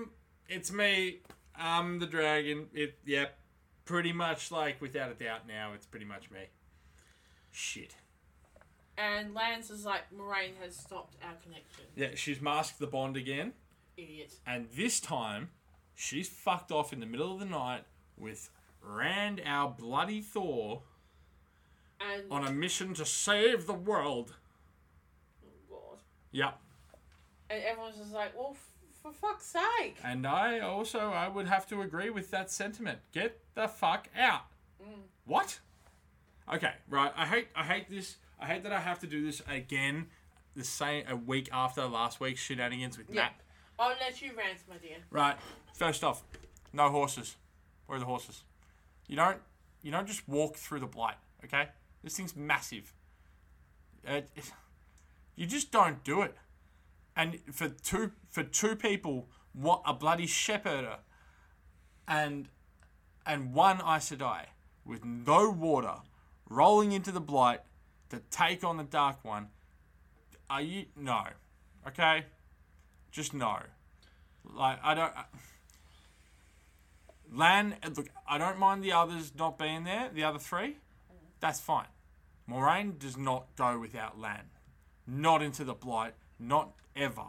[SPEAKER 1] it's me, I'm the dragon." It yep, pretty much like without a doubt now, it's pretty much me. Shit.
[SPEAKER 2] And Lance is like, Moraine has stopped our connection.
[SPEAKER 1] Yeah, she's masked the Bond again.
[SPEAKER 2] Idiot.
[SPEAKER 1] And this time, she's fucked off in the middle of the night with Rand, our bloody Thor,
[SPEAKER 2] And
[SPEAKER 1] on a mission to save the world.
[SPEAKER 2] oh God.
[SPEAKER 1] Yep.
[SPEAKER 2] And everyone's just like, well, f- for fuck's sake.
[SPEAKER 1] And I also I would have to agree with that sentiment. Get the fuck out. What? Okay, right. I hate I hate this. I hate that I have to do this again the same a week after last week's shenanigans with
[SPEAKER 2] Yeah.
[SPEAKER 1] Nat.
[SPEAKER 2] I'll let you rant, my dear.
[SPEAKER 1] Right. First off, no horses. Where are the horses? You don't. You don't just walk through the blight. Okay. This thing's massive. Uh, it- you just don't do it. And for two for two people, what a bloody shepherder, and and one Aes Sedai with no water, rolling into the blight to take on the dark one. Are you no? Okay, just no. Like I don't. Lan, look, I don't mind the others not being there. The other three, that's fine. Moraine does not go without Lan, not into the blight, not ever.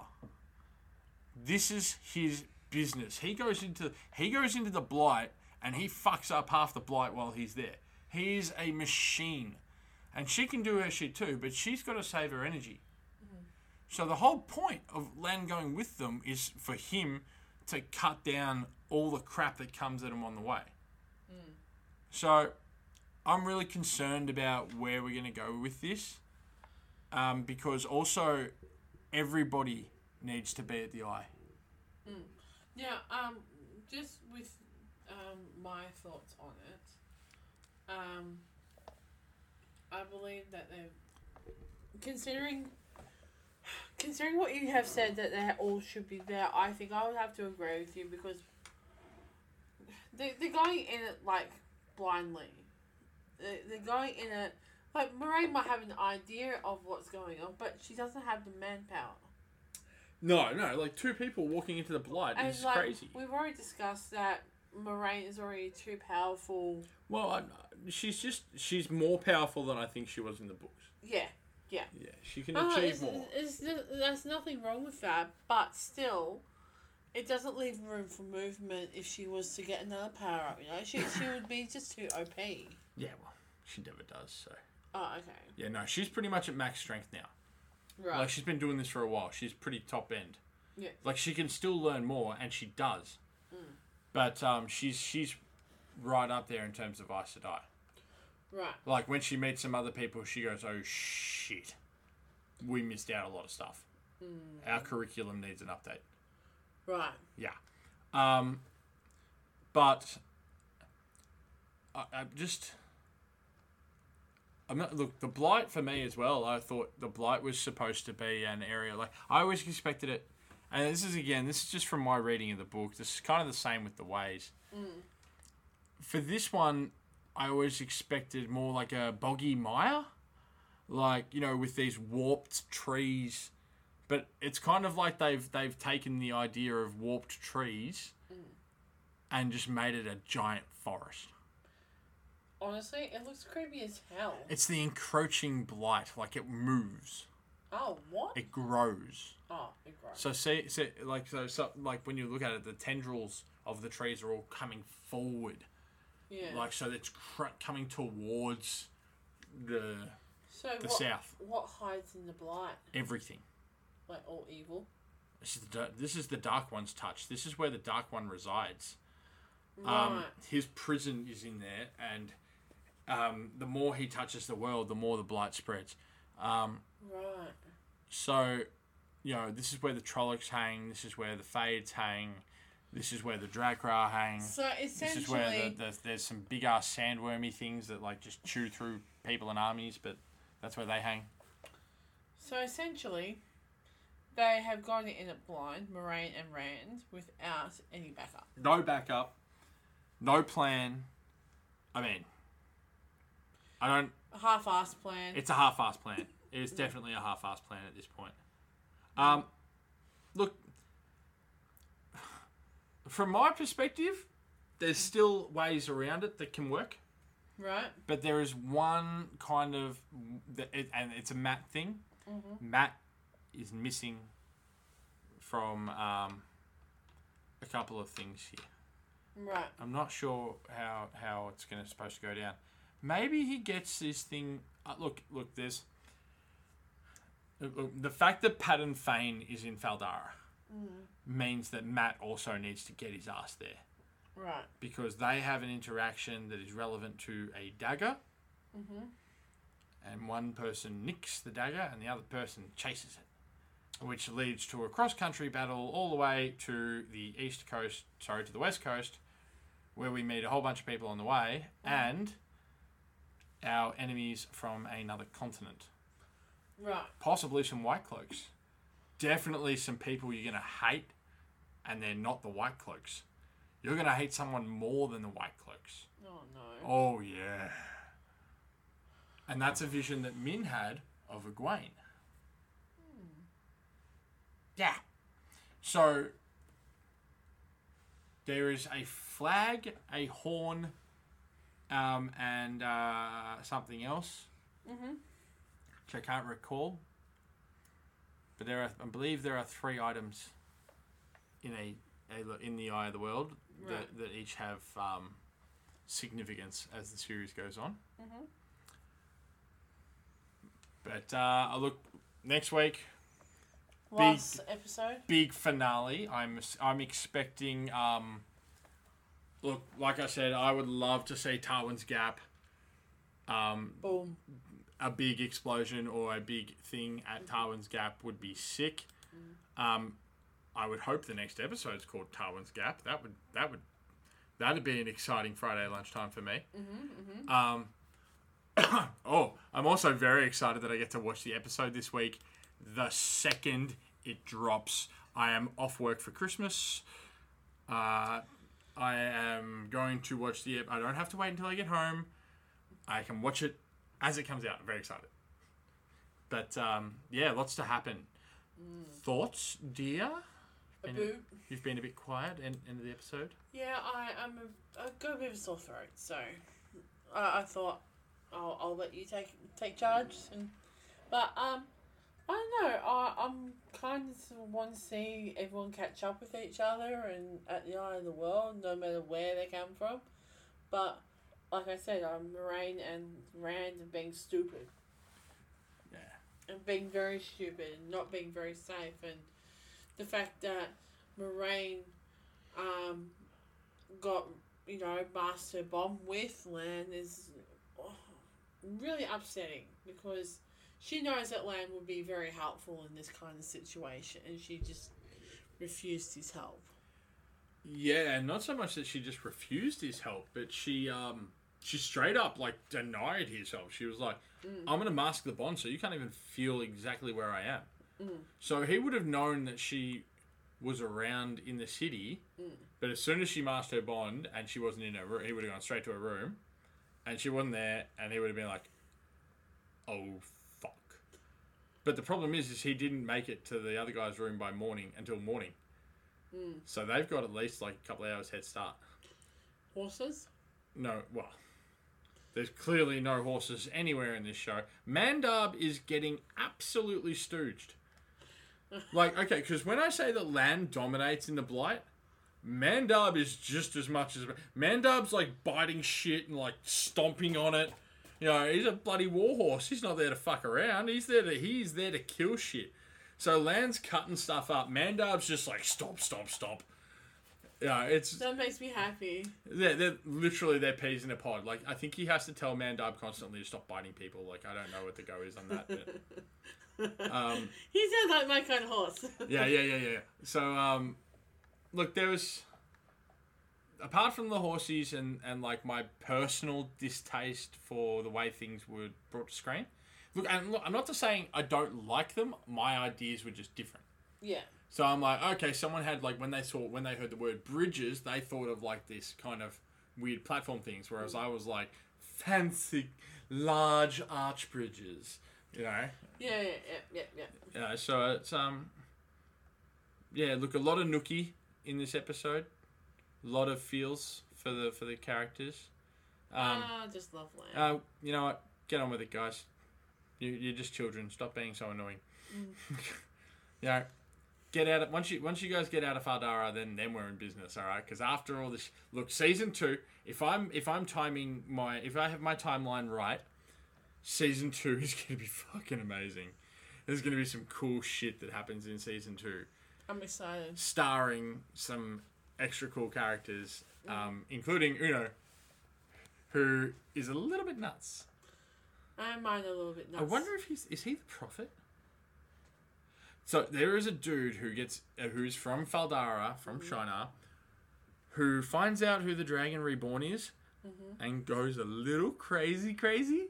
[SPEAKER 1] This is his business. He goes into he goes into the blight and he fucks up half the blight while he's there. He is a machine, and she can do her shit too, but she's got to save her energy. So the whole point of Lan going with them is for him to cut down all the crap that comes at him on the way.
[SPEAKER 2] Hmm.
[SPEAKER 1] So I'm really concerned about where we're going to go with this um, because also everybody needs to be at the eye.
[SPEAKER 2] Yeah, um, just with um, my thoughts on it, um, I believe that they're considering considering what you have said that they all should be there. I think I would have to agree with you because they they're going in it like blindly. They they're going in it like Moraine might have an idea of what's going on, but she doesn't have the manpower.
[SPEAKER 1] No, no, like two people walking into the blood
[SPEAKER 2] And like, We've already discussed that Moraine is already too powerful.
[SPEAKER 1] Well, I'm, she's just she's more powerful than I think she was in the books.
[SPEAKER 2] Yeah.
[SPEAKER 1] Yeah, she can
[SPEAKER 2] Oh, it's, it's, it's- there's nothing wrong with that, but still, it doesn't leave room for movement if she was to get another power up. You know, she she would be just too OP.
[SPEAKER 1] Yeah, well, she never does. So
[SPEAKER 2] Oh, okay.
[SPEAKER 1] yeah, no, she's pretty much at max strength now.
[SPEAKER 2] Right.
[SPEAKER 1] Like she's been doing this for a while. She's pretty top end.
[SPEAKER 2] Yeah. Mm.
[SPEAKER 1] Like she can still learn more, and she does. But um, she's she's right up there in terms of Aes Sedai.
[SPEAKER 2] right.
[SPEAKER 1] Like when she meets some other people, she goes, "Oh shit, we missed out a lot of stuff.
[SPEAKER 2] Mm.
[SPEAKER 1] Our curriculum needs an update."
[SPEAKER 2] Right.
[SPEAKER 1] Yeah. Um, but I, I'm just. I'm not, look, the blight for me as well. I thought the blight was supposed to be an area like I always expected it, and this is again, this is just from my reading of the book. This is kind of the same with the ways. For this one, I always expected more like a boggy mire, like you know, with these warped trees but it's kind of like they've they've taken the idea of warped trees
[SPEAKER 2] Mm.
[SPEAKER 1] and just made it a giant forest.
[SPEAKER 2] Honestly, it looks creepy as hell.
[SPEAKER 1] It's the encroaching blight, like it moves,
[SPEAKER 2] Oh, what?
[SPEAKER 1] it grows.
[SPEAKER 2] oh, it grows.
[SPEAKER 1] So see, see like so, so like when you look at it, the tendrils of the trees are all coming forward,
[SPEAKER 2] Yeah.
[SPEAKER 1] like so it's cr- coming towards the
[SPEAKER 2] so
[SPEAKER 1] the
[SPEAKER 2] what,
[SPEAKER 1] south.
[SPEAKER 2] What hides in the blight?
[SPEAKER 1] everything.
[SPEAKER 2] Like all evil.
[SPEAKER 1] This is the dar- this is the dark one's touch. This is where the dark one resides. Um,
[SPEAKER 2] Right.
[SPEAKER 1] his prison is in there, and um, the more he touches the world, the more the blight spreads. Um,
[SPEAKER 2] Right.
[SPEAKER 1] So, you know, this is where the Trollocs hang. This is where the Fades hang. This is where the Drakra hang.
[SPEAKER 2] So
[SPEAKER 1] This
[SPEAKER 2] essentially,
[SPEAKER 1] is where the, there's there's some big ass sandwormy things that like just chew through people and armies, but that's where they hang.
[SPEAKER 2] so essentially, they have gone in it blind, Moraine and Rand, without any backup.
[SPEAKER 1] No backup, no plan. I mean, I don't.
[SPEAKER 2] A half-assed plan.
[SPEAKER 1] It's a half-assed plan. It is definitely a half-assed plan at this point. Um, look, from my perspective, there's still ways around it that can work.
[SPEAKER 2] right?
[SPEAKER 1] But there is one kind of, that it- and it's a Matt thing. Matt is missing from um, a couple of things here.
[SPEAKER 2] Right.
[SPEAKER 1] I'm not sure how how it's going to supposed to go down. Maybe he gets this thing. Uh, look, look, there's look, look, the fact that Patton Fane is in Faldara means that Matt also needs to get his ass there
[SPEAKER 2] Right.
[SPEAKER 1] because they have an interaction that is relevant to a dagger. And one person nicks the dagger and the other person chases it, which leads to a cross country battle all the way to the east coast, sorry, to the west coast, where we meet a whole bunch of people on the way and our enemies from another continent.
[SPEAKER 2] Right.
[SPEAKER 1] Possibly some white cloaks. Definitely some people you're going to hate and they're not the white cloaks. You're going to hate someone more than the white cloaks.
[SPEAKER 2] Oh no.
[SPEAKER 1] Oh yeah. And that's a vision that Min had of Egwene. Yeah. So there is a flag, a horn, um, and uh, something else,
[SPEAKER 2] Mhm.
[SPEAKER 1] which I can't recall. But there are, I believe, there are three items in a, a in the eye of the world
[SPEAKER 2] Right.
[SPEAKER 1] that, that each have um, significance as the series goes on.
[SPEAKER 2] Mhm.
[SPEAKER 1] But uh, I look next week.
[SPEAKER 2] Last episode.
[SPEAKER 1] Big finale. I'm I'm expecting. Um, look, like I said, I would love to see Tarwin's Gap. Um,
[SPEAKER 2] Boom.
[SPEAKER 1] a big explosion or a big thing at Tarwin's Gap would be sick. Um, I would hope the next episode's called Tarwin's Gap. That would that would that'd be an exciting Friday lunchtime for me. Um, oh, I'm also very excited that I get to watch the episode this week. The second it drops, I am off work for Christmas. Uh, I am going to watch the. ep- I don't have to wait until I get home. I can watch it as it comes out. I'm very excited. But um, yeah, lots to happen. Thoughts, dear?
[SPEAKER 2] A
[SPEAKER 1] Been-
[SPEAKER 2] boo.
[SPEAKER 1] You've been a bit quiet end, end of the episode.
[SPEAKER 2] Yeah, I, I'm a, I've got a bit of a sore throat, so I, I thought I'll, I'll let you take take charge. And but um, I don't know. I I'm kind of want to see everyone catch up with each other and at the eye of the world, no matter where they come from. But like I said, I'm Moraine and Rand and being stupid
[SPEAKER 1] Yeah.
[SPEAKER 2] and being very stupid and not being very safe and the fact that Moraine um, got you know master bomb with Lan is oh, really upsetting because she knows that Lan would be very helpful in this kind of situation and she just refused his help.
[SPEAKER 1] Yeah, and not so much that she just refused his help, but she um she straight up like denied his help. She was like, "I'm gonna mask the bond, so you can't even feel exactly where I am." So he would have known that she was around in the city, but as soon as she masked her bond and she wasn't in her room, he would have gone straight to her room, and she wasn't there, and he would have been like, "Oh fuck!" But the problem is, is he didn't make it to the other guy's room by morning until morning. So they've got at least like a couple of hours head start.
[SPEAKER 2] Horses?
[SPEAKER 1] No, well, there's clearly no horses anywhere in this show. Mandab is getting absolutely stooged. Like, okay, because when I say that land dominates in the blight, Mandab is just as much as Mandab's like biting shit and like stomping on it. You know, he's a bloody warhorse. He's not there to fuck around. He's there to he's there to kill shit. So Land's cutting stuff up. Mandab's just like stomp, stomp, stomp. Yeah, it's
[SPEAKER 2] That makes me happy.
[SPEAKER 1] they're, they're literally they're peas in a pod. Like I think he has to tell Mandab constantly to stop biting people. Like I don't know what the go is on that. But Um,
[SPEAKER 2] He sounds like my kind of horse.
[SPEAKER 1] yeah, yeah, yeah, yeah. So, um, look, there was apart from the horses and and like my personal distaste for the way things were brought to screen. Look, and look, I'm not just saying I don't like them. My ideas were just different.
[SPEAKER 2] yeah.
[SPEAKER 1] So I'm like, okay, someone had like when they saw when they heard the word bridges, they thought of like this kind of weird platform things, whereas I was like fancy large arch bridges, you know.
[SPEAKER 2] Yeah, yeah, yeah, yeah,
[SPEAKER 1] You know, so it's um, yeah. Look, a lot of nookie in this episode, a lot of feels for the for the characters. Um,
[SPEAKER 2] ah, just love land.
[SPEAKER 1] uh, you know what? Get on with it, guys. You, you're just children. Stop being so annoying. you know, get out of once you once you guys get out of Fardara, then then we're in business, all right? Because after all this, look, season two. If I'm if I'm timing my if I have my timeline right, season two is gonna be fucking amazing. There's gonna be some cool shit that happens in season two
[SPEAKER 2] I'm excited.
[SPEAKER 1] starring some extra cool characters, um, including Uno, who is a little bit nuts.
[SPEAKER 2] I mind a little bit nuts.
[SPEAKER 1] I wonder if he's is he the prophet. So there is a dude who gets uh, who's from Faldara, from Shinar, who finds out who the Dragon Reborn is, and goes a little crazy, crazy,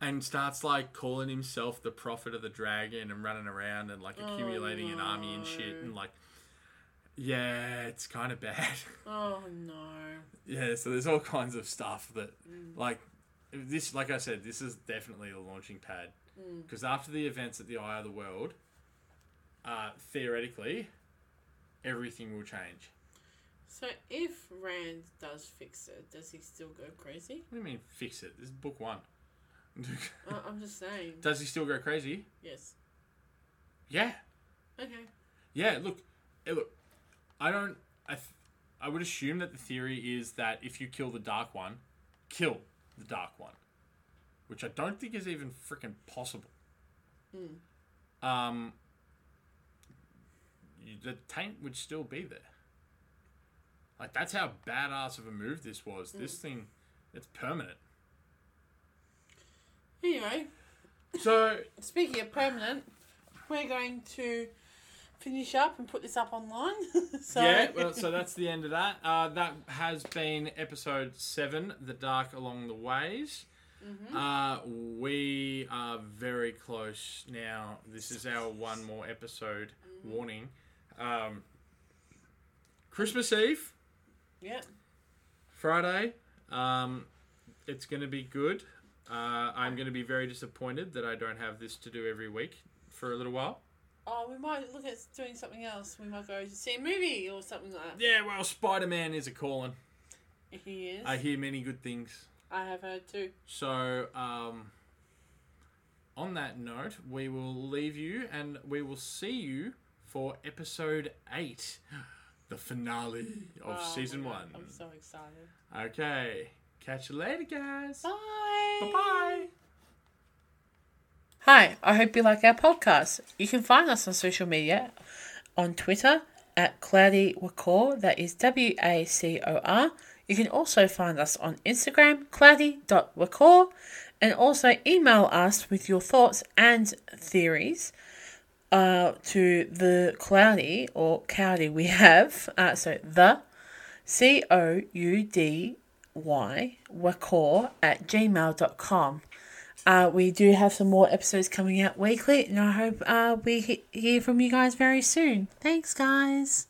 [SPEAKER 1] and starts like calling himself the prophet of the dragon and running around and like accumulating an army and shit and like, yeah, it's kind of bad.
[SPEAKER 2] Oh no.
[SPEAKER 1] Yeah, so there's all kinds of stuff that, like, this, like I said, this is definitely the launching pad. Because after the events at the Eye of the World, uh, theoretically, everything will change.
[SPEAKER 2] So if Rand does fix it, does he still go crazy?
[SPEAKER 1] What do you mean, fix it? This is book one.
[SPEAKER 2] Uh, I'm just saying.
[SPEAKER 1] Does he still go crazy?
[SPEAKER 2] Yes.
[SPEAKER 1] Yeah.
[SPEAKER 2] Okay.
[SPEAKER 1] Yeah, look, eh, look, I don't. I, th- I would assume that the theory is that if you kill the Dark One, kill the Dark One, which I don't think is even freaking possible. Um, you, the taint would still be there. Like that's how badass of a move this was. This thing, it's permanent.
[SPEAKER 2] Anyway,
[SPEAKER 1] So
[SPEAKER 2] speaking of permanent, we're going to finish up and put this up online. so
[SPEAKER 1] Yeah, well, so that's the end of that. Uh, that has been episode seven, The Dark Along the Ways. Uh, we are very close now. This is our one more episode warning. Um, Christmas Eve,
[SPEAKER 2] yeah.
[SPEAKER 1] Friday. Um, it's going to be good. Uh, I'm going to be very disappointed that I don't have this to do every week for a little while.
[SPEAKER 2] Oh, we might look at doing something else. We might go to see a movie or something like that.
[SPEAKER 1] Yeah, well, Spider Man is a calling.
[SPEAKER 2] He is.
[SPEAKER 1] I hear many good things.
[SPEAKER 2] I have heard too.
[SPEAKER 1] So, um, on that note, we will leave you and we will see you for episode eight, the finale of
[SPEAKER 2] Oh,
[SPEAKER 1] season
[SPEAKER 2] my
[SPEAKER 1] one.
[SPEAKER 2] God, I'm so excited.
[SPEAKER 1] Okay, catch you later, guys.
[SPEAKER 2] Bye.
[SPEAKER 1] Bye.
[SPEAKER 2] Hi, I hope you like our podcast. You can find us on social media on Twitter at Cloudy Wakor, that is W A C O R. You can also find us on Instagram, cloudy.wakor, and also email us with your thoughts and theories uh, to the cloudy or cowdy we have. Uh, so the C O U D Y wakor at gmail.com. Uh, we do have some more episodes coming out weekly, and I hope uh, we he- hear from you guys very soon. Thanks, guys.